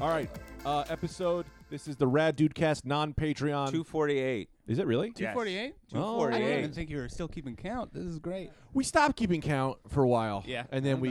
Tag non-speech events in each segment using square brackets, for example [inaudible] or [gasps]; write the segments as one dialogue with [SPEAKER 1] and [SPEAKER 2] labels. [SPEAKER 1] right. Uh, episode. This is the Rad Dudecast non Patreon.
[SPEAKER 2] Two forty [laughs] eight.
[SPEAKER 1] Is it really?
[SPEAKER 2] Yeah. Yes.
[SPEAKER 3] 248?
[SPEAKER 2] Oh,
[SPEAKER 3] I didn't
[SPEAKER 2] 48.
[SPEAKER 3] even think you were still keeping count. This is great.
[SPEAKER 1] We stopped keeping count for a while.
[SPEAKER 3] Yeah,
[SPEAKER 1] And
[SPEAKER 3] I
[SPEAKER 1] then we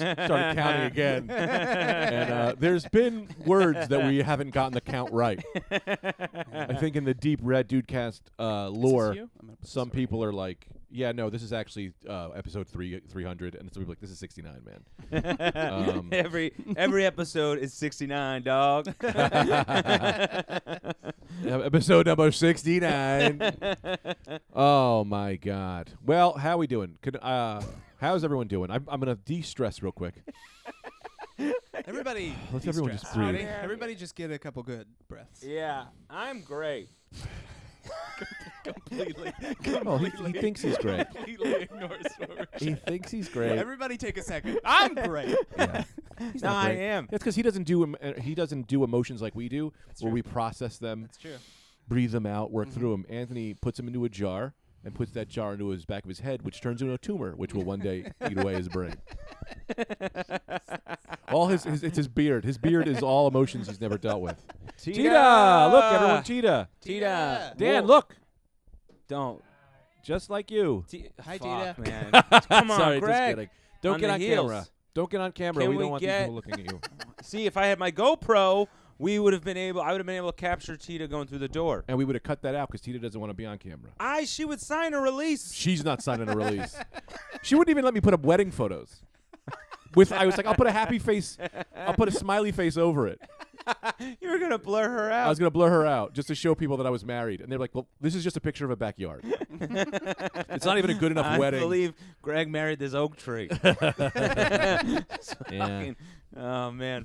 [SPEAKER 3] remember.
[SPEAKER 1] started counting again. [laughs] and uh, there's been words that we haven't gotten the count [laughs] right. I think in the deep Rad Dudecast uh, lore.
[SPEAKER 3] you? I'm gonna put this
[SPEAKER 1] Some
[SPEAKER 3] over
[SPEAKER 1] people are like, "Yeah, no, this is actually uh, episode three, three hundred, and some people are like, "This is sixty nine, [laughs] man." Um,
[SPEAKER 2] [laughs] every every episode is sixty nine, dog.
[SPEAKER 1] [laughs]
[SPEAKER 2] [laughs]
[SPEAKER 1] Yeah, episode number [laughs] 69 oh my god well how we doing Could, uh, how's everyone doing I'm, I'm gonna de-stress real quick
[SPEAKER 3] Everybody,
[SPEAKER 1] [laughs] Let's everyone just
[SPEAKER 3] de-stress.
[SPEAKER 1] breathe.
[SPEAKER 3] Everybody, everybody just get a couple good breaths.
[SPEAKER 2] yeah, I'm great.
[SPEAKER 3] [laughs]
[SPEAKER 1] [laughs]
[SPEAKER 3] Completely.
[SPEAKER 1] oh he, he thinks he's great
[SPEAKER 3] completely ignores what we're
[SPEAKER 1] he thinks he's great
[SPEAKER 3] Everybody take a second. I'm [laughs] great.
[SPEAKER 1] yeah. He's
[SPEAKER 2] No,
[SPEAKER 1] not
[SPEAKER 2] I
[SPEAKER 1] great.
[SPEAKER 2] am.
[SPEAKER 1] that's because he doesn't do em- uh, he doesn't do emotions like we do where
[SPEAKER 3] true.
[SPEAKER 1] we process them
[SPEAKER 3] That's true.
[SPEAKER 1] breathe them out work
[SPEAKER 2] Mm-hmm.
[SPEAKER 1] through them anthony puts them into a jar and puts that jar into his back of his head which turns into a tumor which will one
[SPEAKER 2] [laughs]
[SPEAKER 1] day eat away his brain all his, his it's his beard his beard is all emotions he's never dealt with Tita! Look, everyone, Tita.
[SPEAKER 2] Tita.
[SPEAKER 1] Dan,
[SPEAKER 2] Whoa.
[SPEAKER 1] look.
[SPEAKER 2] Don't.
[SPEAKER 1] Just like
[SPEAKER 2] [laughs]
[SPEAKER 1] you.
[SPEAKER 2] T-
[SPEAKER 3] Hi,
[SPEAKER 2] fuck,
[SPEAKER 3] Tita.
[SPEAKER 2] man.
[SPEAKER 1] [laughs] Come
[SPEAKER 2] on,
[SPEAKER 1] Sorry, just
[SPEAKER 2] Greg.
[SPEAKER 1] kidding. Don't
[SPEAKER 2] On
[SPEAKER 1] get
[SPEAKER 2] the
[SPEAKER 1] on
[SPEAKER 2] heels.
[SPEAKER 1] camera. Don't get on camera.
[SPEAKER 2] Can
[SPEAKER 1] we don't
[SPEAKER 2] we
[SPEAKER 1] want
[SPEAKER 2] get-
[SPEAKER 1] these people looking at you.
[SPEAKER 2] See, if I had my GoPro, we would have been able. I would have been able to capture Tita going through the door.
[SPEAKER 1] and we would have cut that out because Tita doesn't want to be on camera.
[SPEAKER 2] I. She would sign a release.
[SPEAKER 1] She's not signing a release. she wouldn't even let me put up wedding photos. With I was like, I'll put a happy face. I'll put a smiley face over it.
[SPEAKER 2] You were gonna blur her
[SPEAKER 1] I
[SPEAKER 2] out.
[SPEAKER 1] was gonna blur her out just to show people that I was married, and they're like, "Well, this is just a picture of a backyard. it's not even a good enough
[SPEAKER 2] I
[SPEAKER 1] wedding." [laughs]
[SPEAKER 2] believe Greg married this oak tree. [laughs] It's fucking- oh man.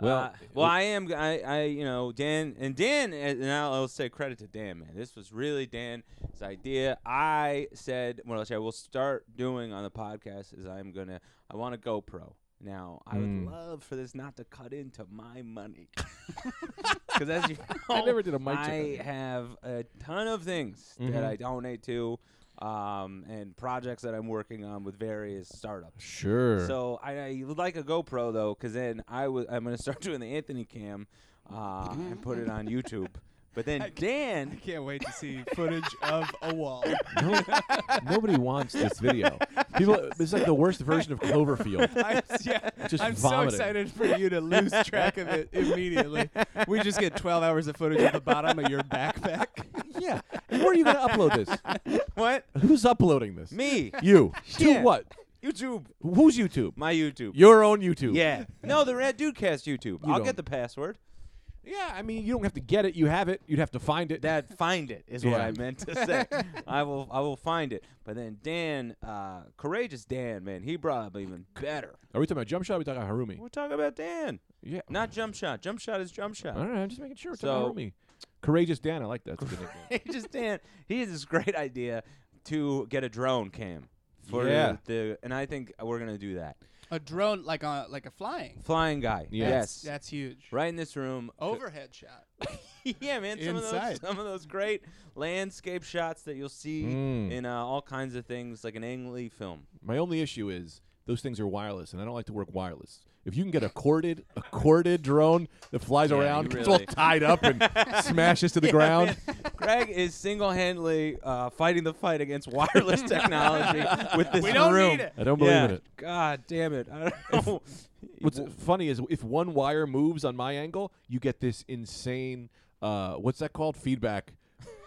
[SPEAKER 1] Well,
[SPEAKER 2] Uh, well, I am. I, I, you know, Dan and Dan. uh, And I'll, I'll say credit to Dan, man. This was really Dan's idea. I said, what else I will start doing on the podcast is I'm gonna. I want a GoPro. Now, I
[SPEAKER 1] Mm.
[SPEAKER 2] would love for this not to cut into my money, [laughs] because as you know,
[SPEAKER 1] [laughs] I never did a mic check. on
[SPEAKER 2] I
[SPEAKER 1] you.
[SPEAKER 2] have a ton of things that
[SPEAKER 1] Mhm.
[SPEAKER 2] I donate to, um, and projects that I'm working on with various startups.
[SPEAKER 1] Sure.
[SPEAKER 2] So I, I would like a GoPro though, because then I would I'm gonna start [laughs] doing the Anthony cam, uh, and put
[SPEAKER 1] [laughs]
[SPEAKER 2] it on YouTube. But then
[SPEAKER 3] I
[SPEAKER 2] Dan,
[SPEAKER 3] can't wait to see footage of a [laughs] wall.
[SPEAKER 1] No- nobody wants this video. People, it's like the worst version of
[SPEAKER 2] [laughs]
[SPEAKER 1] Cloverfield.
[SPEAKER 3] I'm, yeah,
[SPEAKER 1] Just
[SPEAKER 3] I'm
[SPEAKER 1] vomiting.
[SPEAKER 3] so excited for you to lose track of it immediately. We just get 12 hours of footage at the bottom of your backpack. [laughs]
[SPEAKER 1] Yeah. And where are you going to upload this? [laughs]
[SPEAKER 2] what?
[SPEAKER 1] Who's uploading this?
[SPEAKER 2] Me,
[SPEAKER 1] You.
[SPEAKER 2] Yeah.
[SPEAKER 1] To what?
[SPEAKER 2] YouTube,
[SPEAKER 1] Who's YouTube?
[SPEAKER 2] my YouTube.
[SPEAKER 1] Your own YouTube. [laughs]
[SPEAKER 2] Yeah, no, the Red Dudecast YouTube. I'll
[SPEAKER 1] don't-
[SPEAKER 2] get the password.
[SPEAKER 1] Yeah. I mean, you don't have to get it. You have it. You'd have to find it.
[SPEAKER 2] That find it is what
[SPEAKER 1] Yeah.
[SPEAKER 2] I meant to
[SPEAKER 1] [laughs]
[SPEAKER 2] say. I will I will find it. But then Dan, uh, courageous Dan, man, he brought up even better.
[SPEAKER 1] Are we talking about jump shot? Or are we talking about Harumi?
[SPEAKER 2] We're talking about Dan,
[SPEAKER 1] Yeah.
[SPEAKER 2] not jump shot. Jump shot is jump shot.
[SPEAKER 1] All right. I'm just making sure. We're talking about
[SPEAKER 2] So-
[SPEAKER 1] Harumi. Courageous Dan. I like that.
[SPEAKER 2] [laughs]
[SPEAKER 1] That's a good nickname.
[SPEAKER 2] courageous Dan, he has this great idea to get a drone cam for
[SPEAKER 1] Yeah.
[SPEAKER 2] the, and I think we're gonna do that.
[SPEAKER 3] A drone, like a, like a flying.
[SPEAKER 2] Flying guy,
[SPEAKER 1] Yeah.
[SPEAKER 2] yes,
[SPEAKER 3] That's huge.
[SPEAKER 2] right in this room.
[SPEAKER 3] Overhead shot.
[SPEAKER 2] [laughs] yeah, man. Some of
[SPEAKER 3] Inside.
[SPEAKER 2] those, some of those great landscape shots that you'll see
[SPEAKER 1] Mm.
[SPEAKER 2] in uh, all kinds of things, like an Ang Lee film. [laughs]
[SPEAKER 1] My only issue is those things are wireless, and I don't like to work wireless. If you can get a corded, a corded drone that flies
[SPEAKER 2] Yeah,
[SPEAKER 1] around,
[SPEAKER 2] you
[SPEAKER 1] gets all
[SPEAKER 2] really-
[SPEAKER 1] tied up
[SPEAKER 2] [laughs]
[SPEAKER 1] and smashes to the ground.
[SPEAKER 2] Greg is single-handedly uh, fighting the fight against wireless
[SPEAKER 3] [laughs]
[SPEAKER 2] technology with this
[SPEAKER 3] We don't
[SPEAKER 2] room.
[SPEAKER 3] need it.
[SPEAKER 1] I don't believe
[SPEAKER 2] Yeah.
[SPEAKER 1] in it.
[SPEAKER 2] God damn it! I don't know.
[SPEAKER 1] [laughs] What's funny is if one wire moves on my angle, you get this insane uh, what's that called? Feedback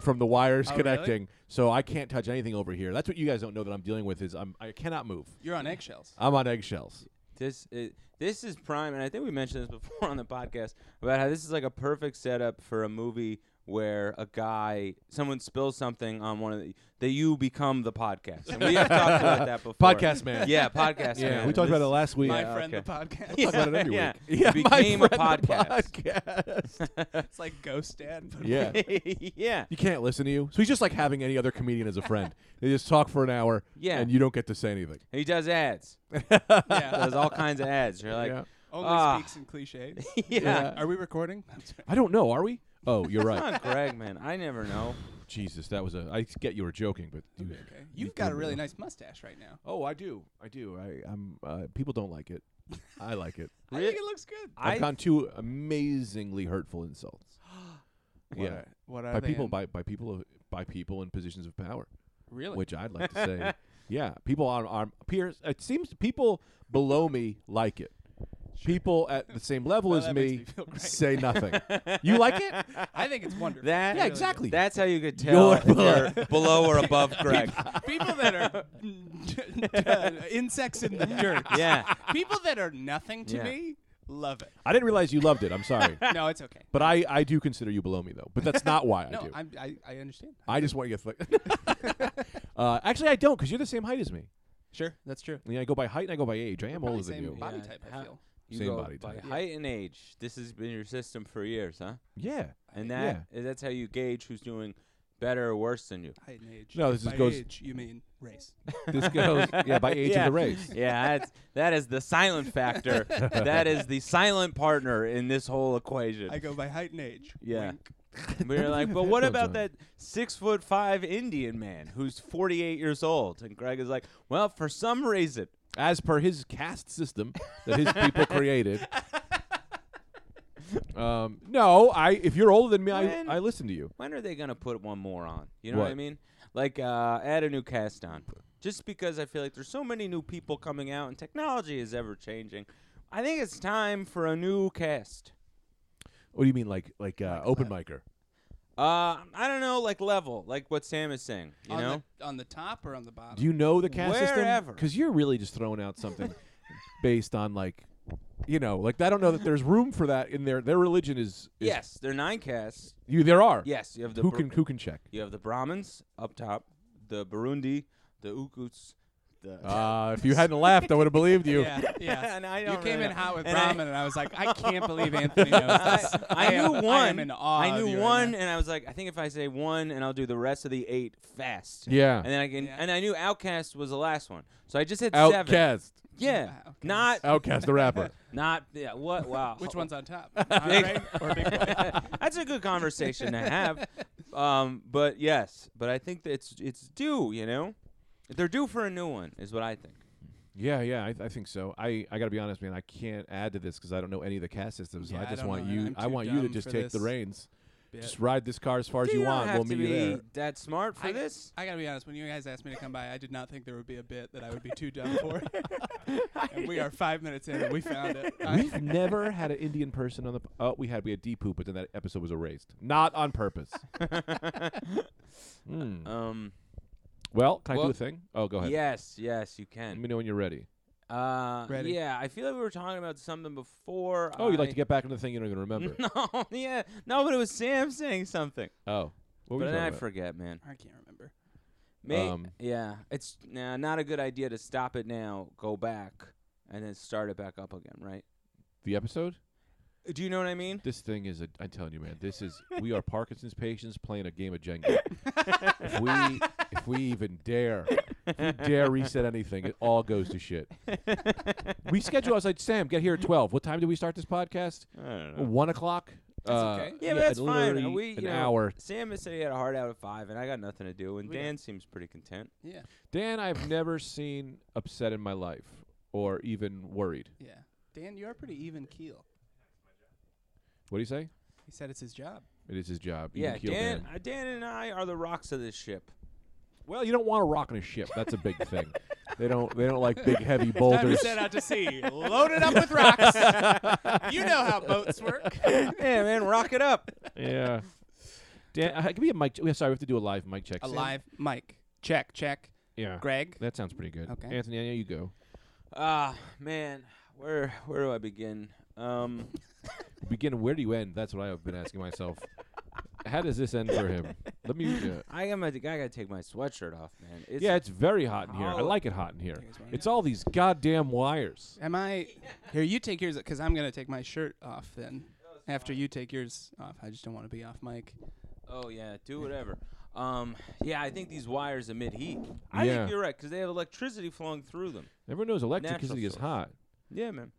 [SPEAKER 1] from the wires
[SPEAKER 2] [laughs]
[SPEAKER 3] Oh, really?
[SPEAKER 1] connecting. So I can't touch anything over here. That's what you guys don't know that I'm dealing with is I'm I cannot move.
[SPEAKER 3] You're
[SPEAKER 2] [laughs]
[SPEAKER 3] on eggshells.
[SPEAKER 2] Oh,
[SPEAKER 1] I'm on eggshells.
[SPEAKER 2] This is, this is prime, and I think we mentioned this before [laughs] on the podcast about how this is like a perfect setup for a movie where a guy, someone spills something on one of the that you become the podcast. And we have talked
[SPEAKER 1] [laughs]
[SPEAKER 2] about that before.
[SPEAKER 1] Podcast man.
[SPEAKER 2] yeah, podcast.
[SPEAKER 1] Yeah,
[SPEAKER 2] man.
[SPEAKER 1] we talked about it
[SPEAKER 2] This-
[SPEAKER 1] last week.
[SPEAKER 3] My
[SPEAKER 2] Yeah,
[SPEAKER 3] friend,
[SPEAKER 2] okay.
[SPEAKER 3] the
[SPEAKER 2] [laughs]
[SPEAKER 3] podcast.
[SPEAKER 1] Talk about it every
[SPEAKER 2] yeah.
[SPEAKER 1] week.
[SPEAKER 2] Yeah,
[SPEAKER 1] My
[SPEAKER 2] became a
[SPEAKER 1] friend, the
[SPEAKER 2] podcast.
[SPEAKER 1] podcast. [laughs]
[SPEAKER 3] [laughs] It's like Ghost Dad. But
[SPEAKER 1] yeah.
[SPEAKER 2] [laughs] yeah,
[SPEAKER 1] You can't listen to you. So he's just like having any other comedian as a
[SPEAKER 2] [laughs]
[SPEAKER 1] friend. They just talk for an hour
[SPEAKER 2] Yeah.
[SPEAKER 1] and you don't get to say anything.
[SPEAKER 2] he does
[SPEAKER 1] [laughs]
[SPEAKER 2] ads.
[SPEAKER 3] yeah.
[SPEAKER 2] [laughs] Does all kinds of ads. You're like,
[SPEAKER 1] Yeah.
[SPEAKER 3] Only
[SPEAKER 2] Ah.
[SPEAKER 3] speaks in cliches.
[SPEAKER 2] [laughs] yeah.
[SPEAKER 1] Yeah.
[SPEAKER 3] Are we recording? [laughs] I'm sorry.
[SPEAKER 1] I don't know, are we? Oh, you're
[SPEAKER 2] Come
[SPEAKER 1] right.
[SPEAKER 2] on, Greg, man. I never know.
[SPEAKER 1] Jesus, that was a I get you were joking, but dude.
[SPEAKER 3] It'll be okay. You've got a really nice mustache right now.
[SPEAKER 1] Oh, I do. I do. I, I'm. Uh, people don't like it. I like it.
[SPEAKER 3] I think it looks good.
[SPEAKER 1] I've
[SPEAKER 2] [laughs] I
[SPEAKER 1] gotten two amazingly hurtful
[SPEAKER 2] [gasps]
[SPEAKER 1] insults.
[SPEAKER 3] What
[SPEAKER 1] yeah,
[SPEAKER 3] are- what are
[SPEAKER 1] by
[SPEAKER 3] they
[SPEAKER 1] people
[SPEAKER 3] in?
[SPEAKER 1] by by people of- by people in positions of power,
[SPEAKER 3] really?
[SPEAKER 1] which I'd like to
[SPEAKER 3] [laughs]
[SPEAKER 1] say, yeah, people on our peers. It seems people below me like it. People at the
[SPEAKER 3] [laughs]
[SPEAKER 1] same level
[SPEAKER 3] Well,
[SPEAKER 1] as
[SPEAKER 3] that
[SPEAKER 1] me,
[SPEAKER 3] makes me feel great.
[SPEAKER 1] say
[SPEAKER 3] [laughs]
[SPEAKER 1] nothing. you like it?
[SPEAKER 3] I think it's wonderful.
[SPEAKER 2] that
[SPEAKER 1] Yeah, exactly.
[SPEAKER 2] That's how you could tell if
[SPEAKER 1] below. [laughs]
[SPEAKER 2] you're below or above Greg.
[SPEAKER 3] people
[SPEAKER 2] [laughs]
[SPEAKER 3] that are [laughs] uh, insects in the dirt.
[SPEAKER 2] yeah.
[SPEAKER 3] People that are nothing to
[SPEAKER 2] Yeah.
[SPEAKER 3] me love it.
[SPEAKER 1] I didn't realize you loved it. I'm sorry,
[SPEAKER 3] No, it's okay.
[SPEAKER 1] but I I do consider you below me though. But that's not why I
[SPEAKER 3] [laughs] No,
[SPEAKER 1] do.
[SPEAKER 3] I'm, I I understand.
[SPEAKER 1] I just want you to think. [laughs] uh, actually, I don't, because you're the same height as me.
[SPEAKER 3] Sure, that's true.
[SPEAKER 1] I, mean, I go by height and I go by age. I am
[SPEAKER 3] Probably
[SPEAKER 1] older than
[SPEAKER 3] same
[SPEAKER 1] you.
[SPEAKER 3] body
[SPEAKER 2] Yeah,
[SPEAKER 3] type. I
[SPEAKER 2] how-
[SPEAKER 3] feel.
[SPEAKER 2] You
[SPEAKER 1] Same
[SPEAKER 2] go
[SPEAKER 1] body
[SPEAKER 2] by
[SPEAKER 1] type. Uh,
[SPEAKER 2] height and age. This has been your system for years, huh?
[SPEAKER 1] Yeah.
[SPEAKER 2] And that that's how you gauge who's doing better or worse than
[SPEAKER 1] [laughs]
[SPEAKER 2] you.
[SPEAKER 3] Height and age.
[SPEAKER 1] No, this
[SPEAKER 3] By
[SPEAKER 1] is goes-
[SPEAKER 3] age, you mean race?
[SPEAKER 1] This goes yeah
[SPEAKER 3] [laughs]
[SPEAKER 2] [laughs]
[SPEAKER 1] by age of the race.
[SPEAKER 2] Yeah, that's, that is the silent
[SPEAKER 1] [laughs]
[SPEAKER 2] factor. that is the silent partner in this whole equation.
[SPEAKER 3] I go by height and age.
[SPEAKER 2] Yeah.
[SPEAKER 3] Wink.
[SPEAKER 2] we [laughs] were like,
[SPEAKER 1] [laughs]
[SPEAKER 2] but what about
[SPEAKER 1] Headphones
[SPEAKER 2] that six foot five Indian man who's 48 years old? And Greg is like, well, for some reason.
[SPEAKER 1] As per his caste system that his people created.
[SPEAKER 2] [laughs]
[SPEAKER 1] Um, no, I if you're older than me, I,
[SPEAKER 2] When-
[SPEAKER 1] I listen to you.
[SPEAKER 2] When are they gonna put one more on? You know what, I
[SPEAKER 1] What?
[SPEAKER 2] mean? Like, uh, add a new cast on. Just because I feel like there's so many new people coming out and technology is ever changing. I think it's time for a new cast.
[SPEAKER 1] What do you mean, like like uh, open micer?
[SPEAKER 2] Uh, I don't know, like level, like what Sam is saying. You
[SPEAKER 3] on
[SPEAKER 2] know,
[SPEAKER 3] the, on the top or on the bottom?
[SPEAKER 1] Do you know the caste
[SPEAKER 2] Wherever.
[SPEAKER 1] system? Because you're really just throwing out something based on like, you know, like I don't know that there's room for that in their their religion is, is
[SPEAKER 2] yes, there are nine casts.
[SPEAKER 1] You there are
[SPEAKER 2] Yes, you have the
[SPEAKER 1] who
[SPEAKER 2] Bur-
[SPEAKER 1] can who can check?
[SPEAKER 2] you have the Brahmins up top, the Burundi, the Ukuts, the
[SPEAKER 1] Uh, if you hadn't laughed, I would have believed you.
[SPEAKER 2] [laughs]
[SPEAKER 3] yeah, [laughs] yeah.
[SPEAKER 2] and I
[SPEAKER 3] You
[SPEAKER 2] don't
[SPEAKER 3] came
[SPEAKER 2] really
[SPEAKER 3] in
[SPEAKER 2] know.
[SPEAKER 3] hot with
[SPEAKER 2] And I-
[SPEAKER 3] ramen, and I was like,
[SPEAKER 2] [laughs]
[SPEAKER 3] I can't believe Anthony knows this.
[SPEAKER 2] I, I
[SPEAKER 3] am-
[SPEAKER 2] knew
[SPEAKER 3] I am
[SPEAKER 2] one.
[SPEAKER 3] in awe
[SPEAKER 2] I
[SPEAKER 3] of
[SPEAKER 2] knew
[SPEAKER 3] you right
[SPEAKER 2] one,
[SPEAKER 3] now.
[SPEAKER 2] and I was like, I think if I say one, and I'll do the rest of the eight fast.
[SPEAKER 1] Yeah.
[SPEAKER 2] And then I can,
[SPEAKER 3] Yeah.
[SPEAKER 2] and I knew Outcast was the last one, so I just hit seven.
[SPEAKER 1] Outcast.
[SPEAKER 2] Yeah,
[SPEAKER 3] Outcast.
[SPEAKER 2] not,
[SPEAKER 1] Outcast the
[SPEAKER 2] [laughs]
[SPEAKER 1] rapper.
[SPEAKER 2] not. Yeah, what? Wow.
[SPEAKER 3] Which
[SPEAKER 2] one's [laughs]
[SPEAKER 3] one's on top? Andre or Big Boy?
[SPEAKER 2] That's a good conversation to have. Um, but yes, but I think that it's it's due. You know, they're due for a new one, is what I think.
[SPEAKER 1] Yeah, yeah, I, I think so. I, I got to be honest, man. I can't add to this because I don't know any of the cast systems.
[SPEAKER 3] Yeah,
[SPEAKER 1] I
[SPEAKER 3] I
[SPEAKER 1] just
[SPEAKER 3] don't
[SPEAKER 1] want
[SPEAKER 3] know,
[SPEAKER 1] you.
[SPEAKER 3] and
[SPEAKER 1] I
[SPEAKER 3] I'm too
[SPEAKER 1] want you to
[SPEAKER 3] dumb
[SPEAKER 1] just
[SPEAKER 3] for
[SPEAKER 1] take the
[SPEAKER 3] this.
[SPEAKER 1] reins.
[SPEAKER 3] Yeah.
[SPEAKER 1] Just ride this car as far as
[SPEAKER 2] you
[SPEAKER 1] you
[SPEAKER 2] don't
[SPEAKER 1] want.
[SPEAKER 2] have
[SPEAKER 1] We'll
[SPEAKER 2] to
[SPEAKER 1] meet you
[SPEAKER 2] be
[SPEAKER 1] there.
[SPEAKER 2] that smart for
[SPEAKER 1] [laughs]
[SPEAKER 3] I-
[SPEAKER 2] this. [laughs]
[SPEAKER 3] I gotta be honest. When you guys asked me to come by, I did not think there would be a bit that I would be too dumb
[SPEAKER 2] [laughs]
[SPEAKER 3] for. and we are five minutes in, and we found it. [laughs] I,
[SPEAKER 1] We've never had an Indian person on the. p- Oh, we had we had Deepu, but then that episode was erased, not on purpose. Hmm.
[SPEAKER 2] Um.
[SPEAKER 1] Well, can I
[SPEAKER 2] Well,
[SPEAKER 1] do a thing? Oh, go ahead.
[SPEAKER 2] Yes. Yes, you
[SPEAKER 1] Let
[SPEAKER 2] can.
[SPEAKER 1] me know when you're ready.
[SPEAKER 2] Uh.
[SPEAKER 3] Ready.
[SPEAKER 2] Yeah. I feel like we were talking about something before.
[SPEAKER 1] Oh, you'd like
[SPEAKER 2] I-
[SPEAKER 1] to get back into the thing you don't even remember.
[SPEAKER 2] [laughs] No. Yeah. No, but it was Sam saying something.
[SPEAKER 1] oh, what were you
[SPEAKER 2] But then
[SPEAKER 1] talking
[SPEAKER 2] I
[SPEAKER 1] about?
[SPEAKER 2] forget, man.
[SPEAKER 3] I can't remember.
[SPEAKER 2] May-
[SPEAKER 1] Um,
[SPEAKER 2] yeah, it's nah, not a good idea to stop it now, go back, and then start it back up again, right?
[SPEAKER 1] the episode.
[SPEAKER 2] Do you know what
[SPEAKER 1] [laughs]
[SPEAKER 2] I mean?
[SPEAKER 1] This thing is a. I'm telling you, man. This is. We are Parkinson's patients playing a game of Jenga.
[SPEAKER 2] [laughs]
[SPEAKER 1] if we, if we even dare, if we dare reset anything, it all goes to shit. We schedule. I was like, Sam, get here at twelve. What time do we start this podcast?
[SPEAKER 2] I don't
[SPEAKER 1] One o'clock.
[SPEAKER 3] Uh, That's
[SPEAKER 1] Uh,
[SPEAKER 3] okay.
[SPEAKER 2] Yeah, but that's
[SPEAKER 1] an
[SPEAKER 2] fine.
[SPEAKER 1] literally
[SPEAKER 2] Uh, We,
[SPEAKER 1] an
[SPEAKER 2] you know,
[SPEAKER 1] hour.
[SPEAKER 2] Sam has said he had a hard out at five, and I got nothing to do. And
[SPEAKER 3] We
[SPEAKER 2] Dan seems pretty content.
[SPEAKER 3] Yeah,
[SPEAKER 1] Dan, I've never seen upset in my life, or even worried.
[SPEAKER 3] yeah. Dan, you are pretty even keel.
[SPEAKER 1] What do you say?
[SPEAKER 3] He said it's his job.
[SPEAKER 1] It is his job.
[SPEAKER 2] yeah,
[SPEAKER 1] Even keel
[SPEAKER 2] Dan, uh, Dan and I are the rocks of this ship.
[SPEAKER 1] Well, you don't want to rock on a ship. That's a big
[SPEAKER 2] [laughs]
[SPEAKER 1] thing. They don't. They don't like big heavy
[SPEAKER 3] Time to
[SPEAKER 1] boulders.
[SPEAKER 3] set out to sea, loaded up with rocks. you know how boats work. [laughs]
[SPEAKER 2] yeah, man, rock it up.
[SPEAKER 1] yeah. Dan, uh, give me a mic. Ch- yeah, sorry, we have to do a live mic check.
[SPEAKER 3] A
[SPEAKER 1] Sam.
[SPEAKER 3] live mic. Check, check.
[SPEAKER 1] Yeah.
[SPEAKER 3] Greg.
[SPEAKER 1] That sounds pretty good.
[SPEAKER 3] Okay.
[SPEAKER 1] Anthony, I know you go.
[SPEAKER 2] Ah, man, where where do I begin? Um,
[SPEAKER 1] Begin. Where do you end? That's what I've been asking myself. How does this end for him? Let me. Uh,
[SPEAKER 2] I am. I gotta take my sweatshirt off, man. It's,
[SPEAKER 1] yeah, it's very hot in here. I
[SPEAKER 2] Oh.
[SPEAKER 1] like it hot in here.
[SPEAKER 3] You guys wanna-
[SPEAKER 1] It's all these goddamn wires.
[SPEAKER 3] Am I here? You take yours because I'm gonna take my shirt off then. After you take yours off, I just don't want to be off mic.
[SPEAKER 2] Oh yeah, do whatever. Um, yeah, I think these wires emit heat. I
[SPEAKER 1] Yeah.
[SPEAKER 2] think you're right because they have electricity flowing through them.
[SPEAKER 1] Everyone knows electricity is
[SPEAKER 2] source.
[SPEAKER 1] hot.
[SPEAKER 2] Yeah, man.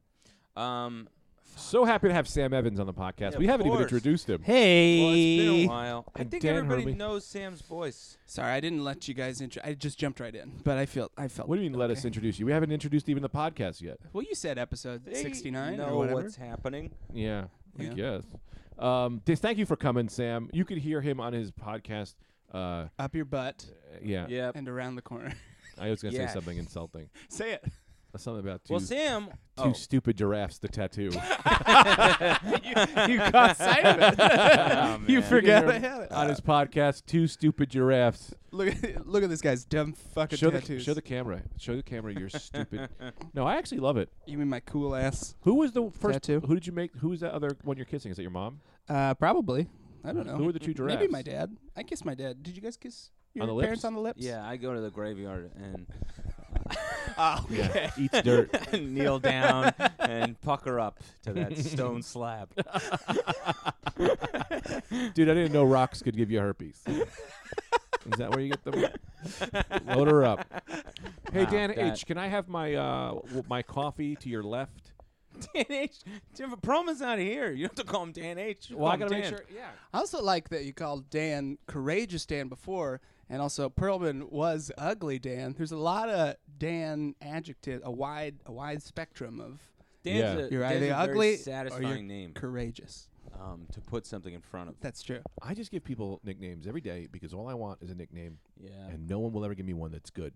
[SPEAKER 2] Um,
[SPEAKER 1] So happy to have Sam Evans on the podcast.
[SPEAKER 2] Yeah,
[SPEAKER 1] we
[SPEAKER 2] of
[SPEAKER 1] haven't even
[SPEAKER 2] course.
[SPEAKER 1] introduced him.
[SPEAKER 2] Well, it's been
[SPEAKER 4] Hey.
[SPEAKER 2] a while. I
[SPEAKER 1] And
[SPEAKER 2] think
[SPEAKER 1] Dan
[SPEAKER 2] everybody
[SPEAKER 1] Hermy.
[SPEAKER 2] knows Sam's voice.
[SPEAKER 3] Sorry, I didn't let you guys intro. I just jumped right in, but I feel I felt.
[SPEAKER 1] What do you mean? Let us
[SPEAKER 3] okay.
[SPEAKER 1] introduce you. We haven't introduced even the podcast yet.
[SPEAKER 3] Well, you said episode
[SPEAKER 2] They
[SPEAKER 3] sixty nine
[SPEAKER 2] know
[SPEAKER 3] or whatever.
[SPEAKER 2] what's happening.
[SPEAKER 1] Yeah, I
[SPEAKER 3] Yeah.
[SPEAKER 1] guess. Um, just thank you for coming, Sam. You could hear him on his podcast. Uh,
[SPEAKER 3] Up your butt
[SPEAKER 1] yeah,
[SPEAKER 2] Yep.
[SPEAKER 3] and around the corner. [laughs]
[SPEAKER 1] I was gonna
[SPEAKER 2] Yeah.
[SPEAKER 1] say something insulting.
[SPEAKER 3] Say it.
[SPEAKER 1] Something about two
[SPEAKER 2] Well, Sam.
[SPEAKER 1] two
[SPEAKER 2] oh.
[SPEAKER 1] stupid giraffes. The tattoo.
[SPEAKER 3] [laughs] You caught sight of [laughs]
[SPEAKER 2] [laughs]
[SPEAKER 3] it.
[SPEAKER 2] Oh,
[SPEAKER 3] you
[SPEAKER 2] man.
[SPEAKER 3] forgot
[SPEAKER 1] Yeah.
[SPEAKER 3] I had it.
[SPEAKER 1] on his podcast, two stupid giraffes.
[SPEAKER 3] Look, at- look at this guy's dumb fucking
[SPEAKER 1] Show
[SPEAKER 3] tattoos.
[SPEAKER 1] the show the camera. Show the camera your
[SPEAKER 3] [laughs]
[SPEAKER 1] stupid. No, I actually love it.
[SPEAKER 3] you mean my cool ass?
[SPEAKER 1] Who was the first?
[SPEAKER 3] Tattoo.
[SPEAKER 1] Who did you make? Who was that other one you're kissing? Is that your mom?
[SPEAKER 3] Uh, probably. I don't
[SPEAKER 1] Who
[SPEAKER 3] know.
[SPEAKER 1] were the two giraffes?
[SPEAKER 3] Maybe my dad. I kissed my dad. Did you guys kiss your
[SPEAKER 1] On the
[SPEAKER 3] parents
[SPEAKER 1] lips?
[SPEAKER 3] on the lips?
[SPEAKER 2] Yeah, I go to the graveyard
[SPEAKER 3] [laughs]
[SPEAKER 2] and uh,
[SPEAKER 3] Oh,
[SPEAKER 2] [laughs]
[SPEAKER 1] Yeah, eats dirt.
[SPEAKER 2] kneel down and pucker up
[SPEAKER 1] [laughs]
[SPEAKER 2] to that stone slab. [laughs]
[SPEAKER 1] Dude, I didn't know rocks could give you
[SPEAKER 3] [laughs]
[SPEAKER 1] herpes. Is that where you get them? Load her up. Hey
[SPEAKER 3] Ah,
[SPEAKER 2] Wow,
[SPEAKER 1] Dan
[SPEAKER 2] that-
[SPEAKER 1] H, can I have my uh, w- my coffee to your left?
[SPEAKER 2] Dan H. Jim, Proma's not here. You don't have to call him Dan H. You
[SPEAKER 1] Well, I
[SPEAKER 2] call him
[SPEAKER 1] gotta make
[SPEAKER 2] Dan.
[SPEAKER 1] sure. Yeah.
[SPEAKER 3] I also like that you called Dan courageous Dan before, and also Pearlman was ugly Dan. There's a lot of Dan adjective, a wide, a wide spectrum of
[SPEAKER 1] Yeah.
[SPEAKER 2] Dan's a,
[SPEAKER 3] You're
[SPEAKER 2] Dan's
[SPEAKER 3] either
[SPEAKER 2] a very
[SPEAKER 3] ugly or you're
[SPEAKER 2] satisfying name
[SPEAKER 3] courageous.
[SPEAKER 2] um, to put something in front of.
[SPEAKER 3] That's true.
[SPEAKER 1] I just give people nicknames every day because all I want is a nickname,
[SPEAKER 2] Yeah.
[SPEAKER 1] and no one will ever give me one that's good.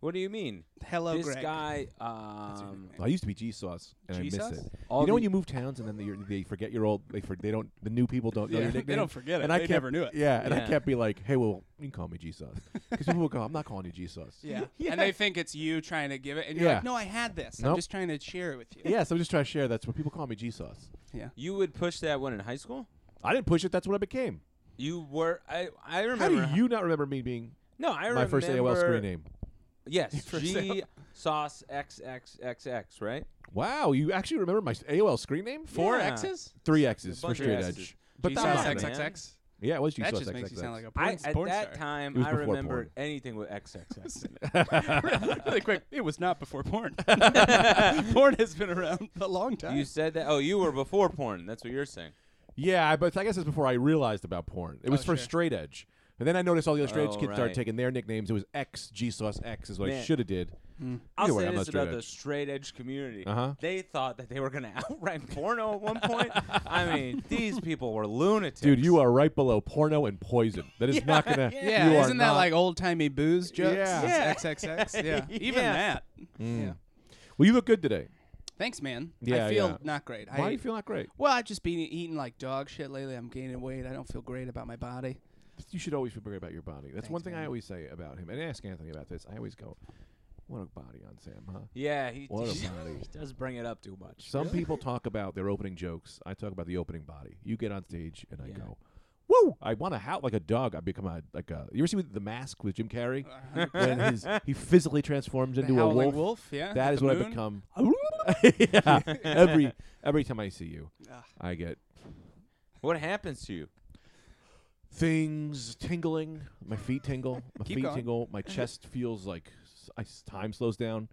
[SPEAKER 2] What do you mean?
[SPEAKER 3] Hello,
[SPEAKER 2] this
[SPEAKER 3] Greg.
[SPEAKER 2] guy.
[SPEAKER 3] your
[SPEAKER 2] Um,
[SPEAKER 1] I used to be G Sauce, and I miss
[SPEAKER 3] Jesus?
[SPEAKER 1] it.
[SPEAKER 2] all
[SPEAKER 1] you know
[SPEAKER 2] the-
[SPEAKER 1] when you move towns and then you're, they forget your old they for, they don't the new people don't know
[SPEAKER 3] [laughs] Yeah,
[SPEAKER 1] your
[SPEAKER 3] they
[SPEAKER 1] nickname.
[SPEAKER 3] don't forget it.
[SPEAKER 1] And I
[SPEAKER 3] They
[SPEAKER 1] kept,
[SPEAKER 3] never knew it.
[SPEAKER 1] Yeah, and I
[SPEAKER 2] Yeah.
[SPEAKER 1] kept be like, hey, well, you can call me G Sauce because people will go, I'm not calling you G Sauce.
[SPEAKER 3] [laughs] [laughs] Yeah.
[SPEAKER 2] Yeah.
[SPEAKER 3] and they think it's you trying to give it, and you're
[SPEAKER 1] Yeah.
[SPEAKER 3] like, "No, I had this.
[SPEAKER 1] Nope.
[SPEAKER 3] I'm just trying to share it with you."
[SPEAKER 1] Yes, I'm just trying to share. That's what people call me G Sauce.
[SPEAKER 3] yeah.
[SPEAKER 2] you would push that one in high school.
[SPEAKER 1] I didn't push it. That's what I became.
[SPEAKER 2] You were. I. I
[SPEAKER 1] How
[SPEAKER 2] remember.
[SPEAKER 1] do you not remember me being
[SPEAKER 2] No, I remember
[SPEAKER 1] my first AOL screen name?
[SPEAKER 3] [laughs]
[SPEAKER 2] Yes,
[SPEAKER 3] First
[SPEAKER 2] G sauce XXXX, right?
[SPEAKER 1] Wow, you actually remember my AOL screen name?
[SPEAKER 3] Four
[SPEAKER 2] Yeah.
[SPEAKER 3] X's.
[SPEAKER 1] Three X's
[SPEAKER 2] A
[SPEAKER 1] for
[SPEAKER 2] bunch of
[SPEAKER 1] straight
[SPEAKER 2] X's.
[SPEAKER 1] edge.
[SPEAKER 2] But
[SPEAKER 1] that
[SPEAKER 3] Jesus,
[SPEAKER 1] was-
[SPEAKER 2] man.
[SPEAKER 3] XXX.
[SPEAKER 1] Yeah, it was G
[SPEAKER 3] That
[SPEAKER 1] Sauce.
[SPEAKER 3] just makes you sound like a porn,
[SPEAKER 2] I, at
[SPEAKER 3] porn
[SPEAKER 2] that
[SPEAKER 3] star.
[SPEAKER 1] It
[SPEAKER 2] time,
[SPEAKER 1] was
[SPEAKER 2] I
[SPEAKER 1] before
[SPEAKER 2] remembered
[SPEAKER 1] porn.
[SPEAKER 2] anything with [laughs] XXX.
[SPEAKER 3] [laughs] really quick, it was not
[SPEAKER 1] [laughs]
[SPEAKER 3] before porn. porn has been around a long time.
[SPEAKER 2] you said that. Oh, you were before porn. That's what you're saying.
[SPEAKER 1] Yeah, I- but I guess it's before I realized about porn. It was for
[SPEAKER 3] sure.
[SPEAKER 1] straight edge. And then I noticed all the other straight edge
[SPEAKER 2] Oh,
[SPEAKER 1] kids started
[SPEAKER 2] right.
[SPEAKER 1] taking their nicknames. It was X G Sauce X is what I
[SPEAKER 2] Man.
[SPEAKER 1] should have did.
[SPEAKER 2] I'll
[SPEAKER 1] Either
[SPEAKER 2] say
[SPEAKER 1] way, I'm
[SPEAKER 2] this
[SPEAKER 1] not straight
[SPEAKER 2] about the
[SPEAKER 1] edge.
[SPEAKER 2] straight edge community.
[SPEAKER 1] Uh-huh.
[SPEAKER 2] They thought that they were [laughs] going to outrun porno at one point. I
[SPEAKER 1] [laughs]
[SPEAKER 2] mean, these people were lunatics.
[SPEAKER 1] Dude, you are right below porno and poison. That [laughs] is not gonna.
[SPEAKER 3] Yeah,
[SPEAKER 1] you are
[SPEAKER 3] isn't that
[SPEAKER 1] not-
[SPEAKER 3] like old timey booze jokes?
[SPEAKER 1] Yeah.
[SPEAKER 2] Yeah.
[SPEAKER 3] It's XXX. [laughs] Yeah, even
[SPEAKER 2] Yeah.
[SPEAKER 3] that. Yeah.
[SPEAKER 1] Well, you look good today.
[SPEAKER 3] Thanks, man.
[SPEAKER 1] Yeah,
[SPEAKER 3] I feel
[SPEAKER 1] yeah.
[SPEAKER 3] not great.
[SPEAKER 1] Why
[SPEAKER 3] I,
[SPEAKER 1] do you feel not great?
[SPEAKER 3] Well, I've just been eating like dog shit lately. I'm gaining weight. I don't feel great about my body.
[SPEAKER 1] You should always feel great about your body. That's one
[SPEAKER 3] Thanks,
[SPEAKER 1] thing I
[SPEAKER 3] man.
[SPEAKER 1] always say about him. And I ask Anthony about this. I always go, "What a body on Sam, huh?"
[SPEAKER 2] Yeah, he,
[SPEAKER 1] What a
[SPEAKER 2] [laughs] he
[SPEAKER 1] body.
[SPEAKER 2] does bring it up too much.
[SPEAKER 1] Some people talk about their opening jokes. I talk about the opening body. You get on stage and I
[SPEAKER 2] Yeah.
[SPEAKER 1] go, "Woo!" I want to howl like a dog. I become a like a. You ever see the mask with Jim
[SPEAKER 3] [laughs]
[SPEAKER 1] Carrey? when his, he physically transforms into a
[SPEAKER 3] howling
[SPEAKER 1] wolf.
[SPEAKER 3] wolf, yeah,
[SPEAKER 1] That
[SPEAKER 3] with
[SPEAKER 1] is
[SPEAKER 3] the
[SPEAKER 1] what I
[SPEAKER 3] moon. [laughs]
[SPEAKER 1] become. yeah. [laughs] Every every time I see you,
[SPEAKER 3] Ah.
[SPEAKER 1] I get
[SPEAKER 2] What happens to you? [laughs]
[SPEAKER 1] things tingling. My feet tingle. My
[SPEAKER 3] Keep
[SPEAKER 1] feet
[SPEAKER 3] going.
[SPEAKER 1] tingle. My chest feels like s- I s- time slows down.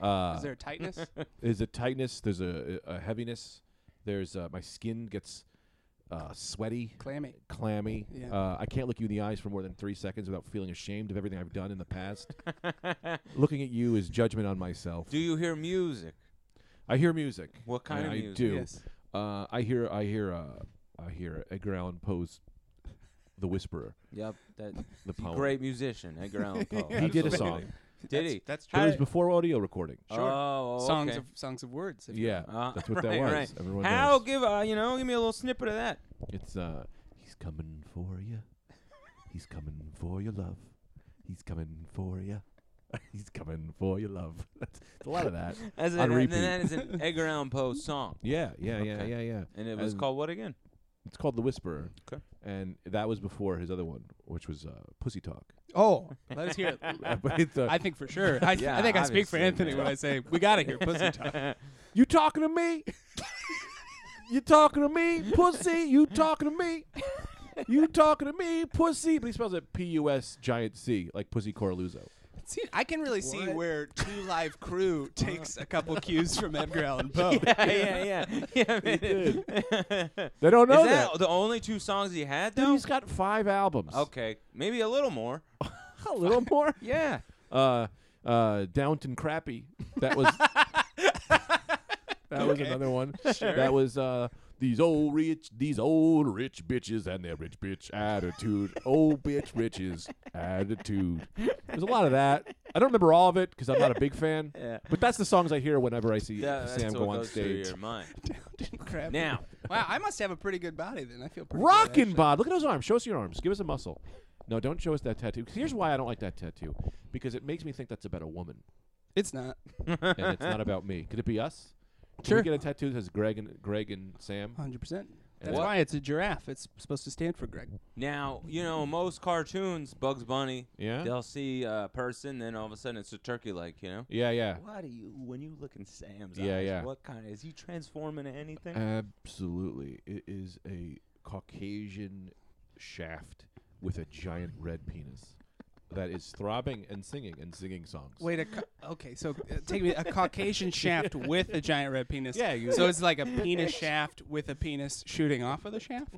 [SPEAKER 1] Uh,
[SPEAKER 3] Is there
[SPEAKER 1] [laughs]
[SPEAKER 3] a tightness?
[SPEAKER 1] there's a tightness. There's a, a heaviness. There's uh, my skin gets uh, sweaty,
[SPEAKER 3] Clammy.
[SPEAKER 1] clammy.
[SPEAKER 3] Yeah.
[SPEAKER 1] Uh, I can't look you in the eyes for more than three seconds without feeling ashamed of everything I've done in the past. [laughs] Looking at you is judgment on myself.
[SPEAKER 2] Do you hear music?
[SPEAKER 1] I hear music.
[SPEAKER 2] What kind
[SPEAKER 1] and
[SPEAKER 2] of
[SPEAKER 1] I
[SPEAKER 2] music?
[SPEAKER 1] Do.
[SPEAKER 3] Yes.
[SPEAKER 1] Uh, I hear. I hear. Uh, I hear Edgar Allan Poe's "The Whisperer."
[SPEAKER 2] Yep,
[SPEAKER 1] [laughs]
[SPEAKER 2] that
[SPEAKER 1] The
[SPEAKER 2] he's a
[SPEAKER 1] poem.
[SPEAKER 2] great musician,
[SPEAKER 1] [laughs]
[SPEAKER 2] Edgar Allan Poe.
[SPEAKER 1] He did a
[SPEAKER 2] Absolutely.
[SPEAKER 1] song.
[SPEAKER 2] Did he?
[SPEAKER 3] That's
[SPEAKER 1] It
[SPEAKER 2] How
[SPEAKER 3] true.
[SPEAKER 1] was
[SPEAKER 2] did-
[SPEAKER 1] before audio recording.
[SPEAKER 3] Sure.
[SPEAKER 2] Oh, oh,
[SPEAKER 3] Songs
[SPEAKER 2] okay.
[SPEAKER 3] of songs of words. if you
[SPEAKER 1] Yeah,
[SPEAKER 2] Uh,
[SPEAKER 1] that's what that
[SPEAKER 2] right,
[SPEAKER 1] was.
[SPEAKER 2] right.
[SPEAKER 1] Everyone
[SPEAKER 2] How
[SPEAKER 1] knows.
[SPEAKER 2] give uh, you know? Give me a little snippet of that.
[SPEAKER 1] It's uh, he's coming for you. He's coming for your love. He's coming for you. [laughs] He's coming for your love. [laughs] That's it's a lot of
[SPEAKER 2] [laughs]
[SPEAKER 1] that.
[SPEAKER 2] As
[SPEAKER 1] On
[SPEAKER 2] an, and
[SPEAKER 1] repeat.
[SPEAKER 2] that is
[SPEAKER 1] [laughs]
[SPEAKER 2] an Edgar Allan Poe song,
[SPEAKER 1] Yeah, yeah, yeah,
[SPEAKER 2] Okay.
[SPEAKER 1] yeah, yeah.
[SPEAKER 2] and it was
[SPEAKER 1] And-
[SPEAKER 2] called
[SPEAKER 1] [laughs]
[SPEAKER 2] what again?
[SPEAKER 1] It's called The Whisperer.
[SPEAKER 2] 'Kay.
[SPEAKER 1] And that was before his other one, which was uh, Pussy
[SPEAKER 2] [laughs]
[SPEAKER 1] Talk. [laughs]
[SPEAKER 3] will. Oh, let us hear it.
[SPEAKER 1] But it's, uh,
[SPEAKER 3] I think for sure.
[SPEAKER 1] [laughs]
[SPEAKER 3] I,
[SPEAKER 2] Yeah,
[SPEAKER 3] I think I speak for
[SPEAKER 2] obviously,
[SPEAKER 3] Anthony
[SPEAKER 2] man.
[SPEAKER 3] when I say we gotta hear pussy talk.
[SPEAKER 1] You talking to me? [laughs] you talking to me, pussy? You talking to
[SPEAKER 2] [laughs]
[SPEAKER 1] me? You talking to me, pussy? But he spells it P U S giant C, like Pussy Coraluzzo.
[SPEAKER 3] See, I can really see where Two Live [laughs] Crew takes a couple cues from Edgar Allan [laughs] Poe.
[SPEAKER 2] [laughs] yeah,
[SPEAKER 1] [laughs]
[SPEAKER 2] [laughs] yeah, yeah. yeah man.
[SPEAKER 1] did.
[SPEAKER 2] [laughs] Is
[SPEAKER 1] They don't know
[SPEAKER 2] that
[SPEAKER 1] that.
[SPEAKER 2] the only two songs he had
[SPEAKER 1] Dude,
[SPEAKER 2] though?
[SPEAKER 1] he's got five albums.
[SPEAKER 2] Okay, maybe a little more. [laughs]
[SPEAKER 1] a little more.
[SPEAKER 2] Yeah.
[SPEAKER 1] Uh, uh, Downton Crappy. That
[SPEAKER 2] [laughs]
[SPEAKER 1] was that was another one. That was uh, these old rich, these old rich bitches and their rich bitch attitude. old bitch riches attitude. There's a lot of that. I don't remember all of it because I'm not a big fan.
[SPEAKER 2] [laughs] Yeah.
[SPEAKER 1] But that's the songs I hear whenever I see
[SPEAKER 2] That- that's
[SPEAKER 1] Sam
[SPEAKER 2] what
[SPEAKER 1] go on
[SPEAKER 2] goes through
[SPEAKER 1] stage.
[SPEAKER 2] your mind.
[SPEAKER 3] Crap.
[SPEAKER 2] Now,
[SPEAKER 3] Wow, I must have a pretty good body then. I feel pretty good,
[SPEAKER 1] Rockin'
[SPEAKER 3] actually.
[SPEAKER 1] bod. Look at those arms. Show us your arms. Give us a muscle. No, don't show us that tattoo. 'Cause Here's why I don't like that tattoo. Because it makes me think that's about a woman,
[SPEAKER 3] It's not.
[SPEAKER 1] and it's not about me. Could it be us? Can
[SPEAKER 3] Sure.
[SPEAKER 1] we get a tattoo that says Greg and Greg and Sam.
[SPEAKER 3] 100%. That's
[SPEAKER 1] What?
[SPEAKER 3] why it's a giraffe. It's supposed to stand for Greg.
[SPEAKER 2] now, you know most cartoons, Bugs Bunny,
[SPEAKER 1] Yeah.
[SPEAKER 2] they'll see a person, then all of a sudden it's a turkey leg. You know.
[SPEAKER 1] Yeah, yeah.
[SPEAKER 2] Why do you when you look in Sam's
[SPEAKER 1] Yeah,
[SPEAKER 2] eyes?
[SPEAKER 1] yeah.
[SPEAKER 2] What kind is he transforming into anything?
[SPEAKER 1] Absolutely. It is a Caucasian shaft with a giant red penis that is throbbing and singing and singing songs.
[SPEAKER 3] Wait, a ca- okay, so uh, take me a [laughs] Caucasian shaft with a giant red penis.
[SPEAKER 1] Yeah, you-
[SPEAKER 3] so it's like a penis [laughs] shaft with a penis shooting off of the shaft.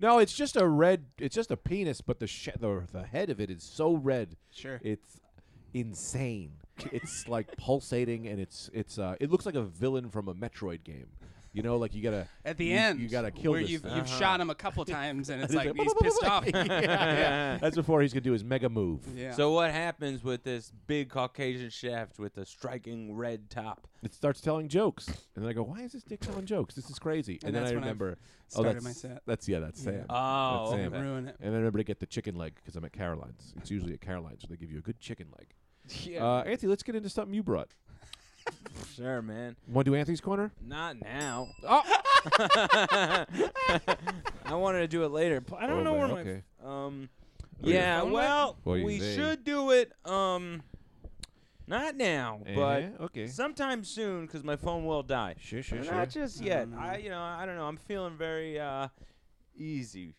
[SPEAKER 1] No, it's just a red. It's just a penis, but the sh- the, the head of it is so red.
[SPEAKER 3] Sure.
[SPEAKER 1] It's insane. it's like pulsating, and it's it's uh, it looks like a villain from a Metroid game. You know, like you gotta
[SPEAKER 3] At the
[SPEAKER 1] you-
[SPEAKER 3] end,
[SPEAKER 1] you gotta kill
[SPEAKER 3] where
[SPEAKER 1] this
[SPEAKER 3] you've
[SPEAKER 1] thing.
[SPEAKER 3] you've shot him a couple times, [laughs] and it's like
[SPEAKER 1] like,
[SPEAKER 3] he's pissed off.
[SPEAKER 1] yeah, [laughs] yeah. That's before he's gonna do his mega move.
[SPEAKER 3] Yeah.
[SPEAKER 2] So what happens with this big Caucasian shaft with a striking red top?
[SPEAKER 1] It starts telling jokes, and then I go, "Why is this dick telling jokes? This is crazy." And,
[SPEAKER 3] And
[SPEAKER 1] then
[SPEAKER 3] that's
[SPEAKER 1] I
[SPEAKER 3] when I've
[SPEAKER 1] remember, oh,
[SPEAKER 3] started
[SPEAKER 1] that's
[SPEAKER 3] my set.
[SPEAKER 1] that's yeah, that's
[SPEAKER 3] Yeah.
[SPEAKER 1] Sam.
[SPEAKER 2] Oh,
[SPEAKER 1] That's
[SPEAKER 2] okay.
[SPEAKER 1] him.
[SPEAKER 3] ruin it.
[SPEAKER 1] and then everybody get the chicken leg because I'm at Caroline's. It's usually at Caroline's, so they give you a good chicken leg. Uh, Anthony, let's get into something you brought.
[SPEAKER 2] sure, man.
[SPEAKER 1] Want to do Anthony's corner?
[SPEAKER 2] Not [laughs] now.
[SPEAKER 1] Oh,
[SPEAKER 2] I wanted to do it later, but I don't
[SPEAKER 1] Oh,
[SPEAKER 2] know
[SPEAKER 1] man,
[SPEAKER 2] where
[SPEAKER 1] okay.
[SPEAKER 2] my um.
[SPEAKER 1] Where your
[SPEAKER 2] yeah,
[SPEAKER 1] phone went?
[SPEAKER 2] well,
[SPEAKER 1] Well, you
[SPEAKER 2] we
[SPEAKER 1] may.
[SPEAKER 2] should do it um, not now,
[SPEAKER 1] Uh-huh, okay.
[SPEAKER 2] but sometime soon because my phone will die.
[SPEAKER 1] Sure, sure, sure.
[SPEAKER 2] Not just yet.
[SPEAKER 3] Mm.
[SPEAKER 2] I, you know, I don't know. I'm feeling very uh, easy.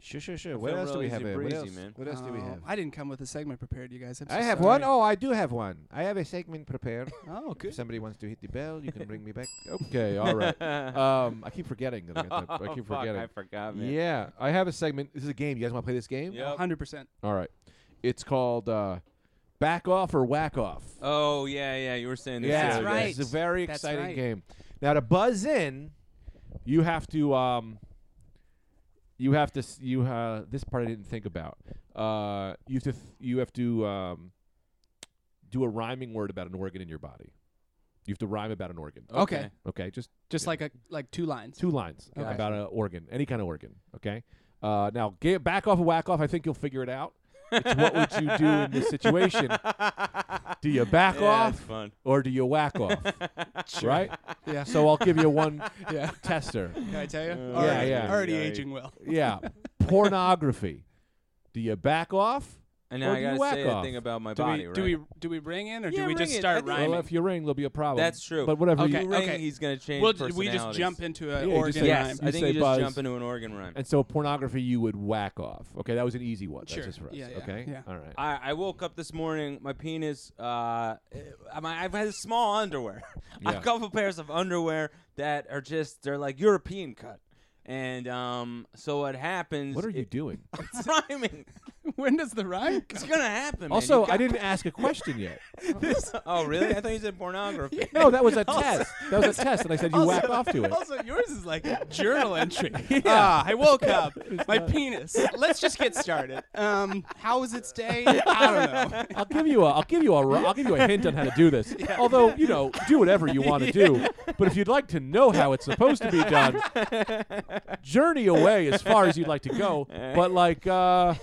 [SPEAKER 1] Sure, sure, sure.
[SPEAKER 2] I
[SPEAKER 1] What
[SPEAKER 2] feel
[SPEAKER 1] else do
[SPEAKER 2] real
[SPEAKER 1] we
[SPEAKER 2] easy
[SPEAKER 1] have? Ed?
[SPEAKER 2] breezy,
[SPEAKER 1] what else?
[SPEAKER 2] man.
[SPEAKER 1] What else do we
[SPEAKER 3] Oh,
[SPEAKER 1] have?
[SPEAKER 3] I didn't come with a segment prepared, you guys. I'm so
[SPEAKER 1] I have
[SPEAKER 3] sorry.
[SPEAKER 1] one. Oh, I do have one. I have a segment prepared.
[SPEAKER 3] oh,
[SPEAKER 1] if
[SPEAKER 3] good.
[SPEAKER 1] somebody wants to hit the bell, you can bring me back. Okay, all
[SPEAKER 2] [laughs]
[SPEAKER 1] right. Um, I keep forgetting. That I, got that. I keep
[SPEAKER 2] Oh, Fuck, I
[SPEAKER 1] forgetting.
[SPEAKER 2] forgot, man.
[SPEAKER 1] Yeah, I have a segment. This is a game. You guys want to play this game?
[SPEAKER 2] Yep.
[SPEAKER 3] Hundred percent.
[SPEAKER 1] All right. It's called uh, Back Off or Whack Off.
[SPEAKER 2] Oh yeah, yeah. You were saying this.
[SPEAKER 1] yeah,
[SPEAKER 2] the other
[SPEAKER 3] That's
[SPEAKER 2] day.
[SPEAKER 1] It's
[SPEAKER 3] right.
[SPEAKER 1] a very
[SPEAKER 3] That's
[SPEAKER 1] exciting
[SPEAKER 3] right.
[SPEAKER 1] game. Now to buzz in, you have to um, you have to s- you uh, this part I didn't think about. Uh, you have to th- you have to um, do a rhyming word about an organ in your body. You have to rhyme about an organ.
[SPEAKER 3] Okay.
[SPEAKER 1] Okay, just
[SPEAKER 3] Just
[SPEAKER 1] Yeah.
[SPEAKER 3] like a like two lines.
[SPEAKER 1] two lines
[SPEAKER 3] Okay.
[SPEAKER 1] about an organ, any kind of organ. Okay. Uh, now get back off or whack off. I think you'll figure it out. It's what would you do in this
[SPEAKER 2] [laughs]
[SPEAKER 1] situation? Do you back
[SPEAKER 2] Yeah, it's
[SPEAKER 1] off
[SPEAKER 2] fun.
[SPEAKER 1] or do you whack
[SPEAKER 2] [laughs]
[SPEAKER 1] off? Right.
[SPEAKER 3] Yeah. [laughs]
[SPEAKER 1] So I'll give you one
[SPEAKER 3] yeah.
[SPEAKER 1] tester.
[SPEAKER 3] Can I tell you?
[SPEAKER 2] Yeah,
[SPEAKER 3] already,
[SPEAKER 1] yeah.
[SPEAKER 3] Already
[SPEAKER 2] Yeah.
[SPEAKER 3] aging well.
[SPEAKER 1] Yeah. Pornography. Do you back off?
[SPEAKER 2] And
[SPEAKER 1] Or
[SPEAKER 2] now
[SPEAKER 1] do
[SPEAKER 2] I
[SPEAKER 1] you
[SPEAKER 2] gotta
[SPEAKER 1] whack
[SPEAKER 2] say
[SPEAKER 1] off?
[SPEAKER 2] a thing about my
[SPEAKER 3] Do
[SPEAKER 2] body.
[SPEAKER 3] we
[SPEAKER 2] right?
[SPEAKER 3] do we do we ring in or
[SPEAKER 2] Yeah,
[SPEAKER 3] do we
[SPEAKER 2] ring
[SPEAKER 3] just
[SPEAKER 2] it. I
[SPEAKER 3] start
[SPEAKER 2] think-
[SPEAKER 3] rhyming?
[SPEAKER 1] Well, if you ring, there'll be a problem.
[SPEAKER 2] That's true.
[SPEAKER 1] But whatever
[SPEAKER 3] Okay.
[SPEAKER 1] you
[SPEAKER 2] Ring,
[SPEAKER 3] okay.
[SPEAKER 2] He's gonna change.
[SPEAKER 3] We'll d- we just
[SPEAKER 2] personalities.
[SPEAKER 3] jump into
[SPEAKER 1] Yeah,
[SPEAKER 3] an
[SPEAKER 1] you just
[SPEAKER 3] organ
[SPEAKER 1] say-
[SPEAKER 2] Yes,
[SPEAKER 3] rhyme.
[SPEAKER 1] You
[SPEAKER 2] I think
[SPEAKER 1] say
[SPEAKER 2] you just
[SPEAKER 1] buzz.
[SPEAKER 2] jump into an organ rhyme.
[SPEAKER 1] And so pornography, you would whack off. Okay, that was an easy one.
[SPEAKER 3] Sure.
[SPEAKER 1] That's just for us.
[SPEAKER 3] Yeah, yeah,
[SPEAKER 1] okay.
[SPEAKER 3] yeah.
[SPEAKER 1] All right.
[SPEAKER 2] I, I woke up this morning. My penis. Uh, I'm, I've had small underwear. [laughs] I have
[SPEAKER 1] Yeah.
[SPEAKER 2] a couple pairs of underwear that are just they're like European cut. And um, so what happens?
[SPEAKER 1] What are
[SPEAKER 2] [laughs]
[SPEAKER 1] you
[SPEAKER 3] [laughs]
[SPEAKER 1] doing?
[SPEAKER 2] It's rhyming.
[SPEAKER 3] when does
[SPEAKER 1] [laughs]
[SPEAKER 3] the rhyme?
[SPEAKER 2] It's gonna happen. man.
[SPEAKER 1] also,
[SPEAKER 2] You
[SPEAKER 1] I
[SPEAKER 2] got-
[SPEAKER 1] didn't ask a question
[SPEAKER 3] [laughs]
[SPEAKER 1] yet.
[SPEAKER 2] Oh really? I
[SPEAKER 1] [laughs]
[SPEAKER 2] thought you said pornography.
[SPEAKER 1] No, that was a test. That was a test, and I said you whack off to it.
[SPEAKER 3] [laughs] Also, yours is like a
[SPEAKER 1] [laughs]
[SPEAKER 3] journal entry. Ah, I woke up. My penis. Let's just get started. Um, how was its
[SPEAKER 1] [laughs]
[SPEAKER 3] day? I don't know.
[SPEAKER 1] I'll give you a I'll give you a ru- I'll give you a hint on how to do this. Although you know, do whatever you want to do. But if you'd like to know how it's supposed to be done, journey away as far as you'd like to go. But like, uh,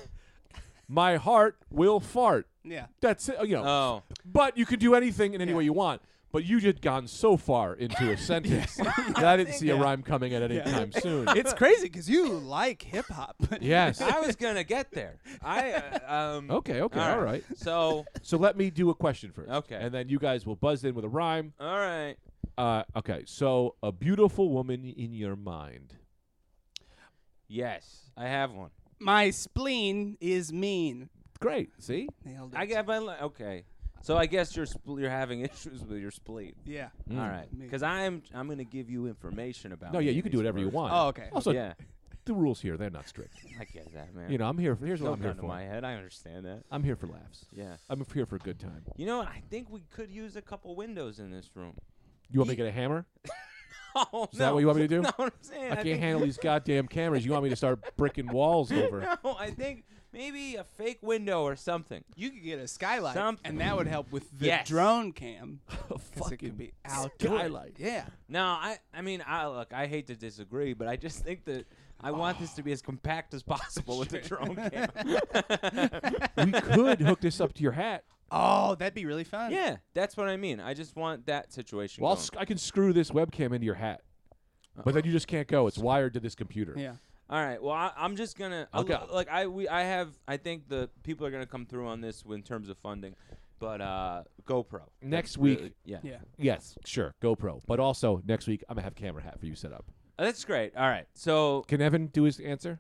[SPEAKER 1] my heart will fart. [laughs]
[SPEAKER 3] Yeah.
[SPEAKER 1] That's it. You know.
[SPEAKER 2] Oh.
[SPEAKER 1] But you could do anything in any
[SPEAKER 3] Yeah.
[SPEAKER 1] way you want. But you had gone so far into a sentence that I didn't see a
[SPEAKER 3] Yeah.
[SPEAKER 1] rhyme coming at any
[SPEAKER 3] Yeah.
[SPEAKER 1] time soon.
[SPEAKER 3] It's crazy because you like hip hop.
[SPEAKER 1] [laughs] yes.
[SPEAKER 2] I was gonna get there. I uh, um.
[SPEAKER 1] Okay. Okay. All right.
[SPEAKER 2] So
[SPEAKER 1] So let me do a question first.
[SPEAKER 2] Okay.
[SPEAKER 1] And then you guys will buzz in with a rhyme.
[SPEAKER 2] all right.
[SPEAKER 1] Uh, okay, so a beautiful woman in your mind.
[SPEAKER 2] Yes, I have one.
[SPEAKER 3] My spleen is mean.
[SPEAKER 1] Great. See,
[SPEAKER 3] Nailed it.
[SPEAKER 2] I got my li- okay. So I guess you're spl- you're having [laughs] issues with your spleen.
[SPEAKER 3] Yeah.
[SPEAKER 1] Mm.
[SPEAKER 2] All right,
[SPEAKER 3] Me.
[SPEAKER 2] because I'm I'm gonna give you information about.
[SPEAKER 1] No, yeah,
[SPEAKER 2] me
[SPEAKER 1] you
[SPEAKER 2] in
[SPEAKER 1] can do
[SPEAKER 2] these
[SPEAKER 1] whatever you
[SPEAKER 2] words.
[SPEAKER 1] want.
[SPEAKER 3] Oh, okay.
[SPEAKER 1] Also,
[SPEAKER 2] yeah,
[SPEAKER 1] the rules here they're not strict.
[SPEAKER 2] I get that,
[SPEAKER 1] [laughs]
[SPEAKER 2] man.
[SPEAKER 1] You know, I'm here. For, here's what
[SPEAKER 2] no
[SPEAKER 1] I'm here
[SPEAKER 2] gun to my
[SPEAKER 1] for.
[SPEAKER 2] head. I understand that.
[SPEAKER 1] I'm here for laughs.
[SPEAKER 2] Yeah.
[SPEAKER 1] I'm here for a good time.
[SPEAKER 2] You know what? I think we could use a couple windows in this room. [laughs]
[SPEAKER 1] You want me to get a hammer?
[SPEAKER 2] Oh,
[SPEAKER 1] Is that
[SPEAKER 2] no.
[SPEAKER 1] what you want me to do?
[SPEAKER 2] [laughs] No, I'm saying.
[SPEAKER 1] I can't
[SPEAKER 2] think, [laughs]
[SPEAKER 1] handle these goddamn cameras. You want me to start bricking walls over?
[SPEAKER 2] No, I think maybe a fake window or something.
[SPEAKER 3] You could get a skylight,
[SPEAKER 2] Something.
[SPEAKER 3] and that would help with the
[SPEAKER 2] Yes.
[SPEAKER 3] drone cam.
[SPEAKER 1] A
[SPEAKER 3] 'cause it
[SPEAKER 1] fucking
[SPEAKER 3] could be outdoor.
[SPEAKER 1] skylight.
[SPEAKER 3] Yeah.
[SPEAKER 2] No, I I mean, I look, I hate to disagree, but I just think that I want this to be as compact as possible with the drone
[SPEAKER 1] [laughs] We
[SPEAKER 2] cam.
[SPEAKER 1] could hook this up to your hat.
[SPEAKER 3] Oh, that'd be really fun.
[SPEAKER 2] yeah, that's what I mean. I just want that situation.
[SPEAKER 1] Well, I'll
[SPEAKER 2] going.
[SPEAKER 1] sc- I can screw this webcam into your hat, but then you just can't go. It's wired to this computer.
[SPEAKER 3] Yeah.
[SPEAKER 2] All right. Well, I, I'm just gonna I'll-
[SPEAKER 1] Okay.
[SPEAKER 2] like I we I have I think the people are gonna come through on this in terms of funding, but uh GoPro
[SPEAKER 1] Next
[SPEAKER 2] That's
[SPEAKER 1] week-
[SPEAKER 2] really- yeah.
[SPEAKER 3] Yeah.
[SPEAKER 1] Yes, sure, GoPro. But also next week, I'm gonna have camera hat for you set up.
[SPEAKER 2] Oh, that's great. All right. So
[SPEAKER 1] Can Evan do his answer?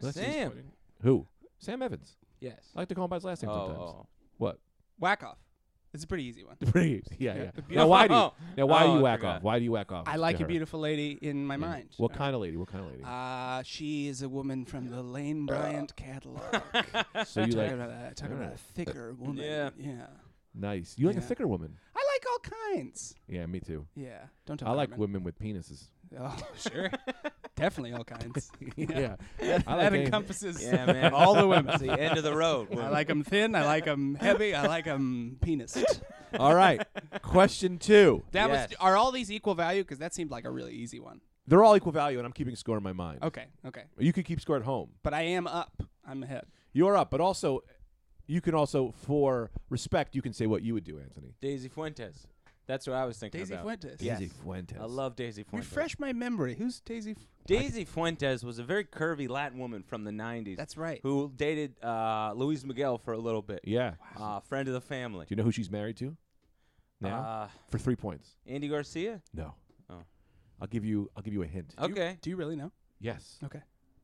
[SPEAKER 1] Let's see his
[SPEAKER 2] Sam.
[SPEAKER 1] voting. Who? Sam Evans.
[SPEAKER 2] Yes.
[SPEAKER 1] I
[SPEAKER 2] [laughs]
[SPEAKER 1] like to call him by his last
[SPEAKER 2] Oh,
[SPEAKER 1] name sometimes.
[SPEAKER 2] oh.
[SPEAKER 1] What? [laughs]
[SPEAKER 3] Whack off. It's a pretty easy one.
[SPEAKER 2] [laughs]
[SPEAKER 1] Pretty. Yeah,
[SPEAKER 3] Yeah.
[SPEAKER 1] yeah. Now why do you,
[SPEAKER 2] Oh.
[SPEAKER 1] now why
[SPEAKER 2] Oh,
[SPEAKER 1] do
[SPEAKER 2] I
[SPEAKER 1] you whack
[SPEAKER 2] forgot.
[SPEAKER 1] off? Why do you whack off?
[SPEAKER 3] I
[SPEAKER 1] to
[SPEAKER 3] like a
[SPEAKER 1] her?
[SPEAKER 3] beautiful lady in my
[SPEAKER 1] Yeah.
[SPEAKER 3] mind.
[SPEAKER 1] What kind of lady? What kind of lady?
[SPEAKER 3] Uh, she is a woman from the Lane Bryant catalog.
[SPEAKER 1] [laughs] so you
[SPEAKER 3] talking
[SPEAKER 1] like
[SPEAKER 3] about that, talking about
[SPEAKER 1] Oh.
[SPEAKER 3] a thicker woman.
[SPEAKER 2] Yeah.
[SPEAKER 3] Yeah.
[SPEAKER 1] nice. You like a
[SPEAKER 3] Yeah.
[SPEAKER 1] thicker woman.
[SPEAKER 3] I like all kinds.
[SPEAKER 1] Yeah, me too.
[SPEAKER 3] Yeah. Don't talk
[SPEAKER 1] I
[SPEAKER 3] about
[SPEAKER 1] like women
[SPEAKER 3] women.
[SPEAKER 1] with
[SPEAKER 3] [laughs]
[SPEAKER 1] penises.
[SPEAKER 3] Oh,
[SPEAKER 1] [laughs]
[SPEAKER 3] sure. Definitely all kinds.
[SPEAKER 1] yeah. I like
[SPEAKER 3] [laughs] that
[SPEAKER 1] any-
[SPEAKER 3] encompasses
[SPEAKER 2] Yeah, man.
[SPEAKER 3] [laughs] all the
[SPEAKER 2] [laughs] It's
[SPEAKER 3] women.
[SPEAKER 2] the end of the road.
[SPEAKER 3] I like 'em thin. I like 'em heavy. I like 'em penis.
[SPEAKER 1] All right. Question two.
[SPEAKER 3] That
[SPEAKER 2] Yes.
[SPEAKER 3] was. Are all these equal value? Because that seemed like a really easy one.
[SPEAKER 1] They're all equal value, and I'm keeping score in my mind.
[SPEAKER 3] Okay. Okay.
[SPEAKER 1] You could keep score at home.
[SPEAKER 3] But I am up. I'm ahead.
[SPEAKER 1] You're up, but also, you can also, for respect, you can say what you would do, Anthony.
[SPEAKER 2] Daisy Fuentes. That's what I was thinking
[SPEAKER 3] Daisy
[SPEAKER 2] about.
[SPEAKER 3] Fuentes.
[SPEAKER 2] Yes.
[SPEAKER 1] Daisy Fuentes.
[SPEAKER 2] I love Daisy Fuentes.
[SPEAKER 3] Refresh my memory. Who's Daisy? F-
[SPEAKER 2] Daisy Fuentes was a very curvy Latin woman from the 90s
[SPEAKER 3] That's right.
[SPEAKER 2] who dated uh, Luis Miguel for a little bit.
[SPEAKER 1] Yeah.
[SPEAKER 2] Uh, friend of the family.
[SPEAKER 1] Do you know who she's married to? Now,
[SPEAKER 2] Uh,
[SPEAKER 1] for three points.
[SPEAKER 2] Andy Garcia?
[SPEAKER 1] No.
[SPEAKER 2] Oh.
[SPEAKER 1] I'll give you. I'll give you a hint.
[SPEAKER 3] you-
[SPEAKER 2] Okay.
[SPEAKER 3] Do you really know?
[SPEAKER 1] Yes.
[SPEAKER 2] Oh.
[SPEAKER 3] Okay.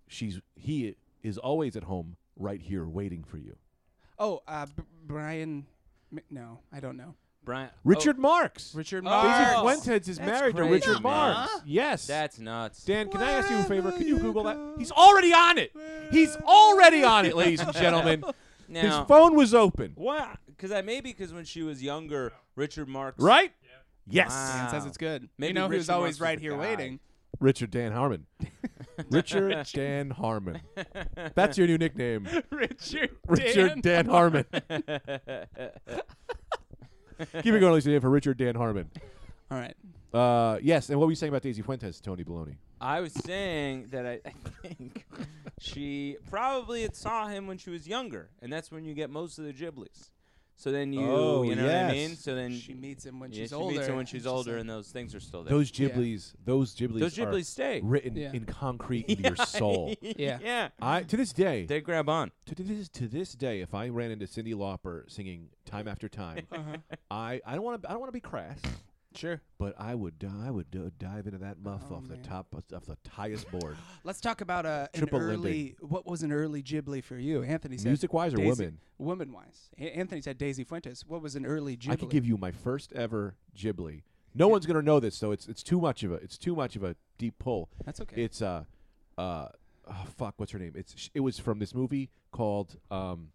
[SPEAKER 1] She's. He is always at home, right here, waiting for you.
[SPEAKER 3] Oh, uh, B- Brian. M- no, I don't know.
[SPEAKER 2] Brian. oh,
[SPEAKER 1] Richard Marks.
[SPEAKER 3] Richard
[SPEAKER 2] Oh.
[SPEAKER 3] Mars.
[SPEAKER 1] Daisy
[SPEAKER 2] Marks.
[SPEAKER 1] Fuentes is
[SPEAKER 2] That's
[SPEAKER 1] married to
[SPEAKER 2] crazy,
[SPEAKER 1] Richard
[SPEAKER 2] man.
[SPEAKER 1] Marks. Yes.
[SPEAKER 2] Oh, that's nuts.
[SPEAKER 1] Dan, can I ask you a favor? Can you
[SPEAKER 3] Wherever
[SPEAKER 1] Google
[SPEAKER 3] you
[SPEAKER 1] that?
[SPEAKER 3] go.
[SPEAKER 1] He's already on it. He's already on it, ladies and
[SPEAKER 2] [laughs]
[SPEAKER 1] gentlemen. His
[SPEAKER 2] now,
[SPEAKER 1] phone was open,
[SPEAKER 2] why? Because I maybe because when she was younger, Richard Marks.
[SPEAKER 1] right? Yes.
[SPEAKER 2] Wow.
[SPEAKER 3] Dan says it's good.
[SPEAKER 2] Maybe
[SPEAKER 3] you know
[SPEAKER 2] Richard
[SPEAKER 3] who's always
[SPEAKER 2] Marks was
[SPEAKER 3] right
[SPEAKER 2] a
[SPEAKER 3] here
[SPEAKER 2] guy.
[SPEAKER 3] waiting?
[SPEAKER 1] Richard Dan [laughs] Harmon. Richard Dan [laughs] Harmon. That's your new nickname.
[SPEAKER 3] Richard.
[SPEAKER 1] Richard Dan Harmon. [laughs] Keep it going, ladies and gentlemen, for Richard Dan Harmon.
[SPEAKER 3] All right.
[SPEAKER 1] Uh, yes, and what were you saying about Daisy Fuentes, Tony Baloney?
[SPEAKER 2] I was saying that I, I think she probably had saw him when she was younger, and that's when you get most of the giblies. So then you,
[SPEAKER 1] Oh,
[SPEAKER 2] you know what
[SPEAKER 1] yes.
[SPEAKER 2] I mean. So then
[SPEAKER 3] She meets him when
[SPEAKER 2] yeah,
[SPEAKER 3] she's
[SPEAKER 2] she
[SPEAKER 3] older.
[SPEAKER 2] meets him when she's
[SPEAKER 3] She's
[SPEAKER 2] older,
[SPEAKER 3] like-
[SPEAKER 2] and those things are still there.
[SPEAKER 1] Those
[SPEAKER 3] Yeah.
[SPEAKER 1] Ghiblis, those Ghiblis,
[SPEAKER 2] Those
[SPEAKER 1] are
[SPEAKER 2] giblies stay.
[SPEAKER 1] written
[SPEAKER 3] Yeah.
[SPEAKER 1] in [laughs] concrete into your
[SPEAKER 2] [laughs]
[SPEAKER 1] soul.
[SPEAKER 3] Yeah.
[SPEAKER 2] yeah.
[SPEAKER 1] I to this day,
[SPEAKER 2] They grab on.
[SPEAKER 1] to this to this day, if I ran into Cindy Lauper singing "Time After Time," I I don't want to I don't want to be crass,
[SPEAKER 3] Sure.
[SPEAKER 1] but I would di- I would d- dive into that muff
[SPEAKER 3] Oh,
[SPEAKER 1] off
[SPEAKER 3] man.
[SPEAKER 1] the top of, of the highest board,
[SPEAKER 3] [laughs] Let's talk about uh, an
[SPEAKER 1] Triple Limbic.
[SPEAKER 3] early. What was an early Ghibli for you, Anthony? Said
[SPEAKER 1] music wise or
[SPEAKER 3] Daisy-
[SPEAKER 1] woman.
[SPEAKER 3] Woman wise, A- Anthony said Daisy Fuentes. What was an early Ghibli?
[SPEAKER 1] I could give you my first ever Ghibli. No one's gonna know this, so it's it's too much of a it's too much of a deep pull.
[SPEAKER 3] That's okay.
[SPEAKER 1] It's uh, uh, oh, fuck, what's her name? It's sh- it was from this movie called um,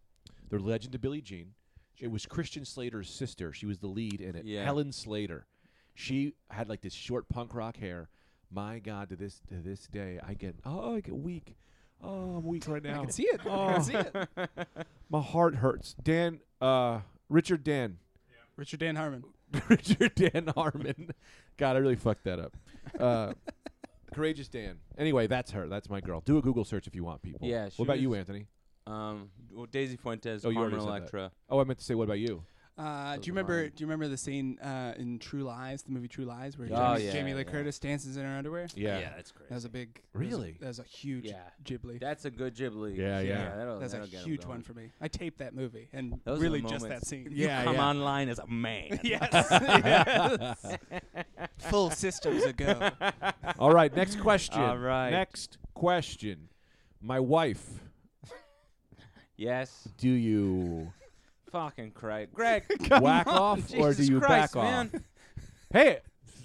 [SPEAKER 1] The Legend of Billie Jean. It was Christian Slater's sister. She was the lead in it.
[SPEAKER 2] Yeah.
[SPEAKER 1] Helen Slater. She had like this short punk rock hair. My God, to this to this day, I get oh I get weak. Oh, I'm weak right now.
[SPEAKER 3] I can see it. I
[SPEAKER 1] Oh.
[SPEAKER 3] can see it.
[SPEAKER 1] My heart hurts. Dan, uh, Richard Dan.
[SPEAKER 3] [laughs]
[SPEAKER 1] [laughs]
[SPEAKER 3] Richard Dan Harmon.
[SPEAKER 1] Richard Dan Harmon. God, I really fucked that up.
[SPEAKER 2] [laughs]
[SPEAKER 1] Uh, Courageous Dan. Anyway, that's her. That's my girl. Do a Google search if you want, people.
[SPEAKER 2] Yeah, she
[SPEAKER 1] What about you,
[SPEAKER 2] was-
[SPEAKER 1] Anthony?
[SPEAKER 2] Um, well, Daisy Fuentes,
[SPEAKER 1] Oh, you
[SPEAKER 2] Carmen
[SPEAKER 1] already said that.
[SPEAKER 2] Electra.
[SPEAKER 1] Oh, I meant to say, what about you?
[SPEAKER 3] Uh,
[SPEAKER 2] Those
[SPEAKER 3] do you
[SPEAKER 2] are
[SPEAKER 3] remember?
[SPEAKER 2] mine.
[SPEAKER 3] Do you remember the scene uh, in True Lies, the movie True Lies, where
[SPEAKER 2] Oh,
[SPEAKER 3] Jamie,
[SPEAKER 2] yeah,
[SPEAKER 3] Jamie Lee
[SPEAKER 2] yeah.
[SPEAKER 3] Curtis dances in her underwear?
[SPEAKER 2] that's crazy.
[SPEAKER 3] That was a big.
[SPEAKER 1] Really?
[SPEAKER 3] That was a, that was a huge
[SPEAKER 2] Yeah.
[SPEAKER 3] Ghibli.
[SPEAKER 2] That's a good Ghibli.
[SPEAKER 1] Yeah, yeah.
[SPEAKER 2] that'll,
[SPEAKER 3] That's
[SPEAKER 2] that'll
[SPEAKER 3] a
[SPEAKER 2] get 'em
[SPEAKER 3] huge
[SPEAKER 2] going.
[SPEAKER 3] one for me. I taped that movie and
[SPEAKER 2] Those are the
[SPEAKER 3] really just that
[SPEAKER 2] moments.
[SPEAKER 3] scene.
[SPEAKER 1] You Yeah,
[SPEAKER 2] Come
[SPEAKER 1] yeah.
[SPEAKER 2] online as a man.
[SPEAKER 3] [laughs] yes.
[SPEAKER 2] [laughs]
[SPEAKER 3] yes. Full systems
[SPEAKER 2] [laughs]
[SPEAKER 3] ago.
[SPEAKER 1] [laughs] All right, next question.
[SPEAKER 2] All right.
[SPEAKER 1] Next question. My wife,
[SPEAKER 2] Yes. [laughs]
[SPEAKER 1] do you
[SPEAKER 2] Fucking Craig.
[SPEAKER 3] [laughs]
[SPEAKER 2] Greg,
[SPEAKER 1] Whack off, or do
[SPEAKER 2] Jesus
[SPEAKER 1] you
[SPEAKER 2] Christ,
[SPEAKER 1] back
[SPEAKER 2] man.
[SPEAKER 1] off? Hey,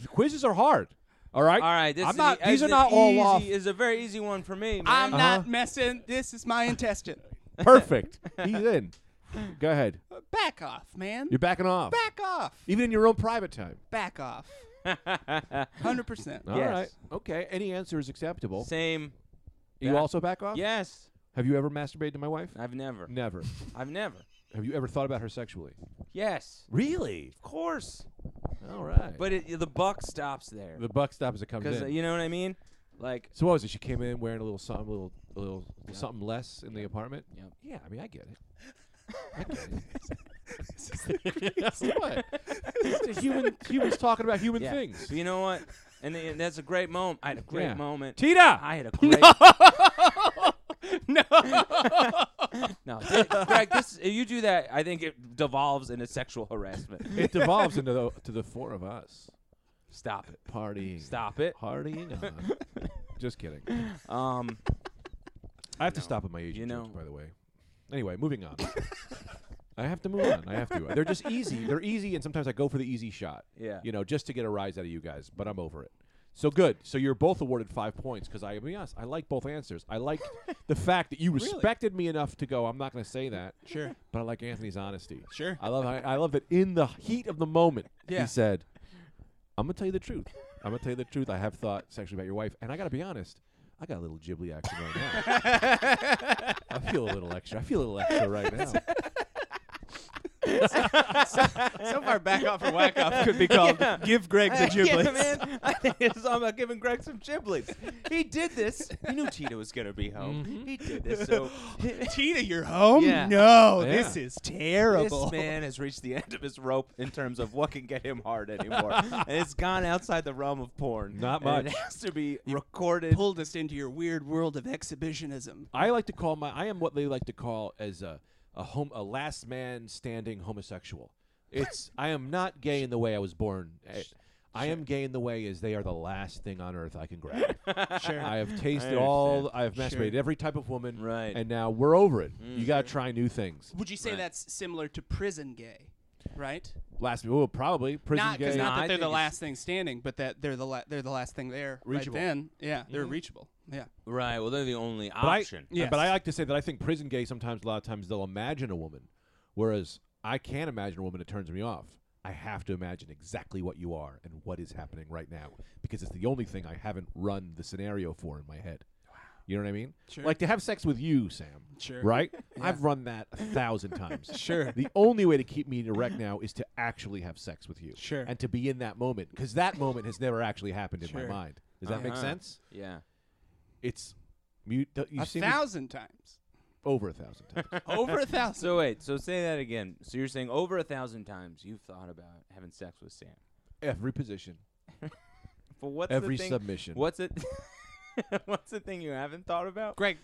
[SPEAKER 1] quizzes are hard. All right.
[SPEAKER 2] All right, this
[SPEAKER 1] I'm
[SPEAKER 2] is
[SPEAKER 1] not.
[SPEAKER 2] the,
[SPEAKER 1] these
[SPEAKER 2] uh,
[SPEAKER 1] are
[SPEAKER 2] the
[SPEAKER 1] not all
[SPEAKER 2] easy,
[SPEAKER 1] off.
[SPEAKER 2] Is a very easy one for me. Man.
[SPEAKER 3] I'm
[SPEAKER 1] Uh-huh.
[SPEAKER 3] not messing. This is my intestine.
[SPEAKER 2] [laughs]
[SPEAKER 1] Perfect. He's in. Go ahead.
[SPEAKER 3] Back off, man.
[SPEAKER 1] You're backing off.
[SPEAKER 3] Back off.
[SPEAKER 1] Even in your own private time.
[SPEAKER 3] Back off. 100%.
[SPEAKER 1] [laughs] All right.
[SPEAKER 2] Yes.
[SPEAKER 1] Okay. Any answer is acceptable.
[SPEAKER 2] [laughs] Same.
[SPEAKER 1] You
[SPEAKER 2] Yeah.
[SPEAKER 1] also back off?
[SPEAKER 2] Yes.
[SPEAKER 1] Have you ever masturbated to my wife?
[SPEAKER 2] I've never.
[SPEAKER 1] Never.
[SPEAKER 2] [laughs] I've never.
[SPEAKER 1] Have you ever thought about her sexually?
[SPEAKER 2] Yes.
[SPEAKER 1] Really?
[SPEAKER 2] Of course.
[SPEAKER 1] All right.
[SPEAKER 2] But it, the buck stops there.
[SPEAKER 1] the buck stops as it comes
[SPEAKER 2] Because,
[SPEAKER 1] in.
[SPEAKER 2] you know what I mean? Like,
[SPEAKER 1] so what was it? She came in wearing a little something, a little, a little something less in the apartment.
[SPEAKER 2] Yep.
[SPEAKER 1] Yeah. I mean, I get
[SPEAKER 2] [laughs]
[SPEAKER 1] it. I get it. what? It's a
[SPEAKER 2] [laughs]
[SPEAKER 1] human, humans talking about human
[SPEAKER 2] yeah.
[SPEAKER 1] things.
[SPEAKER 2] But you know what? And, th- and that's a great moment. I had a great
[SPEAKER 1] Yeah.
[SPEAKER 2] moment.
[SPEAKER 1] Tina.
[SPEAKER 2] [laughs] I
[SPEAKER 1] [laughs]
[SPEAKER 2] had a great. no, th- Greg. This if you do that, I think it devolves into sexual harassment.
[SPEAKER 1] it devolves into the to the four of us
[SPEAKER 2] Stop it.
[SPEAKER 1] partying.
[SPEAKER 2] Stop it.
[SPEAKER 1] Partying. on.
[SPEAKER 2] [laughs]
[SPEAKER 1] Just kidding.
[SPEAKER 2] Um,
[SPEAKER 1] I have to stop at my Asian
[SPEAKER 2] You know-
[SPEAKER 1] jokes, by the way. Anyway, moving on. [laughs] I have to move on. I have to. They're just easy. They're easy, and sometimes I go for the easy shot.
[SPEAKER 2] Yeah.
[SPEAKER 1] You know, just to get a rise out of you guys, but I'm over it. So good. So you're both awarded five points because I, I'll be honest, I like both answers. I
[SPEAKER 2] [laughs]
[SPEAKER 1] like the fact that you respected me enough to go. I'm not going to say that.
[SPEAKER 3] Sure.
[SPEAKER 1] But I like Anthony's honesty.
[SPEAKER 3] Sure.
[SPEAKER 1] I love. I, I love that in the heat of the moment,
[SPEAKER 3] Yeah.
[SPEAKER 1] he said, "I'm gonna tell you the truth. I'm gonna tell you the truth. I have thought sexually about your wife, and I gotta be honest. I got a little Ghibli action right now. I feel a little extra. I feel a little extra right now.
[SPEAKER 4] [laughs] So far, back off or whack off could
[SPEAKER 2] [laughs]
[SPEAKER 4] be called "Give Greg the Giblets."
[SPEAKER 2] Yeah, man. I think it's all about giving Greg some giblets. He did this. He knew Tina was gonna be home.
[SPEAKER 1] Mm-hmm.
[SPEAKER 2] He did this. So
[SPEAKER 3] [laughs]
[SPEAKER 4] Tina, you're home?
[SPEAKER 2] Yeah.
[SPEAKER 4] No,
[SPEAKER 1] Yeah.
[SPEAKER 4] this is terrible.
[SPEAKER 2] this man has reached the [laughs] end of his rope in terms of what can get him
[SPEAKER 1] [laughs]
[SPEAKER 2] hard anymore, and it's gone outside the realm of porn.
[SPEAKER 1] Not
[SPEAKER 2] And
[SPEAKER 1] much.
[SPEAKER 2] It has to be recorded.
[SPEAKER 3] [laughs] Pulled us into your weird world of exhibitionism.
[SPEAKER 1] I like to call my. I am what they like to call as a a home a last man standing homosexual. It's I am not gay in the way I was born. I, I am gay in the way as they are the last thing on earth I can grab.
[SPEAKER 4] Sure.
[SPEAKER 1] I have tasted
[SPEAKER 2] I
[SPEAKER 1] all. I have
[SPEAKER 4] Sure.
[SPEAKER 1] masturbated every type of woman.
[SPEAKER 2] Right.
[SPEAKER 1] And now we're over it. you gotta try new things.
[SPEAKER 3] Would you say
[SPEAKER 2] Right.
[SPEAKER 3] that's similar to prison gay? Right?
[SPEAKER 1] Last, well, probably prison
[SPEAKER 3] not
[SPEAKER 1] gay.
[SPEAKER 3] because
[SPEAKER 2] No,
[SPEAKER 3] not
[SPEAKER 2] I
[SPEAKER 3] that they're
[SPEAKER 2] think
[SPEAKER 3] the
[SPEAKER 2] it's-
[SPEAKER 3] last thing standing, but that they're the la- they're the last thing there.
[SPEAKER 1] Reachable.
[SPEAKER 3] Right then, yeah, they're
[SPEAKER 2] Mm-hmm.
[SPEAKER 3] reachable. Yeah.
[SPEAKER 2] Right. Well, they're the only
[SPEAKER 1] but I, uh,
[SPEAKER 2] option.
[SPEAKER 3] Yes.
[SPEAKER 1] but I like to say that I think prison gay sometimes a lot of times they'll imagine a woman, whereas I can't imagine a woman. It turns me off. I have to imagine exactly what you are and what is happening right now because it's the only thing I haven't run the scenario for in my head. You know what I mean?
[SPEAKER 3] Sure.
[SPEAKER 1] Like to have sex with you, Sam.
[SPEAKER 3] Sure. [laughs]
[SPEAKER 1] Right? I've run that a thousand times.
[SPEAKER 3] Sure.
[SPEAKER 1] The only way to keep me erect now is to actually have sex with you.
[SPEAKER 3] Sure.
[SPEAKER 1] And to be in that moment because that moment has never actually happened in
[SPEAKER 3] Sure.
[SPEAKER 1] my mind. Does that make
[SPEAKER 2] Uh-huh.
[SPEAKER 1] sense?
[SPEAKER 2] Yeah.
[SPEAKER 1] It's you. You
[SPEAKER 3] a
[SPEAKER 1] see
[SPEAKER 2] [laughs]
[SPEAKER 3] thousand times.
[SPEAKER 1] over a thousand times.
[SPEAKER 3] Over a thousand.
[SPEAKER 2] So wait. So say that again. So you're saying over a thousand times you've thought about having sex with Sam.
[SPEAKER 1] Every position,
[SPEAKER 2] But what's
[SPEAKER 1] every
[SPEAKER 2] the thing?
[SPEAKER 1] submission.
[SPEAKER 2] What's it? [laughs] what's the thing you haven't thought about?
[SPEAKER 3] Greg,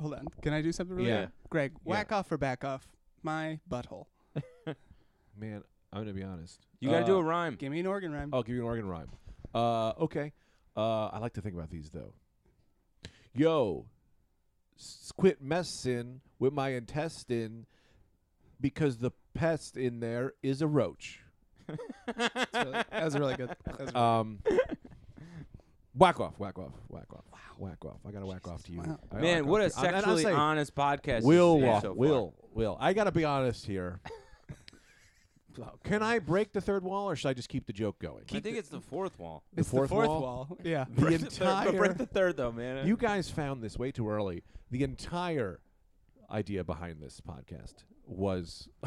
[SPEAKER 3] hold on. Can I do something really?
[SPEAKER 1] Yeah.
[SPEAKER 3] quick? Greg, whack off or back off my butthole.
[SPEAKER 1] Man, I'm gonna be honest.
[SPEAKER 2] You gotta do
[SPEAKER 1] Uh,
[SPEAKER 2] a rhyme.
[SPEAKER 3] Give me an organ rhyme.
[SPEAKER 1] I'll give you an organ rhyme. Uh, okay. Uh, I like to think about these though. Yo, s- quit messing with my intestine because the pest in there is a roach.
[SPEAKER 3] That's really- that was really good. That was
[SPEAKER 1] Um, whack off, whack off, whack off, whack off. I gotta whack off to you.
[SPEAKER 3] Wow.
[SPEAKER 1] I
[SPEAKER 2] Man,
[SPEAKER 1] whack
[SPEAKER 2] what a
[SPEAKER 1] off to you. And- and I'll
[SPEAKER 2] sexually
[SPEAKER 1] say,
[SPEAKER 2] honest podcast.
[SPEAKER 1] Will,
[SPEAKER 2] this is
[SPEAKER 1] walk,
[SPEAKER 2] so far.
[SPEAKER 1] Will, Will. I gotta be honest
[SPEAKER 2] [laughs]
[SPEAKER 1] here. Can I break the third wall, or should I just keep the joke going?
[SPEAKER 2] I think it's the fourth wall.
[SPEAKER 1] the
[SPEAKER 3] it's
[SPEAKER 1] fourth
[SPEAKER 3] the fourth
[SPEAKER 1] wall?
[SPEAKER 3] wall. [laughs]
[SPEAKER 2] [laughs]
[SPEAKER 3] Yeah.
[SPEAKER 1] the
[SPEAKER 2] Break third- but break
[SPEAKER 1] entire.
[SPEAKER 2] the third though,
[SPEAKER 1] [laughs]
[SPEAKER 2] man. [laughs]
[SPEAKER 1] You guys found this way too early. The entire idea behind this podcast was [laughs]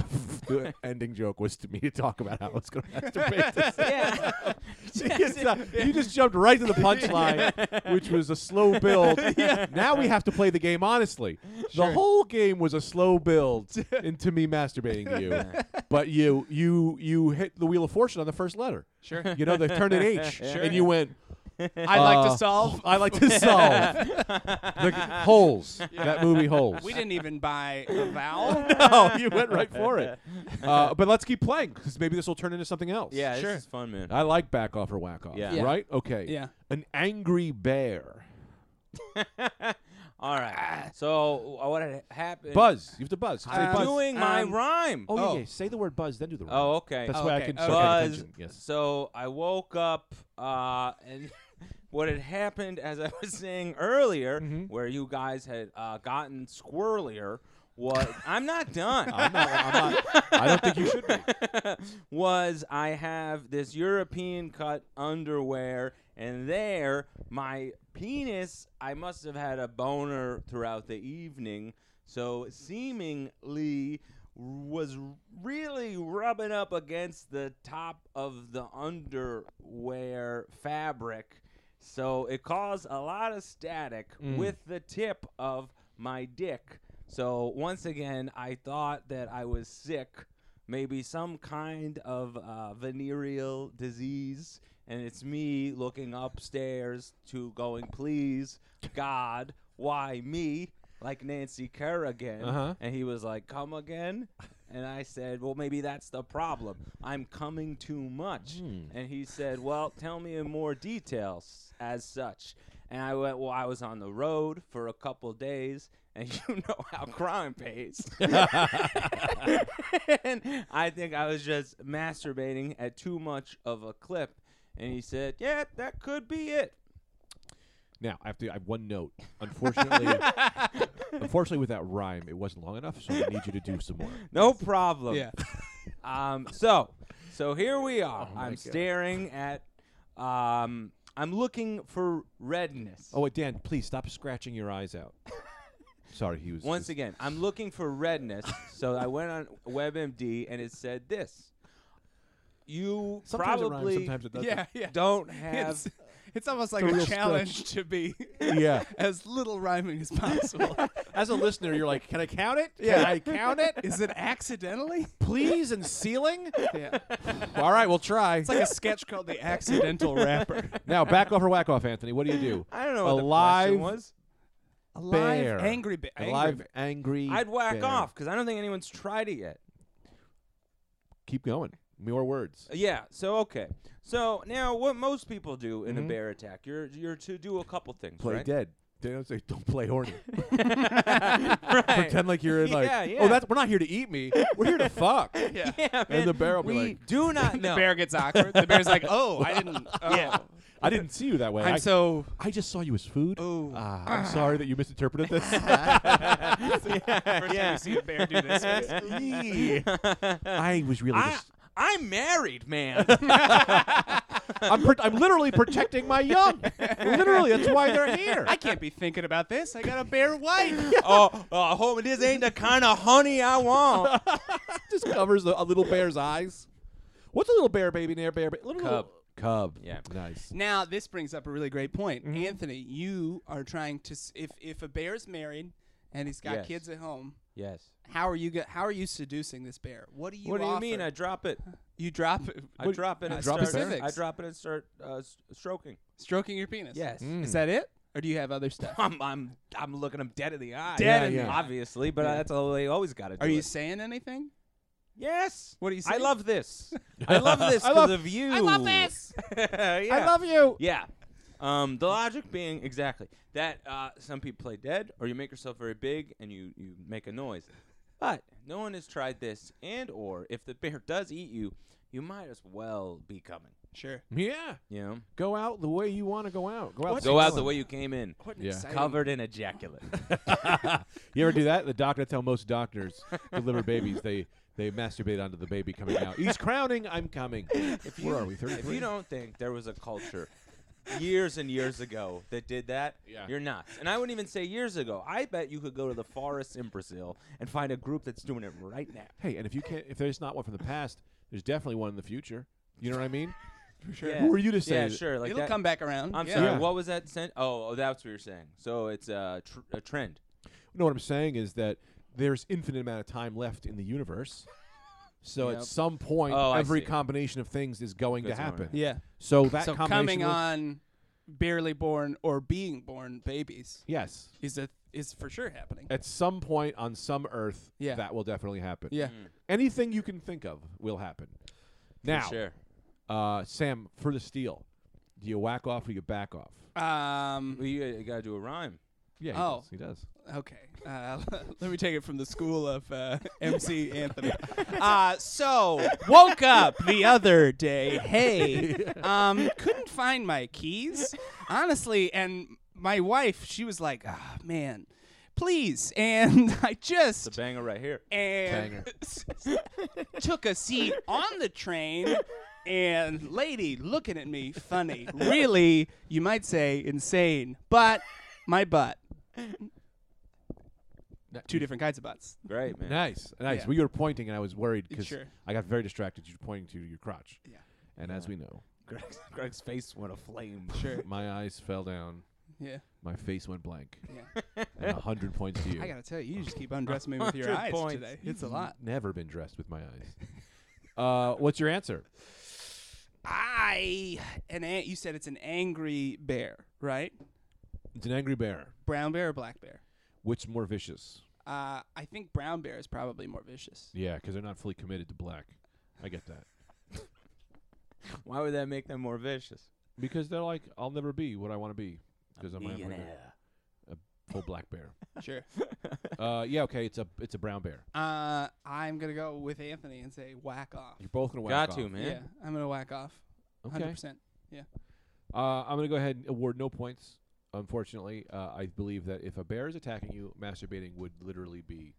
[SPEAKER 1] the ending joke was to me to talk about how I
[SPEAKER 2] [laughs]
[SPEAKER 1] was going to masturbate. to sex.
[SPEAKER 2] yeah.
[SPEAKER 3] [laughs]
[SPEAKER 1] It's not- you just jumped right to the punchline, which was a slow build.
[SPEAKER 3] [laughs]
[SPEAKER 1] Now we have to play the game honestly. The whole game was a slow
[SPEAKER 3] [laughs]
[SPEAKER 1] build into me masturbating to you, but you you you hit the wheel of fortune on the first letter.
[SPEAKER 3] Sure.
[SPEAKER 1] You know they turned an
[SPEAKER 3] [laughs]
[SPEAKER 1] H, and you went.
[SPEAKER 3] I'd like
[SPEAKER 1] uh,
[SPEAKER 3] to solve.
[SPEAKER 1] [laughs] I like to
[SPEAKER 3] [laughs]
[SPEAKER 1] solve the holes. That movie holes.
[SPEAKER 3] We didn't even buy a [laughs] vowel.
[SPEAKER 1] [laughs] No, you went right for it.
[SPEAKER 3] [laughs]
[SPEAKER 1] Uh, but let's keep playing because maybe this will turn into something else.
[SPEAKER 2] Yeah, this
[SPEAKER 3] Sure.
[SPEAKER 2] is fun, man.
[SPEAKER 1] I like back off or whack off.
[SPEAKER 2] Yeah. Yeah.
[SPEAKER 1] Right? Okay.
[SPEAKER 3] Yeah.
[SPEAKER 1] An angry bear.
[SPEAKER 2] All right. So uh, what had happened?
[SPEAKER 1] Buzz. You have to buzz. Say
[SPEAKER 3] I'm
[SPEAKER 1] buzz.
[SPEAKER 2] doing my
[SPEAKER 4] Um,
[SPEAKER 2] rhyme.
[SPEAKER 1] Oh,
[SPEAKER 3] Oh.
[SPEAKER 1] Yeah, yeah. Say the word buzz, then do the rhyme.
[SPEAKER 2] Oh, okay.
[SPEAKER 1] That's
[SPEAKER 3] Oh,
[SPEAKER 1] why I
[SPEAKER 3] okay,
[SPEAKER 1] can
[SPEAKER 3] okay.
[SPEAKER 1] start paying
[SPEAKER 2] Buzz.
[SPEAKER 1] attention. Yes.
[SPEAKER 2] So I woke up, uh, and [laughs] what had happened, as I was saying earlier,
[SPEAKER 1] Mm-hmm.
[SPEAKER 2] where you guys had uh, gotten squirrelier, was I'm not done.
[SPEAKER 1] I'm not, I'm not, I don't think you should be.
[SPEAKER 2] [laughs] was I have this European cut underwear, and there my penis, I must have had a boner throughout the evening, so seemingly was really rubbing up against the top of the underwear fabric. So it caused a lot of static
[SPEAKER 1] Mm.
[SPEAKER 2] with the tip of my dick. So once again, I thought that I was sick maybe some kind of uh, venereal disease, and it's me looking upstairs to going, please, God, why me? Like Nancy Kerrigan.
[SPEAKER 1] Uh-huh.
[SPEAKER 2] And he was like, come again? And I said, well, maybe that's the problem. I'm coming too much. And he said, well, tell me in more details as such. And I went, well, I was on the road for a couple days, and [laughs] you know how crime pays. and I think I was just masturbating at too much of a clip. And he said, yeah, that could be it.
[SPEAKER 1] Now I have to. I have one note.
[SPEAKER 2] [laughs]
[SPEAKER 1] Unfortunately, unfortunately, with that rhyme, it wasn't long enough. So I need you to do some more.
[SPEAKER 2] No problem.
[SPEAKER 3] Yeah.
[SPEAKER 2] Um, so, so here we are.
[SPEAKER 1] Oh my
[SPEAKER 2] I'm
[SPEAKER 1] God.
[SPEAKER 2] staring at. Um, I'm looking for redness.
[SPEAKER 1] Oh, wait, Dan, please stop scratching your eyes out. Sorry, he was.
[SPEAKER 2] Once
[SPEAKER 1] just-
[SPEAKER 2] again, I'm looking for redness. so I went on WebMD and it said this. You
[SPEAKER 1] Sometimes it rhymes,
[SPEAKER 2] probably
[SPEAKER 1] sometimes it doesn't.
[SPEAKER 3] Yeah, yeah.
[SPEAKER 2] don't have.
[SPEAKER 1] [laughs]
[SPEAKER 3] It's, it's almost like
[SPEAKER 1] The
[SPEAKER 3] a
[SPEAKER 1] real
[SPEAKER 3] challenge to [laughs] be
[SPEAKER 1] Yeah.
[SPEAKER 3] as little rhyming as [laughs] possible.
[SPEAKER 1] As a listener, you're like, can I count it?
[SPEAKER 3] Yeah.
[SPEAKER 1] Can I count it?
[SPEAKER 3] Is it accidentally?
[SPEAKER 1] Please and
[SPEAKER 2] [laughs]
[SPEAKER 1] ceiling.
[SPEAKER 3] Yeah.
[SPEAKER 1] All right, we'll try.
[SPEAKER 3] It's like a sketch called The Accidental Rapper. [laughs]
[SPEAKER 1] now back off or whack off, Anthony. What do you do?
[SPEAKER 2] [laughs] I don't know what the
[SPEAKER 1] Alive
[SPEAKER 2] question was.
[SPEAKER 3] A
[SPEAKER 1] Bear.
[SPEAKER 3] live angry bear.
[SPEAKER 1] A live angry.
[SPEAKER 2] I'd whack
[SPEAKER 1] bear.
[SPEAKER 2] off because I don't think anyone's tried it yet.
[SPEAKER 1] Keep going. More words.
[SPEAKER 2] Uh, Yeah. So okay. So now, what most people do in a bear attack, you're you're to do a couple things.
[SPEAKER 1] Mm-hmm. Play
[SPEAKER 2] right? [laughs]
[SPEAKER 1] dead. [laughs] They don't say don't play horny.
[SPEAKER 3] [laughs]
[SPEAKER 2] right.
[SPEAKER 1] Pretend like you're in like.
[SPEAKER 2] [laughs] Yeah, yeah.
[SPEAKER 1] Oh, that's we're not here to eat me. We're here
[SPEAKER 2] [laughs]
[SPEAKER 1] to fuck.
[SPEAKER 3] Yeah.
[SPEAKER 2] Yeah, man.
[SPEAKER 1] And the bear will be
[SPEAKER 2] we
[SPEAKER 1] like, [laughs]
[SPEAKER 2] do not
[SPEAKER 3] The
[SPEAKER 2] know.
[SPEAKER 3] bear gets awkward. The bear's like, "Oh, I didn't. Oh,
[SPEAKER 4] Yeah.
[SPEAKER 1] I didn't see you that way.
[SPEAKER 3] I'm
[SPEAKER 1] I,
[SPEAKER 3] so
[SPEAKER 1] I just saw you as food.
[SPEAKER 3] Oh.
[SPEAKER 2] [sighs]
[SPEAKER 1] Ah, I'm sorry that you misinterpreted
[SPEAKER 2] [laughs]
[SPEAKER 1] this. [laughs]
[SPEAKER 3] [laughs] first time you see a bear do this.
[SPEAKER 1] Eee. I was really.
[SPEAKER 2] I,
[SPEAKER 1] Just,
[SPEAKER 2] I'm
[SPEAKER 1] [laughs]
[SPEAKER 2] married, man.
[SPEAKER 1] I'm, pro- I'm literally protecting my
[SPEAKER 2] [laughs]
[SPEAKER 1] young. literally, that's why they're here.
[SPEAKER 3] I can't be thinking about this. I got a bear wife.
[SPEAKER 2] [laughs] oh, oh, homie, this ain't the kind of honey I want.
[SPEAKER 1] just covers the, a little bear's eyes. What's a little bear baby near bear? Ba- little
[SPEAKER 2] Cub.
[SPEAKER 1] [laughs] Cub.
[SPEAKER 2] Yeah.
[SPEAKER 1] Nice.
[SPEAKER 3] Now this brings up a really great point,
[SPEAKER 2] Mm-hmm.
[SPEAKER 3] Anthony. You are trying to s- if if a bear is married and he's got
[SPEAKER 2] Yes.
[SPEAKER 3] kids at home,
[SPEAKER 2] Yes.
[SPEAKER 3] how are you go- how are you seducing this bear? What do you?
[SPEAKER 2] what do you
[SPEAKER 3] offer?
[SPEAKER 2] mean? I drop it.
[SPEAKER 3] you drop it-
[SPEAKER 2] I drop it
[SPEAKER 3] uh,
[SPEAKER 2] and
[SPEAKER 1] drop it
[SPEAKER 2] start. I
[SPEAKER 3] specifics.
[SPEAKER 2] drop it and start uh, s- stroking.
[SPEAKER 3] stroking your penis.
[SPEAKER 2] Yes.
[SPEAKER 1] Mm.
[SPEAKER 2] Hmm.
[SPEAKER 3] Is that it, or do you have
[SPEAKER 2] [laughs]
[SPEAKER 3] other stuff?
[SPEAKER 2] I'm, I'm I'm looking him dead in the eye.
[SPEAKER 1] Dead in the eye.
[SPEAKER 2] Obviously, but that's all they always got to do.
[SPEAKER 3] Are you
[SPEAKER 2] it.
[SPEAKER 3] saying anything?
[SPEAKER 2] Yes.
[SPEAKER 3] What do you
[SPEAKER 2] I
[SPEAKER 3] say?
[SPEAKER 2] love this. [laughs] I love this
[SPEAKER 1] I love-
[SPEAKER 2] because of you.
[SPEAKER 3] I love this.
[SPEAKER 2] [laughs] yeah.
[SPEAKER 1] I love you.
[SPEAKER 2] Yeah. Um, the logic being exactly that uh, some people play dead, or you make yourself very big and you, you make a noise. But no one has tried this, and or if the bear [laughs] does eat you, you might as well be coming.
[SPEAKER 3] Sure.
[SPEAKER 1] Yeah.
[SPEAKER 2] You know,
[SPEAKER 1] Go out the way you want to go out. Go out.
[SPEAKER 3] What's-
[SPEAKER 2] go out the way you came in,
[SPEAKER 3] What an
[SPEAKER 1] Yeah.
[SPEAKER 3] exciting-
[SPEAKER 2] covered in ejaculate.
[SPEAKER 1] [laughs]
[SPEAKER 2] [laughs]
[SPEAKER 1] You ever do that? The doctor that's how most doctors deliver babies. They they masturbate onto the baby coming out. He's crowning. I'm coming. Where are we?
[SPEAKER 2] if
[SPEAKER 1] Thirty-three.
[SPEAKER 2] you don't think there was a culture years and years ago that did that,
[SPEAKER 1] Yeah.
[SPEAKER 2] you're nuts. And I wouldn't even say years ago. I bet you could go to the forest in Brazil and find a group that's doing it right now.
[SPEAKER 1] Hey, and if you can't, if there's not one from the past, there's definitely one in the future. You know what I mean?
[SPEAKER 3] Sure.
[SPEAKER 2] Yeah.
[SPEAKER 1] Who are you to say?
[SPEAKER 2] Yeah,
[SPEAKER 1] that-
[SPEAKER 2] sure. Like
[SPEAKER 3] It'll
[SPEAKER 2] that-
[SPEAKER 3] come back around.
[SPEAKER 2] I'm
[SPEAKER 3] yeah.
[SPEAKER 2] sorry.
[SPEAKER 1] Yeah.
[SPEAKER 2] What was that? Sen- oh, oh, that's what you're saying. So it's a, tr- a trend.
[SPEAKER 1] No, what I'm saying is that there's infinite amount of time left in the universe. So
[SPEAKER 3] Yep.
[SPEAKER 1] at some point,
[SPEAKER 2] Oh, I
[SPEAKER 1] every
[SPEAKER 2] see.
[SPEAKER 1] combination of things is going
[SPEAKER 2] Good
[SPEAKER 1] to
[SPEAKER 2] to know.
[SPEAKER 1] happen.
[SPEAKER 3] Yeah.
[SPEAKER 1] So that
[SPEAKER 3] so
[SPEAKER 1] combination
[SPEAKER 3] coming
[SPEAKER 1] will-
[SPEAKER 3] on barely born or being born babies
[SPEAKER 1] Yes.
[SPEAKER 3] is a is for sure happening.
[SPEAKER 1] At some point on some Earth,
[SPEAKER 3] Yeah.
[SPEAKER 1] that will definitely happen.
[SPEAKER 3] Yeah.
[SPEAKER 1] Anything you can think of will happen. Now,
[SPEAKER 2] sure.
[SPEAKER 1] uh, Sam, for the steal, do you whack off or you back off?
[SPEAKER 3] Um.
[SPEAKER 2] Well, you, gotta- you gotta do a rhyme.
[SPEAKER 1] Yeah, he
[SPEAKER 3] Oh.
[SPEAKER 1] does. He does.
[SPEAKER 3] Okay. Uh, [laughs] let me take it from the school of uh, [laughs] MC Anthony.
[SPEAKER 4] Uh, so woke up the other day.
[SPEAKER 3] Hey, um, couldn't find my keys, honestly. And my wife, she was like, "Ah, man, please." And [laughs] I
[SPEAKER 2] It's
[SPEAKER 3] just
[SPEAKER 2] a banger right here.
[SPEAKER 3] and [laughs] took a seat on the train. And lady looking at me funny, really, you might say insane, but my butt. Two different kinds of butts.
[SPEAKER 2] Great, man.
[SPEAKER 1] Nice, nice.
[SPEAKER 3] Yeah.
[SPEAKER 1] We were pointing, and I was worried because
[SPEAKER 3] Sure.
[SPEAKER 1] I got very distracted. You were pointing to your crotch.
[SPEAKER 3] Yeah.
[SPEAKER 1] And as we know,
[SPEAKER 2] Greg's, Greg's face went aflame.
[SPEAKER 3] Sure.
[SPEAKER 1] my eyes fell down.
[SPEAKER 3] Yeah.
[SPEAKER 1] My face went blank.
[SPEAKER 3] Yeah.
[SPEAKER 1] and
[SPEAKER 3] [laughs]
[SPEAKER 1] a hundred points to you.
[SPEAKER 3] I gotta tell you, you just keep [laughs] undressing me with your
[SPEAKER 2] 100
[SPEAKER 3] eyes
[SPEAKER 2] points.
[SPEAKER 3] today. Mm-hmm. It's a lot.
[SPEAKER 1] Never been dressed with my eyes. uh, what's your answer?
[SPEAKER 3] I an a- you said it's an angry bear, right?
[SPEAKER 1] It's an angry bear.
[SPEAKER 3] Brown bear or black bear?
[SPEAKER 1] Which more vicious?
[SPEAKER 3] Uh, I think brown bear is probably more vicious.
[SPEAKER 1] Yeah, because they're not fully committed to black. I get that.
[SPEAKER 2] [laughs] Why would that make them more vicious?
[SPEAKER 1] Because they're like, I'll never be what I want to be because I'm like a full black bear.
[SPEAKER 3] Sure.
[SPEAKER 1] uh, yeah, okay. It's a it's a brown bear.
[SPEAKER 3] Uh, I'm gonna go with Anthony and say whack off.
[SPEAKER 1] You're both gonna whack
[SPEAKER 2] Got to,
[SPEAKER 1] off.
[SPEAKER 2] man.
[SPEAKER 3] Yeah, I'm gonna whack off. Hundred
[SPEAKER 1] Okay.
[SPEAKER 3] percent.
[SPEAKER 1] Uh, I'm gonna go ahead and award no points. Unfortunately, uh, I believe that if a bear is attacking you, masturbating would literally be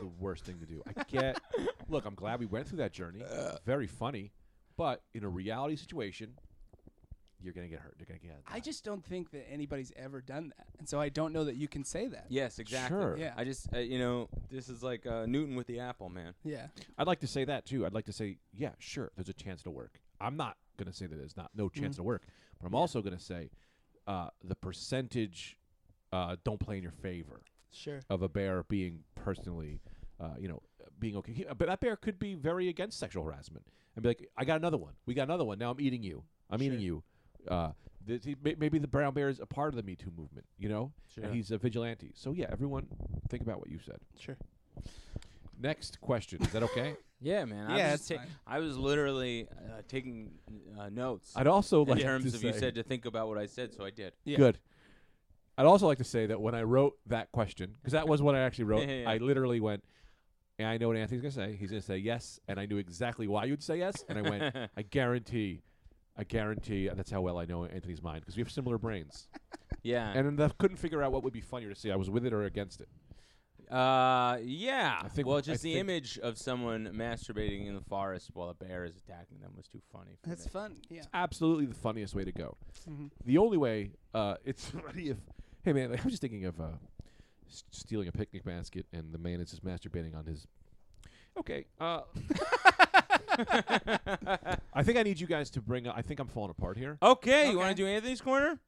[SPEAKER 1] the worst thing to do. I get. [laughs] look, I'm glad we went through that journey. Very funny, but in a reality situation, you're gonna get hurt. You're gonna get.
[SPEAKER 3] I just don't think that anybody's ever done that, and so I don't know that you can say that.
[SPEAKER 2] Yes, exactly.
[SPEAKER 1] Sure.
[SPEAKER 3] Yeah.
[SPEAKER 2] I just, uh, you know, this is like uh, Newton with the apple, man.
[SPEAKER 3] Yeah.
[SPEAKER 1] I'd like to say that too. I'd like to say, yeah, sure, there's a chance to work. I'm not gonna say that there's not no chance to work, but I'm also gonna say uh, the percentage uh, don't play in your favor.
[SPEAKER 3] Sure.
[SPEAKER 1] of a bear being personally, uh, you know, being okay. He- But that bear could be very against sexual harassment and be like, "I got another one. We got another one. Now I'm eating you. I'm eating you." Uh, th- he- may- maybe the brown bear is a part of the Me Too movement, you know,
[SPEAKER 2] Sure.
[SPEAKER 1] and he's a vigilante. So yeah, everyone, think about what you said.
[SPEAKER 3] Sure.
[SPEAKER 1] Next question. Is that okay?
[SPEAKER 2] Yeah, man. I
[SPEAKER 3] Yeah,
[SPEAKER 2] was, just
[SPEAKER 3] it's
[SPEAKER 2] ta-
[SPEAKER 3] fine.
[SPEAKER 2] I was literally uh, taking uh, notes
[SPEAKER 1] I'd also
[SPEAKER 2] in
[SPEAKER 1] like
[SPEAKER 2] terms
[SPEAKER 1] to
[SPEAKER 2] of
[SPEAKER 1] say,
[SPEAKER 2] you said to think about what I said, so I did.
[SPEAKER 3] Yeah.
[SPEAKER 1] good. I'd also like to say that when I wrote that question, because that was what I actually wrote,
[SPEAKER 2] Yeah, yeah, yeah.
[SPEAKER 1] I literally went, and I know what Anthony's gonna say. He's gonna say yes, and I knew exactly why you'd say yes, and I went,
[SPEAKER 2] [laughs]
[SPEAKER 1] I guarantee, I guarantee that's how well I know Anthony's mind because we have similar
[SPEAKER 2] [laughs]
[SPEAKER 1] brains,
[SPEAKER 2] yeah.
[SPEAKER 1] and I couldn't figure out what would be funnier to see. I was with it or against it.
[SPEAKER 2] Uh, yeah.
[SPEAKER 1] I think-
[SPEAKER 2] well,
[SPEAKER 1] I
[SPEAKER 2] just the
[SPEAKER 1] think-
[SPEAKER 2] image of someone masturbating in the forest while a bear is attacking them was too funny. For
[SPEAKER 3] That's
[SPEAKER 2] me.
[SPEAKER 3] fun. Yeah.
[SPEAKER 1] Absolutely, the funniest way to go.
[SPEAKER 3] Mhm.
[SPEAKER 1] The only way, uh, it's [laughs] funny if, hey man, like, I was just thinking of uh, s- stealing a picnic basket, and the man is just masturbating on his. Okay, uh, [laughs] I think I need you guys to bring. I think I'm falling apart here.
[SPEAKER 2] Okay, you
[SPEAKER 3] Okay.
[SPEAKER 2] want to do Anthony's corner?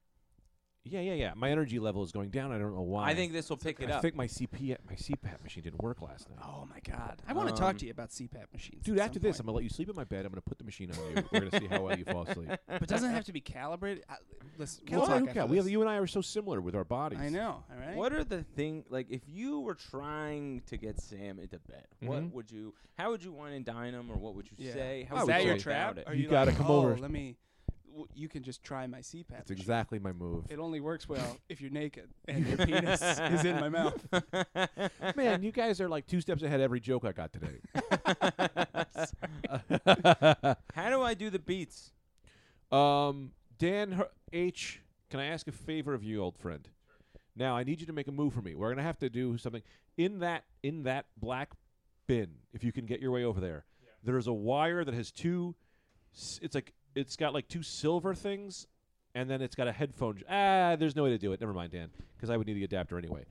[SPEAKER 1] Yeah, yeah, yeah. My energy level is going down. I don't know why.
[SPEAKER 2] I think this will pick it
[SPEAKER 1] I
[SPEAKER 2] up.
[SPEAKER 1] think my CP my CPAP machine didn't work last night.
[SPEAKER 3] Oh my God. I want to
[SPEAKER 1] Um,
[SPEAKER 3] talk to you about CPAP machines,
[SPEAKER 1] Dude,
[SPEAKER 3] at
[SPEAKER 1] after
[SPEAKER 3] some
[SPEAKER 1] this,
[SPEAKER 3] point.
[SPEAKER 1] I'm gonna let you sleep in my bed. I'm gonna put the machine on you. We're gonna see how [laughs] well you fall asleep.
[SPEAKER 3] but doesn't it have to be calibrated? I, listen,
[SPEAKER 1] Why?
[SPEAKER 3] we'll talk
[SPEAKER 1] Who
[SPEAKER 3] after
[SPEAKER 1] ca- we have,
[SPEAKER 3] this.
[SPEAKER 1] you and I are so similar with our bodies.
[SPEAKER 3] I know. All right.
[SPEAKER 2] What are the thing like if you were trying to get Sam into bed? What
[SPEAKER 1] Mhm.
[SPEAKER 2] would you? How would you wine and dine him, or what would you
[SPEAKER 3] Yeah.
[SPEAKER 2] say? How
[SPEAKER 1] I
[SPEAKER 3] Is
[SPEAKER 2] would
[SPEAKER 3] that
[SPEAKER 1] would
[SPEAKER 2] you
[SPEAKER 1] say-
[SPEAKER 3] your
[SPEAKER 2] go
[SPEAKER 3] trap?
[SPEAKER 2] about it?
[SPEAKER 3] Or
[SPEAKER 1] You
[SPEAKER 3] you're
[SPEAKER 1] gotta
[SPEAKER 3] like,
[SPEAKER 1] come
[SPEAKER 3] "Oh,
[SPEAKER 1] over."
[SPEAKER 3] Let me. W- you can just try my CPAP.
[SPEAKER 1] That's
[SPEAKER 3] machine."
[SPEAKER 1] exactly my move.
[SPEAKER 3] It only works well if you're naked
[SPEAKER 1] [laughs]
[SPEAKER 3] and your penis is in my mouth.
[SPEAKER 1] Man, you guys are like two steps ahead every joke I got today.
[SPEAKER 2] [laughs] How do I do the beats?
[SPEAKER 1] um, Dan H- H, can I ask a favor of you, old friend? Now I need you to make a move for me. We're gonna have to do something in that in that black bin. If you can get your way over there, there is a wire that has two. s- It's like it's got like two silver things, and then it's got a headphone. j- Ah, there's no way to do it. Never mind, Dan, because I would need the adapter anyway.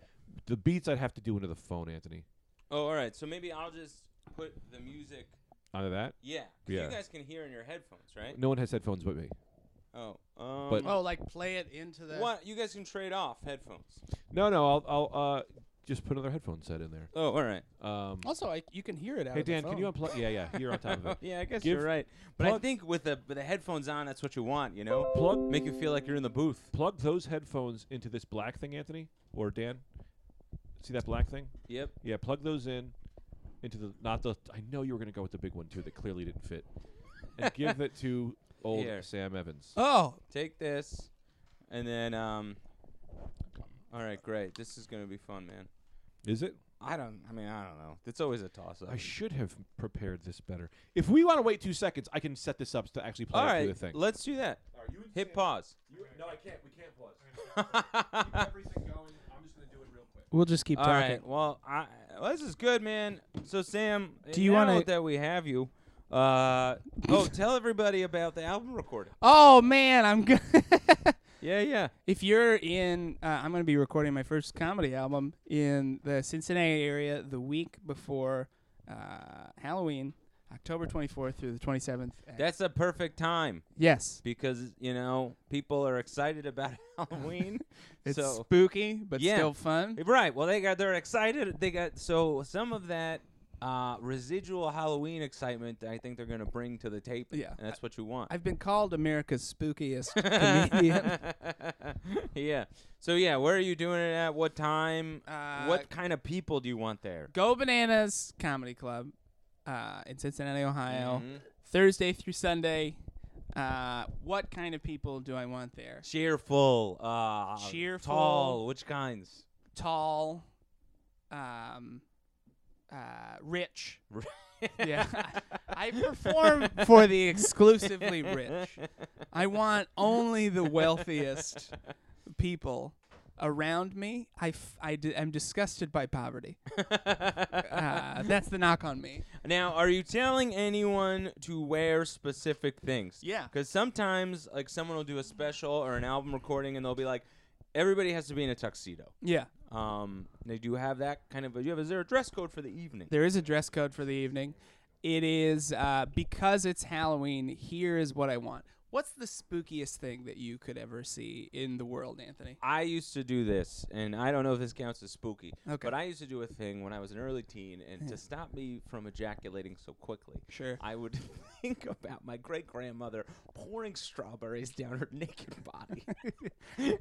[SPEAKER 1] The beats I'd have to do into the phone, Anthony.
[SPEAKER 2] Oh, all right. So maybe I'll just put the music.
[SPEAKER 1] Either that.
[SPEAKER 2] Yeah, 'cause
[SPEAKER 1] Yeah.
[SPEAKER 2] you guys can hear in your headphones, right?
[SPEAKER 1] No one has headphones but me.
[SPEAKER 2] Oh, um,
[SPEAKER 1] But-
[SPEAKER 3] Oh, like play it into the.
[SPEAKER 2] what? You guys can trade off headphones.
[SPEAKER 1] No, no, I'll, I'll uh, just put another headphone set in there.
[SPEAKER 2] Oh, all right.
[SPEAKER 1] Um,
[SPEAKER 3] Also, I, you can hear it out.
[SPEAKER 1] hey
[SPEAKER 3] of the
[SPEAKER 1] Dan, can you
[SPEAKER 3] phone.
[SPEAKER 1] unplug? Yeah, yeah, you're on top of it.
[SPEAKER 2] [laughs] Yeah, I guess
[SPEAKER 1] Give-
[SPEAKER 2] you're right. But I
[SPEAKER 1] plug-
[SPEAKER 2] think with the with the headphones on, that's what you want. You know,
[SPEAKER 1] Plug
[SPEAKER 2] make you feel like you're in the booth.
[SPEAKER 1] plug those headphones into this black thing, Anthony or Dan. See that black thing?
[SPEAKER 2] Yep.
[SPEAKER 1] Yeah, plug those in into the not the. I know you were gonna go with the big one too that clearly didn't fit, and give it
[SPEAKER 2] [laughs]
[SPEAKER 1] to old
[SPEAKER 2] Here.
[SPEAKER 1] Sam Evans.
[SPEAKER 3] Oh,
[SPEAKER 2] Take this, and then um, All right, great. This is gonna be fun, man.
[SPEAKER 1] Is it?
[SPEAKER 2] I don't. I mean, I don't know. It's always a toss up.
[SPEAKER 1] I should have prepared this better. If we want to wait two seconds, I can set this up to actually play
[SPEAKER 2] All
[SPEAKER 1] it through
[SPEAKER 2] right,
[SPEAKER 1] the thing.
[SPEAKER 2] let's do that. Hit pause. [laughs]
[SPEAKER 1] no, I can't. We can't pause. [laughs]
[SPEAKER 2] All
[SPEAKER 1] everything going. I'm just going to do it real quick.
[SPEAKER 4] We'll just keep talking.
[SPEAKER 2] right. Well, I, well, this is good, man. So, Sam,
[SPEAKER 4] Do you
[SPEAKER 2] now
[SPEAKER 4] wanna-
[SPEAKER 2] that we have you? Uh, oh, tell everybody about the album recording.
[SPEAKER 3] Oh man, I'm good.
[SPEAKER 2] Yeah, yeah.
[SPEAKER 3] [laughs] if you're in, uh, I'm going to be recording my first comedy album in the Cincinnati area the week before uh, Halloween, October 24th through the 27th. at-
[SPEAKER 2] That's a perfect time
[SPEAKER 3] yes,
[SPEAKER 2] because you know people are excited about [laughs] Halloween.
[SPEAKER 3] [laughs] it's
[SPEAKER 2] so
[SPEAKER 3] spooky but
[SPEAKER 2] Yeah.
[SPEAKER 3] still fun.
[SPEAKER 2] Right. Well, they got they're excited. They got so some of that uh, residual Halloween excitement. I think they're gonna bring to the tape.
[SPEAKER 3] Yeah.
[SPEAKER 2] and that's what you want.
[SPEAKER 3] I've been called America's spookiest
[SPEAKER 2] [laughs]
[SPEAKER 3] comedian.
[SPEAKER 2] yeah. So yeah, where are you doing it at? What time?
[SPEAKER 3] Uh,
[SPEAKER 2] what kind of people do you want there?
[SPEAKER 3] Go Bananas Comedy Club uh, in Cincinnati, Ohio,
[SPEAKER 2] Mm-hmm.
[SPEAKER 3] Thursday through Sunday. Uh, what kind of people do I want there?
[SPEAKER 2] Cheerful. Uh,
[SPEAKER 3] Cheerful.
[SPEAKER 2] Tall. Which kinds?
[SPEAKER 3] Tall, um, uh, rich. yeah, I perform for the exclusively rich. I want only the wealthiest people around me. I, f- I d- I'm disgusted by poverty. Uh, that's the knock on me.
[SPEAKER 2] Now, are you telling anyone to wear specific things?
[SPEAKER 3] Yeah.
[SPEAKER 2] Because sometimes, like, someone will do a special or an album recording, and they'll be like, "Everybody has to be in a tuxedo."
[SPEAKER 3] Yeah.
[SPEAKER 2] Um, they do have that kind of. You have is there a dress code for the evening?
[SPEAKER 3] There is a dress code for the evening. It is uh, because it's Halloween. Here is what I want. What's the spookiest thing that you could ever see in the world, Anthony?
[SPEAKER 2] I used to do this, and I don't know if this counts as spooky,
[SPEAKER 3] Okay.
[SPEAKER 2] but I used to do a thing when I was an early teen, and to stop me from ejaculating so quickly,
[SPEAKER 3] Sure.
[SPEAKER 2] I would [laughs] think about my great grandmother pouring strawberries down her [laughs] naked body.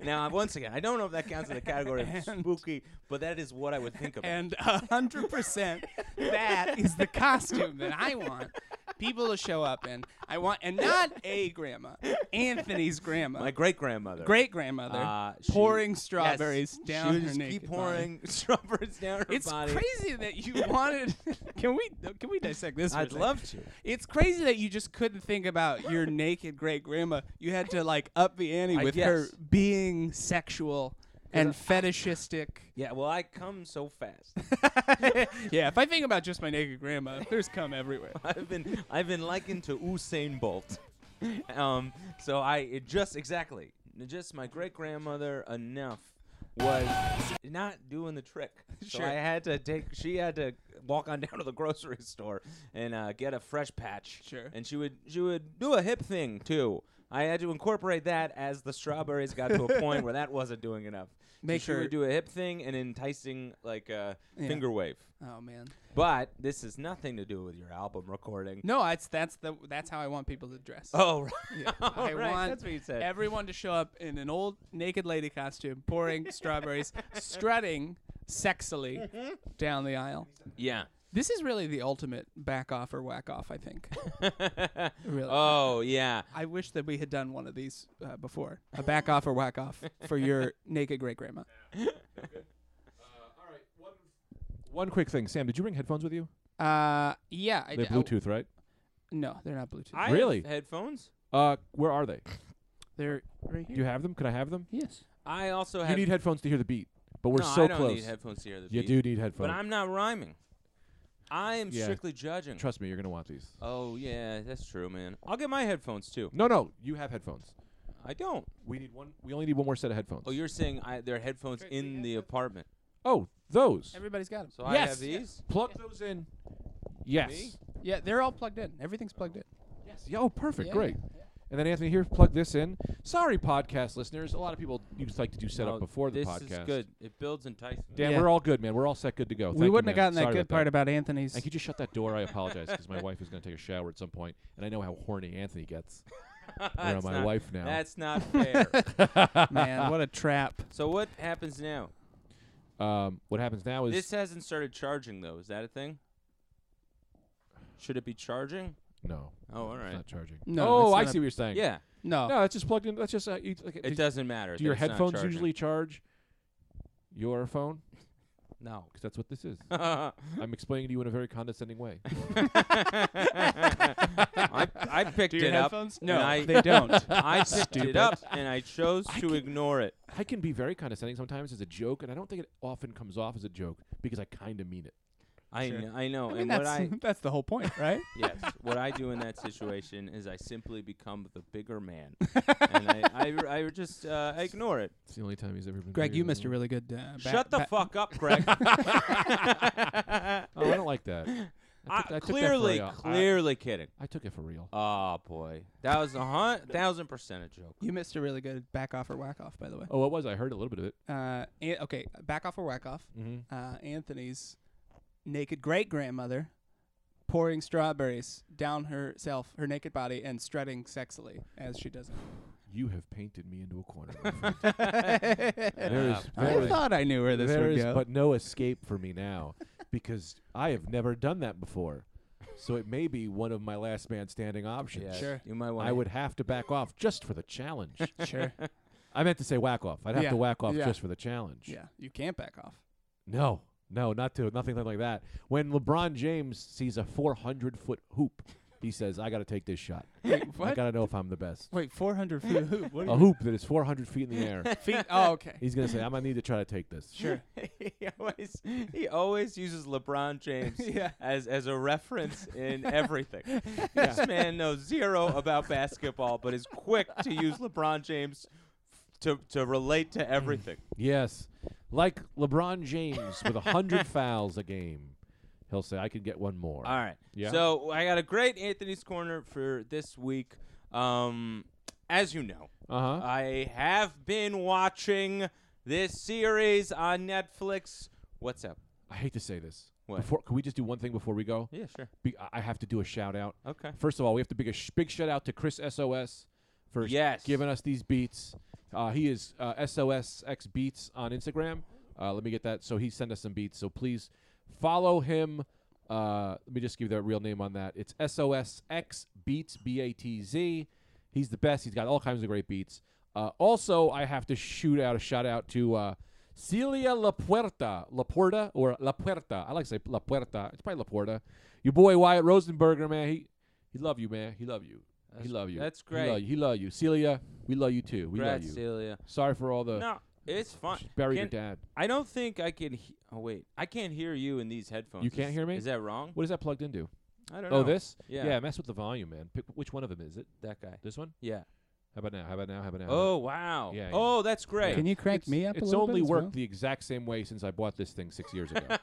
[SPEAKER 2] now, once again, I don't know if that counts in the category of
[SPEAKER 3] [laughs]
[SPEAKER 2] spooky, but that is what I would think about.
[SPEAKER 3] [laughs] And a hundred percent, that is the costume that I want people to show up in. I want, and not a grandma, Anthony's grandma,
[SPEAKER 2] my great grandmother.
[SPEAKER 3] great grandmother,
[SPEAKER 2] Uh, she-
[SPEAKER 3] pouring
[SPEAKER 2] yes,
[SPEAKER 3] strawberries down
[SPEAKER 2] she would
[SPEAKER 3] her
[SPEAKER 2] just
[SPEAKER 3] naked
[SPEAKER 2] keep
[SPEAKER 3] body.
[SPEAKER 2] pouring [laughs] strawberries down her
[SPEAKER 3] It's
[SPEAKER 2] body.
[SPEAKER 3] crazy that [laughs] you wanted. can we can we dissect this? for a
[SPEAKER 2] I'd
[SPEAKER 3] second?
[SPEAKER 2] love to.
[SPEAKER 3] It's crazy that you just couldn't think about [laughs] your naked great grandma. You had to like up the ante
[SPEAKER 2] I
[SPEAKER 3] with her
[SPEAKER 2] guess.
[SPEAKER 3] being sexual and fetishistic.
[SPEAKER 2] Yeah, well, I come so fast.
[SPEAKER 3] yeah, if I think about just my naked grandma, there's cum everywhere.
[SPEAKER 2] [laughs] I've been I've been likened to Usain Bolt. [laughs] Um, so I it just exactly just my great grandmother enough was not doing the
[SPEAKER 3] [laughs]
[SPEAKER 2] trick. So
[SPEAKER 3] Sure.
[SPEAKER 2] I had to take she had to walk on [laughs] down to the grocery store and uh, get a fresh patch.
[SPEAKER 3] Sure.
[SPEAKER 2] And she would she would do a hip thing too. I had to incorporate that as the strawberries got to a point where that wasn't doing enough. So
[SPEAKER 3] [laughs] Make
[SPEAKER 2] she
[SPEAKER 3] her-
[SPEAKER 2] would do a hip thing and enticing like a
[SPEAKER 3] Yeah.
[SPEAKER 2] finger wave.
[SPEAKER 3] Oh man.
[SPEAKER 2] But this has nothing to do with your album recording.
[SPEAKER 3] No, it's that's the that's how I want people to dress. [laughs]
[SPEAKER 2] Oh, right.
[SPEAKER 3] I
[SPEAKER 2] right,
[SPEAKER 3] want
[SPEAKER 2] that's what you said.
[SPEAKER 3] everyone to show up in an old naked lady costume, [laughs] pouring strawberries, strutting sexily down the aisle.
[SPEAKER 2] [laughs] yeah. [laughs]
[SPEAKER 3] This is really the ultimate back off or whack off, I think. [laughs] really.
[SPEAKER 2] oh, yeah.
[SPEAKER 3] I wish that we had done one of these uh, before. A back off or whack off [laughs] for your naked great grandma.
[SPEAKER 1] all right. One, one quick thing. Sam, did you bring headphones with you?
[SPEAKER 3] Uh, yeah. I
[SPEAKER 1] They're
[SPEAKER 3] d- oh,
[SPEAKER 1] Bluetooth, right?
[SPEAKER 3] no, they're not Bluetooth.
[SPEAKER 2] I
[SPEAKER 1] Really?
[SPEAKER 2] have headphones.
[SPEAKER 1] Uh, where are
[SPEAKER 2] [laughs]
[SPEAKER 1] they?
[SPEAKER 3] they're right
[SPEAKER 1] Do you
[SPEAKER 3] here.
[SPEAKER 1] have them? Can I have them?
[SPEAKER 3] Yes.
[SPEAKER 2] I also
[SPEAKER 1] You
[SPEAKER 2] have.
[SPEAKER 1] need headphones to hear the beat, but we're
[SPEAKER 2] no,
[SPEAKER 1] so
[SPEAKER 2] I don't
[SPEAKER 1] close.
[SPEAKER 2] need headphones to hear the
[SPEAKER 1] you
[SPEAKER 2] beat,
[SPEAKER 1] do need headphones.
[SPEAKER 2] But I'm not rhyming. I am
[SPEAKER 1] Yeah.
[SPEAKER 2] strictly judging.
[SPEAKER 1] Trust me, you're gonna want these.
[SPEAKER 2] oh, yeah, that's true, man. I'll get my headphones too.
[SPEAKER 1] No, no, you have headphones.
[SPEAKER 2] I don't.
[SPEAKER 1] We need one. We only need one more set of headphones.
[SPEAKER 2] Oh, you're saying I, there are headphones in the apartment.
[SPEAKER 1] Oh, those.
[SPEAKER 3] Everybody's got them.
[SPEAKER 2] So I
[SPEAKER 1] Yes.
[SPEAKER 2] have these?
[SPEAKER 1] Plug those in. Yes.
[SPEAKER 2] Me?
[SPEAKER 3] Yeah, they're all plugged in. Everything's plugged in.
[SPEAKER 1] Yes. Yeah, Oh, perfect.
[SPEAKER 3] Yeah,
[SPEAKER 1] Great. And then Anthony here, plug this in. Sorry, podcast listeners. A lot of people you just like to do setup
[SPEAKER 2] No,
[SPEAKER 1] before the
[SPEAKER 2] Oh, this
[SPEAKER 1] podcast.
[SPEAKER 2] is good. It builds enticement. [laughs]
[SPEAKER 1] Dan,
[SPEAKER 3] Yeah.
[SPEAKER 1] we're all good, man. We're all set, good to go. Thank
[SPEAKER 3] we
[SPEAKER 1] you,
[SPEAKER 3] wouldn't have
[SPEAKER 1] man.
[SPEAKER 3] gotten that
[SPEAKER 1] Sorry
[SPEAKER 3] good
[SPEAKER 1] about
[SPEAKER 3] part about Anthony's.
[SPEAKER 1] And could you shut that door? I apologize because my wife is going to take a shower at some point, and I know how horny Anthony
[SPEAKER 2] [laughs]
[SPEAKER 1] gets.
[SPEAKER 2] That's
[SPEAKER 1] my
[SPEAKER 2] not-
[SPEAKER 1] wife now. [laughs]
[SPEAKER 2] That's not fair.
[SPEAKER 3] man, what a trap.
[SPEAKER 2] so what happens now?
[SPEAKER 1] Um, what happens now is
[SPEAKER 2] This hasn't started charging though. Is that a thing? Should it be charging?
[SPEAKER 1] no,
[SPEAKER 2] Oh, all
[SPEAKER 1] it's
[SPEAKER 2] right.
[SPEAKER 1] not charging.
[SPEAKER 3] No,
[SPEAKER 1] oh,
[SPEAKER 3] it's
[SPEAKER 1] I
[SPEAKER 3] not
[SPEAKER 1] see what you're saying.
[SPEAKER 2] Yeah,
[SPEAKER 3] [laughs]
[SPEAKER 1] [laughs]
[SPEAKER 3] No.
[SPEAKER 1] No, that's just plugged in. That's just uh, you, like,
[SPEAKER 2] it
[SPEAKER 1] do-
[SPEAKER 2] doesn't matter.
[SPEAKER 1] Do
[SPEAKER 2] that
[SPEAKER 1] your
[SPEAKER 2] it's not [laughs]
[SPEAKER 1] headphones
[SPEAKER 2] charging.
[SPEAKER 1] usually charge? your phone?
[SPEAKER 2] [laughs] No.
[SPEAKER 1] Because that's what this is. I'm explaining to you in a very condescending way.
[SPEAKER 2] I, I picked
[SPEAKER 4] Do your
[SPEAKER 2] it up.
[SPEAKER 4] headphones?
[SPEAKER 2] and I,
[SPEAKER 3] they don't.
[SPEAKER 2] I picked it
[SPEAKER 1] Stupid.
[SPEAKER 2] up and I chose
[SPEAKER 1] I
[SPEAKER 2] to
[SPEAKER 1] can-
[SPEAKER 2] ignore it.
[SPEAKER 1] I can be very condescending sometimes as a joke, and I don't think it often comes off as a joke because I kind of mean it.
[SPEAKER 2] I
[SPEAKER 4] Sure.
[SPEAKER 2] kn- I know.
[SPEAKER 3] I mean,
[SPEAKER 2] and what
[SPEAKER 3] that's
[SPEAKER 2] I
[SPEAKER 3] [laughs] that's the whole point, right?
[SPEAKER 2] [laughs] yes, what I do in that situation is I simply become the bigger man, and I I, I just uh, I ignore it.
[SPEAKER 1] It's the only time he's ever been.
[SPEAKER 3] [laughs] Greg,
[SPEAKER 1] bigger
[SPEAKER 3] you
[SPEAKER 1] than
[SPEAKER 3] missed a
[SPEAKER 1] me.
[SPEAKER 3] really good. Uh, ba-
[SPEAKER 2] Shut the
[SPEAKER 3] ba-
[SPEAKER 2] fuck
[SPEAKER 1] [laughs]
[SPEAKER 2] up, Greg.
[SPEAKER 1] Oh, I don't like
[SPEAKER 2] [laughs]
[SPEAKER 1] that. I took-
[SPEAKER 2] I-
[SPEAKER 1] I took that for
[SPEAKER 2] clearly,
[SPEAKER 1] real. I-
[SPEAKER 2] clearly kidding.
[SPEAKER 1] I took it for real.
[SPEAKER 2] Oh boy, that was a hun- thousand percent a joke.
[SPEAKER 3] You missed a really good back off or whack off, by the way.
[SPEAKER 1] Oh, it was. I heard a little bit of it.
[SPEAKER 3] Uh, an- okay, back off or whack off.
[SPEAKER 1] Mm-hmm.
[SPEAKER 3] Uh, Anthony's naked great grandmother pouring strawberries down herself, her naked body, and strutting sexily as she does.
[SPEAKER 1] You have painted me into a corner. my
[SPEAKER 3] [laughs]
[SPEAKER 1] friend. there
[SPEAKER 3] it.
[SPEAKER 2] [laughs]
[SPEAKER 1] is,
[SPEAKER 2] Ah,
[SPEAKER 1] there
[SPEAKER 3] I
[SPEAKER 1] is,
[SPEAKER 3] thought I knew where this
[SPEAKER 1] there
[SPEAKER 3] would
[SPEAKER 1] is
[SPEAKER 3] go.
[SPEAKER 1] but no escape for me now, because I have never done that before. So it may be one of my last man standing options.
[SPEAKER 2] Yes,
[SPEAKER 3] Sure.
[SPEAKER 2] You might want.
[SPEAKER 1] I
[SPEAKER 2] [laughs]
[SPEAKER 1] would have to back off just for the challenge.
[SPEAKER 3] [laughs] sure.
[SPEAKER 1] I meant to say whack off. I'd have
[SPEAKER 3] Yeah,
[SPEAKER 1] to whack off
[SPEAKER 3] yeah.
[SPEAKER 1] just for the challenge.
[SPEAKER 3] Yeah, you can't back off.
[SPEAKER 1] No, no, not to nothing like that. When LeBron James sees a 400 foot hoop, he says, "I got to take this shot.
[SPEAKER 3] [laughs] Wait,
[SPEAKER 1] I
[SPEAKER 3] what?
[SPEAKER 1] got to know if I'm the best."
[SPEAKER 3] Wait, 400 feet hoop. What do
[SPEAKER 1] A
[SPEAKER 3] you
[SPEAKER 1] hoop that is 400 feet in the
[SPEAKER 3] [laughs]
[SPEAKER 1] air.
[SPEAKER 3] feet? Oh, okay.
[SPEAKER 1] He's gonna say, "I'm gonna need to try to take this."
[SPEAKER 3] Sure.
[SPEAKER 2] he always he always uses
[SPEAKER 1] [laughs]
[SPEAKER 2] LeBron James
[SPEAKER 3] Yeah.
[SPEAKER 2] as as a reference in everything. This man knows zero about basketball, but is quick to use LeBron James to to relate
[SPEAKER 1] Mm.
[SPEAKER 2] to everything.
[SPEAKER 1] Yes, like LeBron James with
[SPEAKER 2] [laughs]
[SPEAKER 1] 100 fouls a game, he'll say, "I could get one more."
[SPEAKER 2] All right.
[SPEAKER 1] Yeah.
[SPEAKER 2] So I got a great Anthony's corner for this week. Um, as you know,
[SPEAKER 1] Uh huh.
[SPEAKER 2] I have been watching this series on Netflix. What's up?
[SPEAKER 1] I hate to say this.
[SPEAKER 2] What?
[SPEAKER 1] Before, can we just do one thing before we go?
[SPEAKER 2] Yeah, sure.
[SPEAKER 1] Be- I- I have to do a shout out.
[SPEAKER 2] Okay.
[SPEAKER 1] First of all, we have to big a sh- big shout out to Chris SOS for
[SPEAKER 2] Yes.
[SPEAKER 1] giving us these beats. Uh, he is uh, SOSX Beats on Instagram. Uh, let me get that. So he sent us some beats. So please follow him. Uh, let me just give you the real name on that. It's SOSX Beats B A T Z. He's the best. He's got all kinds of great beats. Uh, also, I have to shoot out a shout out to uh, Celia La Puerta, La Puerta or La Puerta. I like to say La Puerta. It's probably La Puerta. Your boy Wyatt Rosenberger, man. He he love you, man. He love you. he
[SPEAKER 2] That's-
[SPEAKER 1] love you.
[SPEAKER 2] that's
[SPEAKER 1] He love
[SPEAKER 2] great.
[SPEAKER 1] you. He love you, Celia. We love you too. We
[SPEAKER 2] Congrats,
[SPEAKER 1] love you.
[SPEAKER 2] Celia.
[SPEAKER 1] Sorry for all the
[SPEAKER 2] No, it's fine.
[SPEAKER 1] she buried your
[SPEAKER 2] Can-
[SPEAKER 1] dad.
[SPEAKER 2] I don't think I can. He- oh wait, I can't hear you in these headphones.
[SPEAKER 1] You can't
[SPEAKER 2] Is-
[SPEAKER 1] hear me?
[SPEAKER 2] Is that wrong?
[SPEAKER 1] What is that plugged into?
[SPEAKER 2] I don't know.
[SPEAKER 1] Oh, this?
[SPEAKER 2] Yeah.
[SPEAKER 1] mess with the volume, man. Pick which one of them is it?
[SPEAKER 2] that guy.
[SPEAKER 1] This one?
[SPEAKER 2] Yeah.
[SPEAKER 1] How about now? How about now? How about now?
[SPEAKER 2] Oh wow.
[SPEAKER 1] Yeah, yeah.
[SPEAKER 2] Oh, that's great.
[SPEAKER 3] Can you crank
[SPEAKER 1] It's-
[SPEAKER 3] me up a
[SPEAKER 1] It's
[SPEAKER 3] little
[SPEAKER 1] only
[SPEAKER 3] bit as
[SPEAKER 1] worked
[SPEAKER 3] well?
[SPEAKER 1] the exact same way since I bought this thing six years [laughs]
[SPEAKER 2] [laughs]
[SPEAKER 1] ago.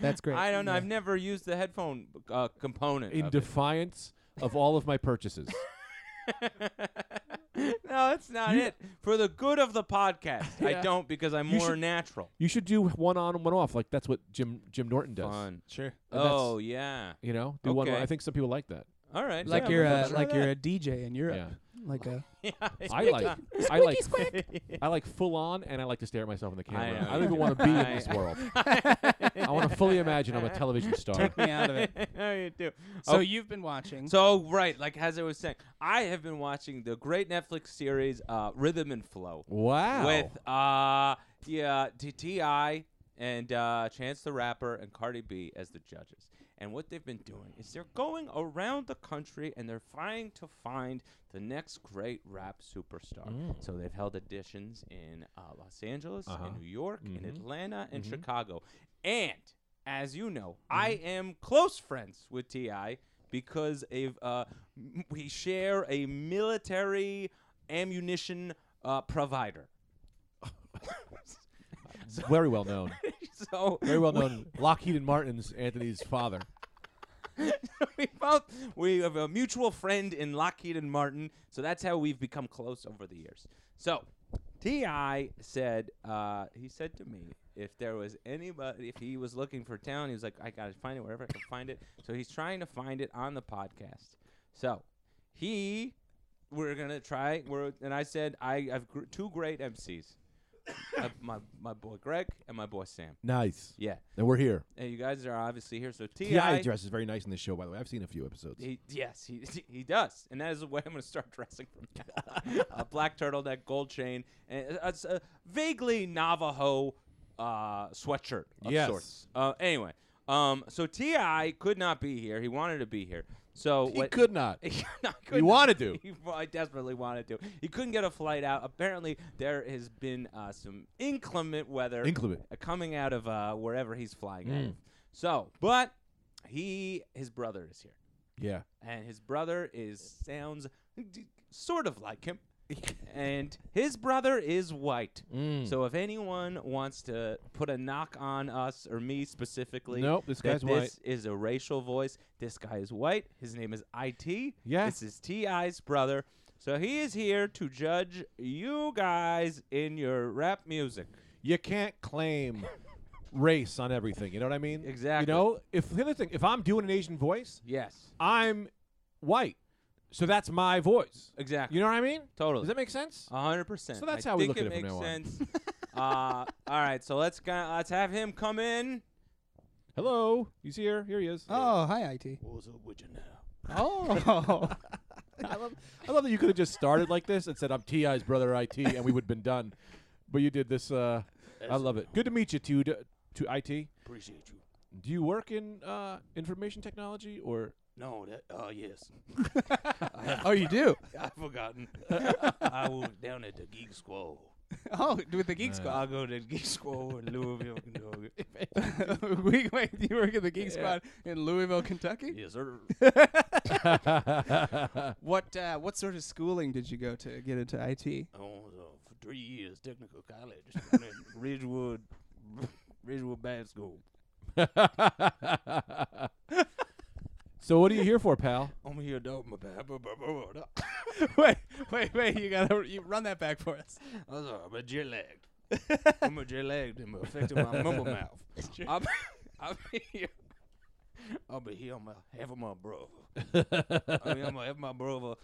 [SPEAKER 3] That's great.
[SPEAKER 2] I don't know.
[SPEAKER 3] Yeah.
[SPEAKER 2] I've never used the headphone uh, component.
[SPEAKER 1] In
[SPEAKER 2] of it.
[SPEAKER 1] defiance of all of my purchases.
[SPEAKER 2] [laughs] no, that's not
[SPEAKER 1] You-
[SPEAKER 2] it. For the good of the podcast, I
[SPEAKER 1] Yeah.
[SPEAKER 2] don't because I'm
[SPEAKER 1] You
[SPEAKER 2] more
[SPEAKER 1] should-
[SPEAKER 2] natural.
[SPEAKER 1] You should do one on and one off, like that's what Jim Jim Norton does.
[SPEAKER 2] Fun.
[SPEAKER 3] Sure.
[SPEAKER 1] And that's-
[SPEAKER 2] Oh yeah.
[SPEAKER 1] You know, do one.
[SPEAKER 2] Okay.
[SPEAKER 1] I think some people like that.
[SPEAKER 2] All right.
[SPEAKER 3] Like
[SPEAKER 2] yeah,
[SPEAKER 3] you're
[SPEAKER 2] we'll
[SPEAKER 3] a
[SPEAKER 2] try
[SPEAKER 3] like
[SPEAKER 2] that.
[SPEAKER 3] you're a DJ in Europe. Like a
[SPEAKER 2] [laughs] Yeah,
[SPEAKER 1] I like I like
[SPEAKER 2] [laughs] like.
[SPEAKER 1] I like full on, and I like to stare at myself in the camera.
[SPEAKER 2] I know.
[SPEAKER 1] I, don't even want to be in this
[SPEAKER 2] I-
[SPEAKER 1] world. I want to fully imagine I'm a television star.
[SPEAKER 3] me out of it.
[SPEAKER 2] [laughs] Oh, you do.
[SPEAKER 3] So
[SPEAKER 2] Oh.
[SPEAKER 3] you've been watching.
[SPEAKER 2] So right, like as I was saying, I have been watching the great Netflix series uh, Rhythm and Flow
[SPEAKER 1] Wow.
[SPEAKER 2] with uh yeah T- Ti and uh, Chance the Rapper and Cardi B as the judges. And what they've been doing is they're going around the country and they're trying to find the next great rap superstar.
[SPEAKER 1] Mm.
[SPEAKER 2] So they've held auditions in uh, Los Angeles,
[SPEAKER 1] Uh-huh.
[SPEAKER 2] in New York, in
[SPEAKER 1] Mhm.
[SPEAKER 2] Atlanta, and
[SPEAKER 1] Mhm.
[SPEAKER 2] Chicago. And as you know, I
[SPEAKER 1] Mm-hmm.
[SPEAKER 2] am close friends with Ti because of, uh, m- we share a military ammunition uh, provider.
[SPEAKER 1] Very well known.
[SPEAKER 2] [laughs] so
[SPEAKER 1] Very well known. Lockheed and Martin's Anthony's father.
[SPEAKER 2] we both we have a mutual friend in Lockheed and Martin, so that's how we've become close over the years. So, Ti said uh, he said to me if there was anybody if he was looking for talent, he was like, I gotta find it wherever I can find it. So he's trying to find it on the podcast. So [coughs] he we're gonna try. We're and I said I I've gr- two great MCs.
[SPEAKER 4] uh, my my boy Greg and my boy Sam.
[SPEAKER 1] Nice.
[SPEAKER 4] Yeah,
[SPEAKER 1] And we're here.
[SPEAKER 4] and you guys are obviously here. So Ti,
[SPEAKER 1] Ti dresses very nice in this show, by the way. I've seen a few episodes.
[SPEAKER 4] He, yes, he [laughs] he does, and that is the way I'm going to start [laughs] dressing from now. on. [laughs] a black turtleneck, gold chain, and a, a- a vaguely Navajo uh, sweatshirt of
[SPEAKER 1] Yes.
[SPEAKER 4] sorts. Uh, anyway, um, so Ti could not be here. He wanted to be here, so
[SPEAKER 1] He
[SPEAKER 4] what-
[SPEAKER 1] could not.
[SPEAKER 4] [laughs] He,
[SPEAKER 1] He wanted to.
[SPEAKER 4] [laughs] He wa- desperately wanted to. He couldn't get a flight out. Apparently, there has been uh, some inclement weather
[SPEAKER 1] Inclement.
[SPEAKER 4] uh, coming out of uh, wherever he's flying
[SPEAKER 1] Hmm.
[SPEAKER 4] out of. So, but he, his brother is here
[SPEAKER 1] Yeah.
[SPEAKER 4] and his brother is sounds d- sort of
[SPEAKER 1] [laughs]
[SPEAKER 4] like him and his brother is white
[SPEAKER 1] Mm.
[SPEAKER 4] so if anyone wants to put a knock on us or me specifically
[SPEAKER 1] Nope, this
[SPEAKER 4] that
[SPEAKER 1] guy's white.
[SPEAKER 4] this is a racial voice this guy is white his name is it
[SPEAKER 1] Yeah.
[SPEAKER 4] this is ti's brother so he is here to judge you guys in your rap music
[SPEAKER 1] you can't claim race on everything. You know what I mean?
[SPEAKER 4] Exactly.
[SPEAKER 1] You know, if the other thing, if I'm doing an Asian voice,
[SPEAKER 4] yes
[SPEAKER 1] I'm white, so that's my voice.
[SPEAKER 4] exactly Uh,
[SPEAKER 1] You know what I mean?
[SPEAKER 4] totally
[SPEAKER 1] Does that make sense?
[SPEAKER 4] A hundred percent.
[SPEAKER 1] So that's
[SPEAKER 4] I
[SPEAKER 1] how we
[SPEAKER 4] think
[SPEAKER 1] look at
[SPEAKER 4] it
[SPEAKER 1] it
[SPEAKER 4] makes
[SPEAKER 1] from now on.
[SPEAKER 4] [laughs] sense. uh, all right, so let's go, let's have him come in.
[SPEAKER 1] Hello, he's here. Here he is.
[SPEAKER 3] Oh, hi, IT.
[SPEAKER 4] What's up with you now?
[SPEAKER 3] Oh,
[SPEAKER 1] I love, I love that you could have just started like this and said, "I'm Ti's brother, IT," and we would have been done. But you did this. Uh, I love it. Good to meet you, too, to, to IT.
[SPEAKER 4] Appreciate you.
[SPEAKER 1] Do you work in uh, information technology or? [laughs]
[SPEAKER 4] No, that oh yes, [laughs]
[SPEAKER 3] oh, you do. [laughs]
[SPEAKER 4] I've forgotten. I was down at the Geek Squad.
[SPEAKER 3] Oh, with the Geek Squad. [laughs]
[SPEAKER 4] I'll go to the Geek Squad in Louisville, Kentucky.
[SPEAKER 3] we, wait, you work at the Geek Squad in Louisville, Kentucky.
[SPEAKER 4] yes, sir.
[SPEAKER 3] What uh, what sort of schooling did you go to get into IT?
[SPEAKER 4] Oh, so for three years, technical college, down at [laughs]
[SPEAKER 2] [laughs]
[SPEAKER 4] Ridgewood, Ridgewood Bad School.
[SPEAKER 1] so what are you here for, pal?
[SPEAKER 4] I'm here, dog. My bad.
[SPEAKER 3] [laughs] wait, wait, wait! You gotta you run that back for us.
[SPEAKER 4] I'm sorry, I'm a jet lagged. I'm a jet lagged and affecting my mumble mouth. I'm, I'm here. I'll be here. I'm having my brother. I mean, I'm gonna have my brother.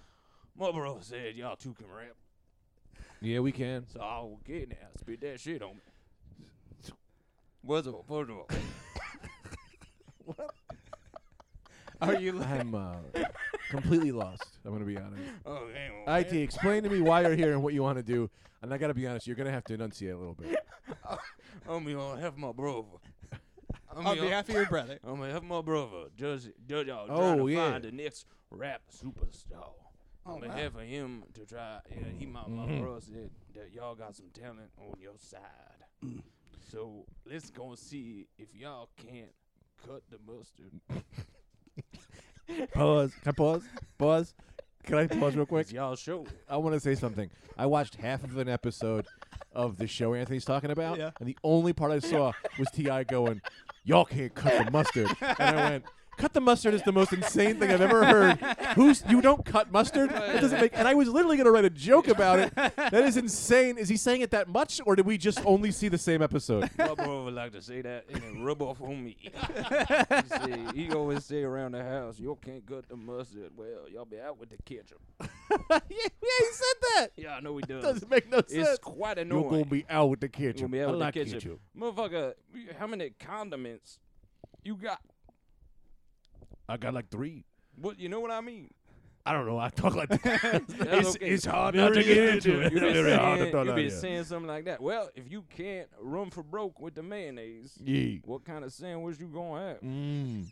[SPEAKER 4] My brother said y'all two can rap,
[SPEAKER 1] Yeah, we can.
[SPEAKER 4] so I will get now. Spit that shit on me. What's up? First of all,
[SPEAKER 3] Are you? li-
[SPEAKER 1] I'm uh, completely lost. I'm gonna be
[SPEAKER 3] [laughs]
[SPEAKER 1] honest.
[SPEAKER 4] [coughs] oh, hang on,
[SPEAKER 1] It, explain to me why you're here and what you want to do. And I gotta be honest, you're gonna have to enunciate a little bit.
[SPEAKER 3] [laughs]
[SPEAKER 4] I'm gonna have my [laughs] brother. I'm
[SPEAKER 3] on
[SPEAKER 4] here-
[SPEAKER 3] behalf of your brother.
[SPEAKER 4] I'm gonna have my brother. Judge, judge y'all
[SPEAKER 1] Oh,
[SPEAKER 4] trying to
[SPEAKER 1] yeah.
[SPEAKER 4] find the next rap superstar.
[SPEAKER 3] Oh,
[SPEAKER 4] I'm gonna
[SPEAKER 3] wow.
[SPEAKER 4] have him to try. Yeah, he my, my
[SPEAKER 1] Mm-hmm.
[SPEAKER 4] brother said that y'all got some talent on your side.
[SPEAKER 1] Mm.
[SPEAKER 4] So let's go see if y'all can't cut the mustard.
[SPEAKER 1] Pause. Can I pause? Pause. Can I pause real quick?
[SPEAKER 4] Cause y'all show.
[SPEAKER 1] I want to say something. I watched half of an episode of the show Anthony's talking about,
[SPEAKER 3] Yeah.
[SPEAKER 1] and the only part I saw was Ti going, "Y'all can't cut the mustard," and I went. Cut the mustard is the most insane thing I've ever heard. Who's you don't cut mustard? That doesn't make. And I was literally gonna write a joke about it. That is insane. Is he saying it that much, or did we just only see the same episode?
[SPEAKER 4] My brother like to say that and it rub off on me. he, say, he always say around the house, "Y'all can't cut the mustard." Well, y'all be out with the ketchup.
[SPEAKER 1] [laughs] yeah, yeah, he said that.
[SPEAKER 4] Yeah, I know he does.
[SPEAKER 1] Doesn't make no sense.
[SPEAKER 4] it's quite annoying.
[SPEAKER 1] You're gonna be out with the kitchen.
[SPEAKER 4] You gonna be out
[SPEAKER 1] I
[SPEAKER 4] with
[SPEAKER 1] like
[SPEAKER 4] the ketchup.
[SPEAKER 1] ketchup.
[SPEAKER 4] Motherfucker, you- how many condiments you got?
[SPEAKER 1] I got like three.
[SPEAKER 4] What you know what
[SPEAKER 1] [laughs]
[SPEAKER 4] I mean?
[SPEAKER 1] I don't know. I talk like [laughs] that. it's,
[SPEAKER 4] okay.
[SPEAKER 1] it's hard not to get into it.
[SPEAKER 4] You been,
[SPEAKER 1] Very hard to
[SPEAKER 4] saying,
[SPEAKER 1] talk
[SPEAKER 4] you
[SPEAKER 1] like
[SPEAKER 4] been
[SPEAKER 1] that.
[SPEAKER 4] saying something like that. Well, if you can't run for broke with the mayonnaise,
[SPEAKER 1] Yeah.
[SPEAKER 4] what kind of sandwich you gonna have?
[SPEAKER 1] Mm.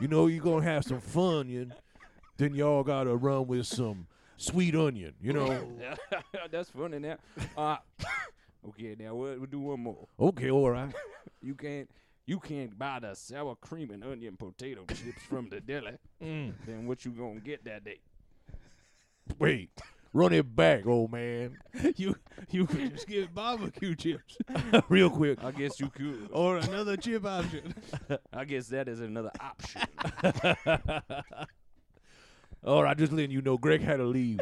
[SPEAKER 1] You know you gonna have some fun, you, then y'all gotta run with some sweet onion. You [laughs] know.
[SPEAKER 4] [laughs] That's funny now. Uh, [coughs] okay, now we'll, we'll do one more.
[SPEAKER 1] okay, all right.
[SPEAKER 4] You can't you can't buy the sour cream and onion potato chips from the deli.
[SPEAKER 1] Mm.
[SPEAKER 4] Then what you gonna get that day?
[SPEAKER 1] Wait, run it back, old [laughs] man,
[SPEAKER 3] You you could just give barbecue chips
[SPEAKER 1] [laughs] real quick.
[SPEAKER 4] I guess you could.
[SPEAKER 3] or another chip option.
[SPEAKER 4] I guess that is another option.
[SPEAKER 1] [laughs] All right, just letting you know, Greg had to leave.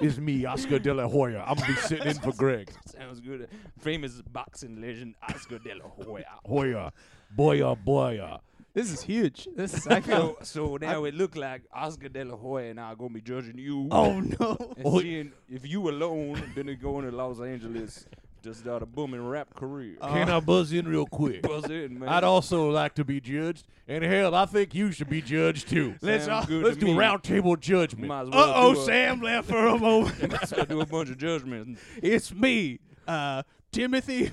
[SPEAKER 1] It's me, Oscar De La Hoya. I'm gonna be sitting in for Greg.
[SPEAKER 4] Sounds good. Famous boxing legend Oscar De La Hoya.
[SPEAKER 1] Hoya, boya, boya.
[SPEAKER 3] [laughs] This is huge. This is I feel.
[SPEAKER 4] So, so now it look like Oscar De La Hoya and I are gonna
[SPEAKER 1] [laughs]
[SPEAKER 4] be judging you.
[SPEAKER 3] oh no.
[SPEAKER 4] and
[SPEAKER 1] oh.
[SPEAKER 4] seeing if you alone been going to Los Angeles Just got a booming rap career.
[SPEAKER 1] Can I buzz in real quick?
[SPEAKER 4] Oh. Buzz in, man.
[SPEAKER 1] I'd also like to be judged, and hell, I think you should be judged too. let's
[SPEAKER 4] Sounds
[SPEAKER 1] uh,
[SPEAKER 4] good
[SPEAKER 1] let's
[SPEAKER 4] to
[SPEAKER 1] do
[SPEAKER 4] me.
[SPEAKER 1] a round table judgment.
[SPEAKER 4] Might as well
[SPEAKER 3] Uh oh,
[SPEAKER 4] do a-
[SPEAKER 3] Sam left for a
[SPEAKER 4] [laughs]
[SPEAKER 3] moment.
[SPEAKER 4] Might as well do a bunch of [laughs] judgments.
[SPEAKER 3] it's me, uh, Timothy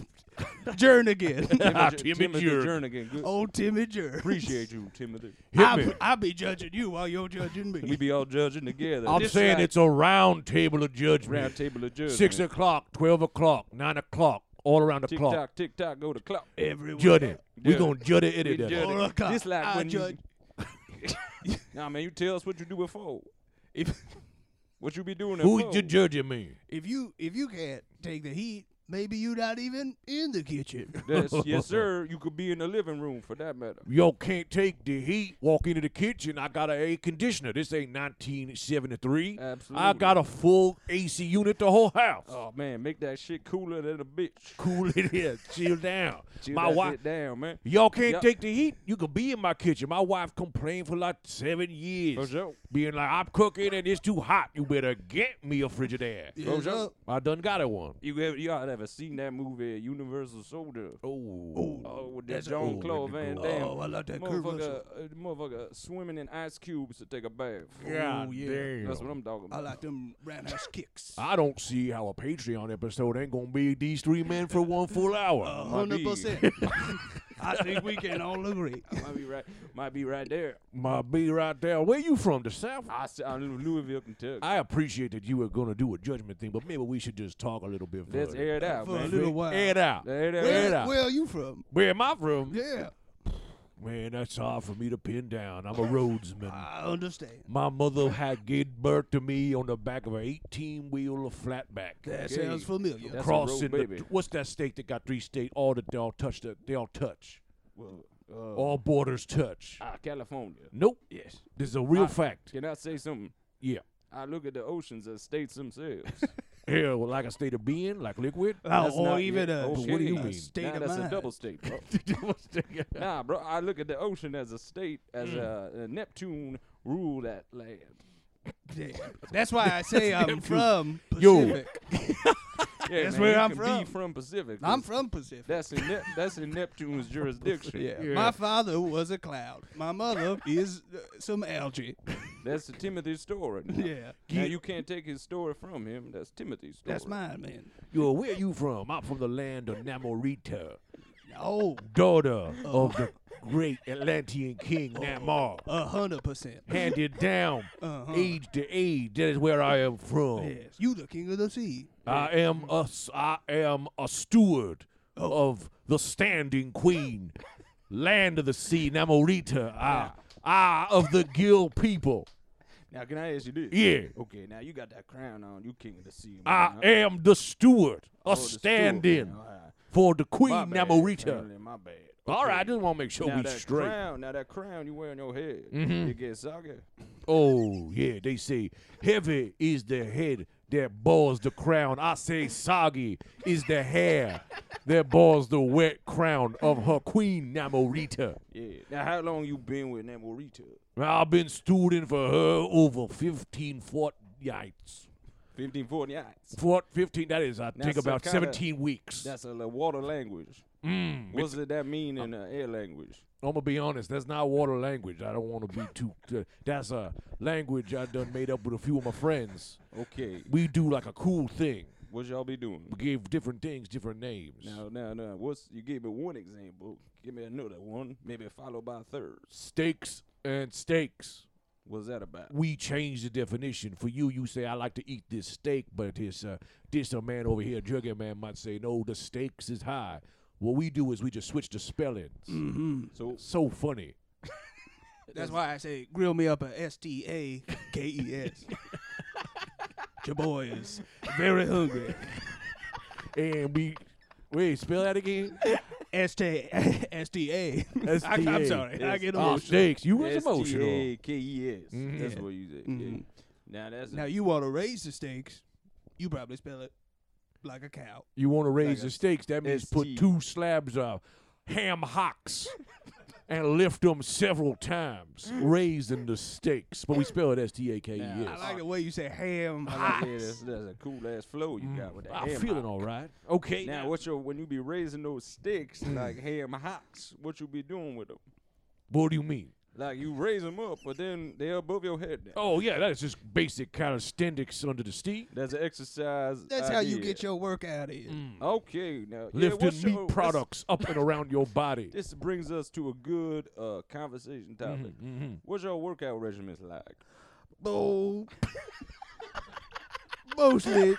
[SPEAKER 3] Jernigan.
[SPEAKER 1] Ah,
[SPEAKER 4] J-
[SPEAKER 1] Timmy Jurg.
[SPEAKER 4] Jernigan.
[SPEAKER 3] [laughs]
[SPEAKER 4] Good.
[SPEAKER 3] Old Timmy Jernigan.
[SPEAKER 4] Appreciate you, Timothy.
[SPEAKER 1] Hit
[SPEAKER 3] I,
[SPEAKER 1] me.
[SPEAKER 3] I'll be judging you while you're judging me.
[SPEAKER 2] [laughs]
[SPEAKER 4] We be all judging together.
[SPEAKER 1] I'm
[SPEAKER 4] This
[SPEAKER 1] saying
[SPEAKER 4] right,
[SPEAKER 1] it's a round table of
[SPEAKER 4] round
[SPEAKER 1] judgment.
[SPEAKER 4] table of judgment.
[SPEAKER 1] Six o'clock, twelve o'clock, nine o'clock, all around the
[SPEAKER 4] Tick
[SPEAKER 1] clock.
[SPEAKER 4] tock, tick tock, go to clock.
[SPEAKER 3] Everyone.
[SPEAKER 1] Judge it. We're
[SPEAKER 4] Yeah.
[SPEAKER 1] gonna judge it. in
[SPEAKER 4] We
[SPEAKER 1] it, in it.
[SPEAKER 4] judge
[SPEAKER 3] Four o'clock.
[SPEAKER 4] This like
[SPEAKER 3] I
[SPEAKER 4] when you-
[SPEAKER 3] judge.
[SPEAKER 4] [laughs] Nah, man, you tell us what you do before.
[SPEAKER 3] If,
[SPEAKER 4] What you be doing at
[SPEAKER 1] Who
[SPEAKER 4] four.
[SPEAKER 1] you judging me?
[SPEAKER 3] if you if you can't take the heat, maybe you're not even in the kitchen.
[SPEAKER 4] That's,
[SPEAKER 3] [laughs]
[SPEAKER 4] yes, sir. You could be in the living room for that matter.
[SPEAKER 1] Y'all can't take the heat. Walk into the kitchen. I got a air conditioner. This ain't 1973. I
[SPEAKER 4] Absolutely.
[SPEAKER 1] got a full AC unit, the whole house.
[SPEAKER 4] Oh man, make that shit cooler than a bitch.
[SPEAKER 1] [laughs] Cool it is. Chill down.
[SPEAKER 4] [laughs] Chill
[SPEAKER 1] My
[SPEAKER 4] that
[SPEAKER 1] wife.
[SPEAKER 4] shit down, man.
[SPEAKER 1] Y'all can't
[SPEAKER 4] Yup.
[SPEAKER 1] take the heat. You could be in my kitchen. My wife complained for like seven years,
[SPEAKER 4] For sure.
[SPEAKER 1] being like, "I'm cooking and it's too hot. You better get me a Frigidaire."
[SPEAKER 3] Yes,
[SPEAKER 4] Rojo.
[SPEAKER 3] uh,
[SPEAKER 1] I done got it one.
[SPEAKER 4] You ever, you all ever seen that movie Universal Soldier?
[SPEAKER 1] Oh,
[SPEAKER 4] Oh, with that
[SPEAKER 1] that's-
[SPEAKER 4] John
[SPEAKER 1] oh,
[SPEAKER 4] Claude
[SPEAKER 1] let me
[SPEAKER 4] Van
[SPEAKER 1] go.
[SPEAKER 4] Damme.
[SPEAKER 3] Oh, I love that Kurt
[SPEAKER 4] motherfucker,
[SPEAKER 3] Russell.
[SPEAKER 4] uh, motherfucker swimming in ice cubes to take a bath.
[SPEAKER 1] God
[SPEAKER 3] Oh, yeah.
[SPEAKER 1] damn.
[SPEAKER 4] That's what I'm talking
[SPEAKER 3] I
[SPEAKER 4] about.
[SPEAKER 3] like them roundhouse kicks.
[SPEAKER 1] I don't see how a Patreon episode ain't gonna be these three men for one full hour.
[SPEAKER 3] A
[SPEAKER 4] might
[SPEAKER 3] hundred
[SPEAKER 4] be.
[SPEAKER 3] percent. [laughs] I think we can all agree.
[SPEAKER 4] might be right, might be right there.
[SPEAKER 1] My B right there. Where you from? The South?
[SPEAKER 4] I s- I'm in Louisville, Kentucky.
[SPEAKER 1] I appreciate that you were gonna do a judgment thing, but maybe we should just talk a little bit.
[SPEAKER 4] Let's
[SPEAKER 1] further.
[SPEAKER 4] air it out,
[SPEAKER 3] For a
[SPEAKER 4] man.
[SPEAKER 3] little while.
[SPEAKER 1] Air it out.
[SPEAKER 4] Air it out.
[SPEAKER 1] Air it
[SPEAKER 3] Where,
[SPEAKER 1] out.
[SPEAKER 3] where are you from?
[SPEAKER 1] Where am I from?
[SPEAKER 3] Yeah,
[SPEAKER 1] Man, that's hard for me to pin down. I'm a roadsman.
[SPEAKER 3] I understand.
[SPEAKER 1] My mother had gave birth to me on the back of an 18 wheel flatback.
[SPEAKER 3] That
[SPEAKER 4] Okay.
[SPEAKER 3] sounds familiar.
[SPEAKER 4] That's a road
[SPEAKER 1] crossing
[SPEAKER 4] baby.
[SPEAKER 1] the, what's that state that got three state all the they all touch the, they all touch
[SPEAKER 4] Well,
[SPEAKER 1] all borders touch
[SPEAKER 4] ah, California.
[SPEAKER 1] nope
[SPEAKER 4] Yes.
[SPEAKER 1] this is a real
[SPEAKER 4] I-
[SPEAKER 1] fact
[SPEAKER 4] Can I say something?
[SPEAKER 1] yeah
[SPEAKER 4] I look at the oceans as
[SPEAKER 3] [laughs]
[SPEAKER 4] states themselves.
[SPEAKER 1] yeah well, like a state of being like liquid
[SPEAKER 3] Oh,
[SPEAKER 4] [laughs] That's not
[SPEAKER 3] or even
[SPEAKER 4] yet
[SPEAKER 3] a,
[SPEAKER 4] okay.
[SPEAKER 1] What do you
[SPEAKER 3] a
[SPEAKER 1] mean?
[SPEAKER 3] state
[SPEAKER 4] nah,
[SPEAKER 3] of
[SPEAKER 4] that's
[SPEAKER 3] mind.
[SPEAKER 4] a double
[SPEAKER 3] [laughs]
[SPEAKER 4] state, bro. [laughs] nah, bro. I look at the ocean as a state, as
[SPEAKER 3] Mm.
[SPEAKER 4] a, a Neptune rule that land.
[SPEAKER 3] Yeah. That's why I say I'm from
[SPEAKER 1] Yo.
[SPEAKER 3] Pacific.
[SPEAKER 4] Yeah,
[SPEAKER 3] That's
[SPEAKER 4] man,
[SPEAKER 3] where
[SPEAKER 4] you
[SPEAKER 3] I'm
[SPEAKER 4] can
[SPEAKER 3] from.
[SPEAKER 4] Be from Pacific. 'cause
[SPEAKER 3] I'm from Pacific.
[SPEAKER 4] That's in Nep that's in [laughs] Neptune's jurisdiction.
[SPEAKER 3] yeah.
[SPEAKER 1] Yeah.
[SPEAKER 3] My father was a cloud. My mother is uh, some [laughs] algae.
[SPEAKER 4] That's the Timothy story. Now.
[SPEAKER 3] Yeah.
[SPEAKER 4] Now you can't take his story from him. That's Timothy's story.
[SPEAKER 3] That's mine, man.
[SPEAKER 1] [laughs] yo where you from i'm from the land of namorita
[SPEAKER 3] Oh,
[SPEAKER 1] daughter of the great atlantean king
[SPEAKER 4] Oh.
[SPEAKER 1] namor
[SPEAKER 3] a hundred percent.
[SPEAKER 1] handed down
[SPEAKER 3] Uh-huh.
[SPEAKER 1] age to age that is where i am from
[SPEAKER 3] Yes. You the king of the sea.
[SPEAKER 1] I am a s- I am a steward
[SPEAKER 4] Oh.
[SPEAKER 1] of the standing queen, land of the sea, Namorita. I, I of the gill people.
[SPEAKER 4] Now can I ask you this?
[SPEAKER 1] Yeah.
[SPEAKER 4] Okay, now you got that crown on. You king of the sea.
[SPEAKER 1] I
[SPEAKER 4] man.
[SPEAKER 1] am the steward, a
[SPEAKER 4] Uh-huh. Oh, the steward,
[SPEAKER 1] stand-in
[SPEAKER 4] man. All right.
[SPEAKER 1] for the queen
[SPEAKER 4] My bad,
[SPEAKER 1] Namorita.
[SPEAKER 4] family, My bad.
[SPEAKER 1] All right, I
[SPEAKER 4] Okay.
[SPEAKER 1] just want to make sure
[SPEAKER 4] Now
[SPEAKER 1] we
[SPEAKER 4] that
[SPEAKER 1] straight.
[SPEAKER 4] crown, now that crown you wear on your head, it gets soggy.
[SPEAKER 1] Oh yeah, they say heavy is the head that bars the crown. I say soggy is the hair that bars the wet crown of her queen Namorita.
[SPEAKER 4] Yeah. Now, how long you been with Namorita?
[SPEAKER 1] I've been stewarding for her over 15 fortnights.
[SPEAKER 4] 15, 40 eyes.
[SPEAKER 1] Fort 15, that is, I think,
[SPEAKER 4] some
[SPEAKER 1] about
[SPEAKER 4] kinda-
[SPEAKER 1] 17 weeks.
[SPEAKER 4] That's a la- water language.
[SPEAKER 1] Mm,
[SPEAKER 4] What does that mean in uh, air language?
[SPEAKER 1] I'm going to be honest, that's not water language. I don't want to be too. uh, that's a language I done made up with a few of my friends.
[SPEAKER 4] Okay.
[SPEAKER 1] We do like a cool thing.
[SPEAKER 4] What y'all be doing?
[SPEAKER 1] We gave different things different names.
[SPEAKER 4] Now, now, now, what's you gave me one example? Give me another one, maybe followed by a third.
[SPEAKER 1] Steaks and steaks.
[SPEAKER 4] What's that about?
[SPEAKER 1] We change the definition. For you, you say, I like to eat this steak, but this, uh, this a man over here, Jughead man, might say, no, the steaks is high. What we do is we just switch the spellings.
[SPEAKER 4] So,
[SPEAKER 1] So funny.
[SPEAKER 3] That's why I say grill me up a S T A K E [laughs] S. Your boy is very hungry.
[SPEAKER 1] And we wait, spell that
[SPEAKER 3] [laughs]
[SPEAKER 1] again.
[SPEAKER 3] S T S T A. [laughs] I'm
[SPEAKER 1] STA.
[SPEAKER 3] sorry. I get
[SPEAKER 1] Oh,
[SPEAKER 3] emotional.
[SPEAKER 1] steaks. You was emotional.
[SPEAKER 2] E
[SPEAKER 4] S-T-A-K-E-S. That's
[SPEAKER 1] Mhm.
[SPEAKER 4] what you said. Yeah.
[SPEAKER 3] Mhm.
[SPEAKER 4] Now that's
[SPEAKER 3] Mm-hmm. Now
[SPEAKER 4] a,
[SPEAKER 3] you want to raise the stakes, you probably spell it like a cow.
[SPEAKER 1] You want to raise
[SPEAKER 4] Like a
[SPEAKER 1] the stakes. That means put
[SPEAKER 3] [laughs]
[SPEAKER 4] ST.
[SPEAKER 1] two slabs of ham hocks and lift them several times, raising the stakes. But we spell it S T A K E
[SPEAKER 5] Yeah,
[SPEAKER 3] I
[SPEAKER 1] S.
[SPEAKER 3] like the way you say ham.
[SPEAKER 2] I like, yeah, that's, that's a cool ass flow you got with that.
[SPEAKER 1] I'm
[SPEAKER 2] ham
[SPEAKER 1] feeling
[SPEAKER 2] hock.
[SPEAKER 1] all right. Okay.
[SPEAKER 2] Now, what you when you be raising those sticks
[SPEAKER 1] Mm.
[SPEAKER 2] like ham hocks, what you be doing with them?
[SPEAKER 1] What do you mean?
[SPEAKER 2] Like you raise them up, but then they're above your head. Now.
[SPEAKER 1] Oh yeah, that is just basic kind of standics under the steep.
[SPEAKER 2] That's an exercise.
[SPEAKER 3] [laughs] That's how you
[SPEAKER 2] idea.
[SPEAKER 3] get your work out of it.
[SPEAKER 2] Okay, now yeah,
[SPEAKER 1] Lifting
[SPEAKER 2] what's
[SPEAKER 1] meat
[SPEAKER 2] your- this-
[SPEAKER 1] products up and around your [laughs] body.
[SPEAKER 2] This brings us to a good uh, conversation
[SPEAKER 3] Mm-hmm,
[SPEAKER 2] topic.
[SPEAKER 1] Mhm.
[SPEAKER 2] What's your workout regimen like?
[SPEAKER 3] Boom. [laughs] mostly,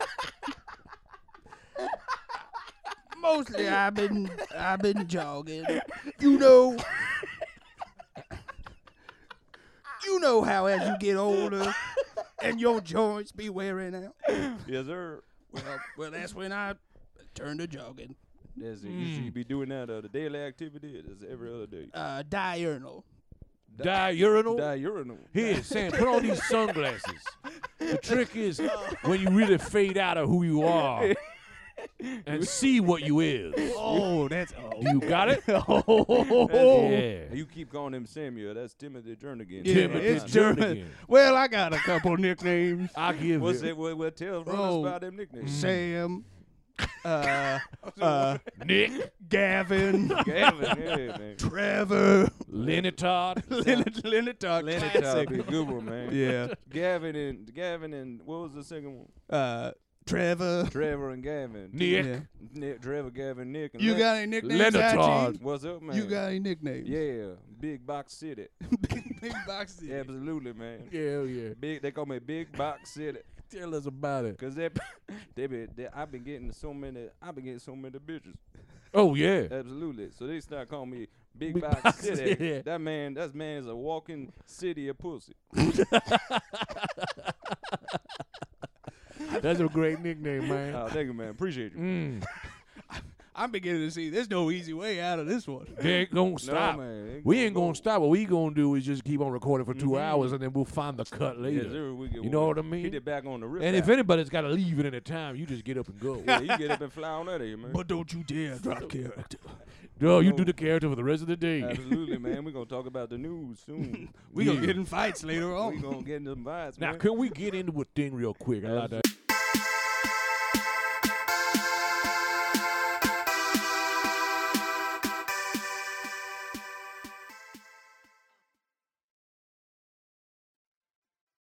[SPEAKER 3] mostly I've been I've been jogging. You know, you know how as you get older and your joints be wearing out. mm-hmm.
[SPEAKER 2] Yes, sir.
[SPEAKER 3] Well, well, that's when I turned to jogging.
[SPEAKER 2] That's it. You should be doing that. Uh, the daily activity is every other day.
[SPEAKER 3] Mm. Uh,
[SPEAKER 2] [laughs]
[SPEAKER 3] oh. diurnal.
[SPEAKER 1] Diurnal.
[SPEAKER 2] Diurnal.
[SPEAKER 1] [laughs] Here, Sam, put on these sunglasses. The trick [laughs] is when you really fade out of who you [laughs] are and see what you is.
[SPEAKER 3] Oh, that's old.
[SPEAKER 1] You got [laughs] it?
[SPEAKER 2] Oh, Hey,
[SPEAKER 1] yeah.
[SPEAKER 2] You keep calling him Samuel. That's Timothy Jernigan.
[SPEAKER 3] oh. Yeah,
[SPEAKER 1] Timothy
[SPEAKER 3] it's
[SPEAKER 1] Jernigan.
[SPEAKER 3] German. Well, I got a couple nicknames.
[SPEAKER 1] I give
[SPEAKER 2] What's
[SPEAKER 1] it.
[SPEAKER 2] it? What, what tells runners
[SPEAKER 3] Oh.
[SPEAKER 2] about them nicknames?
[SPEAKER 3] Sam, uh, uh,
[SPEAKER 1] Nick,
[SPEAKER 2] [laughs]
[SPEAKER 3] Gavin,
[SPEAKER 2] Gavin, yeah,
[SPEAKER 3] [laughs]
[SPEAKER 2] man.
[SPEAKER 3] Trevor,
[SPEAKER 1] [laughs] Lenitard.
[SPEAKER 3] Leonard, Leonard Tuck,
[SPEAKER 2] Lenny
[SPEAKER 3] classic.
[SPEAKER 2] Todd be a good one, man.
[SPEAKER 3] Yeah,
[SPEAKER 2] Gavin and Gavin and what was the second one?
[SPEAKER 3] uh, Trevor.
[SPEAKER 2] Trevor and Gavin.
[SPEAKER 1] Nick.
[SPEAKER 3] Yeah.
[SPEAKER 2] Nick Trevor, Gavin, Nick. And
[SPEAKER 3] You
[SPEAKER 2] Len-
[SPEAKER 3] got any nicknames?
[SPEAKER 1] Leonard
[SPEAKER 3] IG?
[SPEAKER 2] What's up, man?
[SPEAKER 3] You got any nicknames?
[SPEAKER 2] Yeah, Big Box City.
[SPEAKER 3] [laughs] big, big boxes.
[SPEAKER 2] Absolutely, man.
[SPEAKER 1] Hell yeah.
[SPEAKER 2] Big, they call me Big Box City,
[SPEAKER 1] Tell us about it.
[SPEAKER 2] cause they, [laughs] they be, they, I've been getting so many, I've been getting so many bitches.
[SPEAKER 1] Oh yeah.
[SPEAKER 2] Absolutely. So they start calling me Big,
[SPEAKER 1] Big
[SPEAKER 2] Box,
[SPEAKER 1] Box
[SPEAKER 2] City.
[SPEAKER 1] City.
[SPEAKER 2] That man, that man is a walking city of pussy.
[SPEAKER 1] That's a great [laughs] nickname, man.
[SPEAKER 2] Oh, thank you, man. Appreciate you.
[SPEAKER 1] Mm.
[SPEAKER 3] I'm beginning to see there's no easy way out of this one.
[SPEAKER 1] They ain't gonna stop.
[SPEAKER 2] Oh, man, ain't
[SPEAKER 1] we
[SPEAKER 2] gonna
[SPEAKER 1] ain't gonna
[SPEAKER 2] go.
[SPEAKER 1] stop. What we gonna do is just keep on recording for 2
[SPEAKER 3] Mm-hmm.
[SPEAKER 1] hours and then we'll find the cut
[SPEAKER 2] Yeah,
[SPEAKER 1] later.
[SPEAKER 2] sir, we get
[SPEAKER 1] You know
[SPEAKER 2] we-
[SPEAKER 1] what I mean?
[SPEAKER 2] Hit it back on the rip.
[SPEAKER 1] and if
[SPEAKER 2] out.
[SPEAKER 1] anybody's gotta leave at any time, you just get up and go.
[SPEAKER 2] yeah, you get up and fly on out of here, man.
[SPEAKER 3] [laughs] But don't you
[SPEAKER 1] [laughs]
[SPEAKER 3] dare drop character.
[SPEAKER 1] Duh, you do the character for the rest of the day.
[SPEAKER 2] Absolutely, man. We're gonna talk about the news
[SPEAKER 1] [laughs]
[SPEAKER 2] soon.
[SPEAKER 3] We gonna get in fights later
[SPEAKER 2] we
[SPEAKER 3] on.
[SPEAKER 2] gonna get into the vibes,
[SPEAKER 1] Now,
[SPEAKER 2] man.
[SPEAKER 1] can we get into a thing real quick? I like that.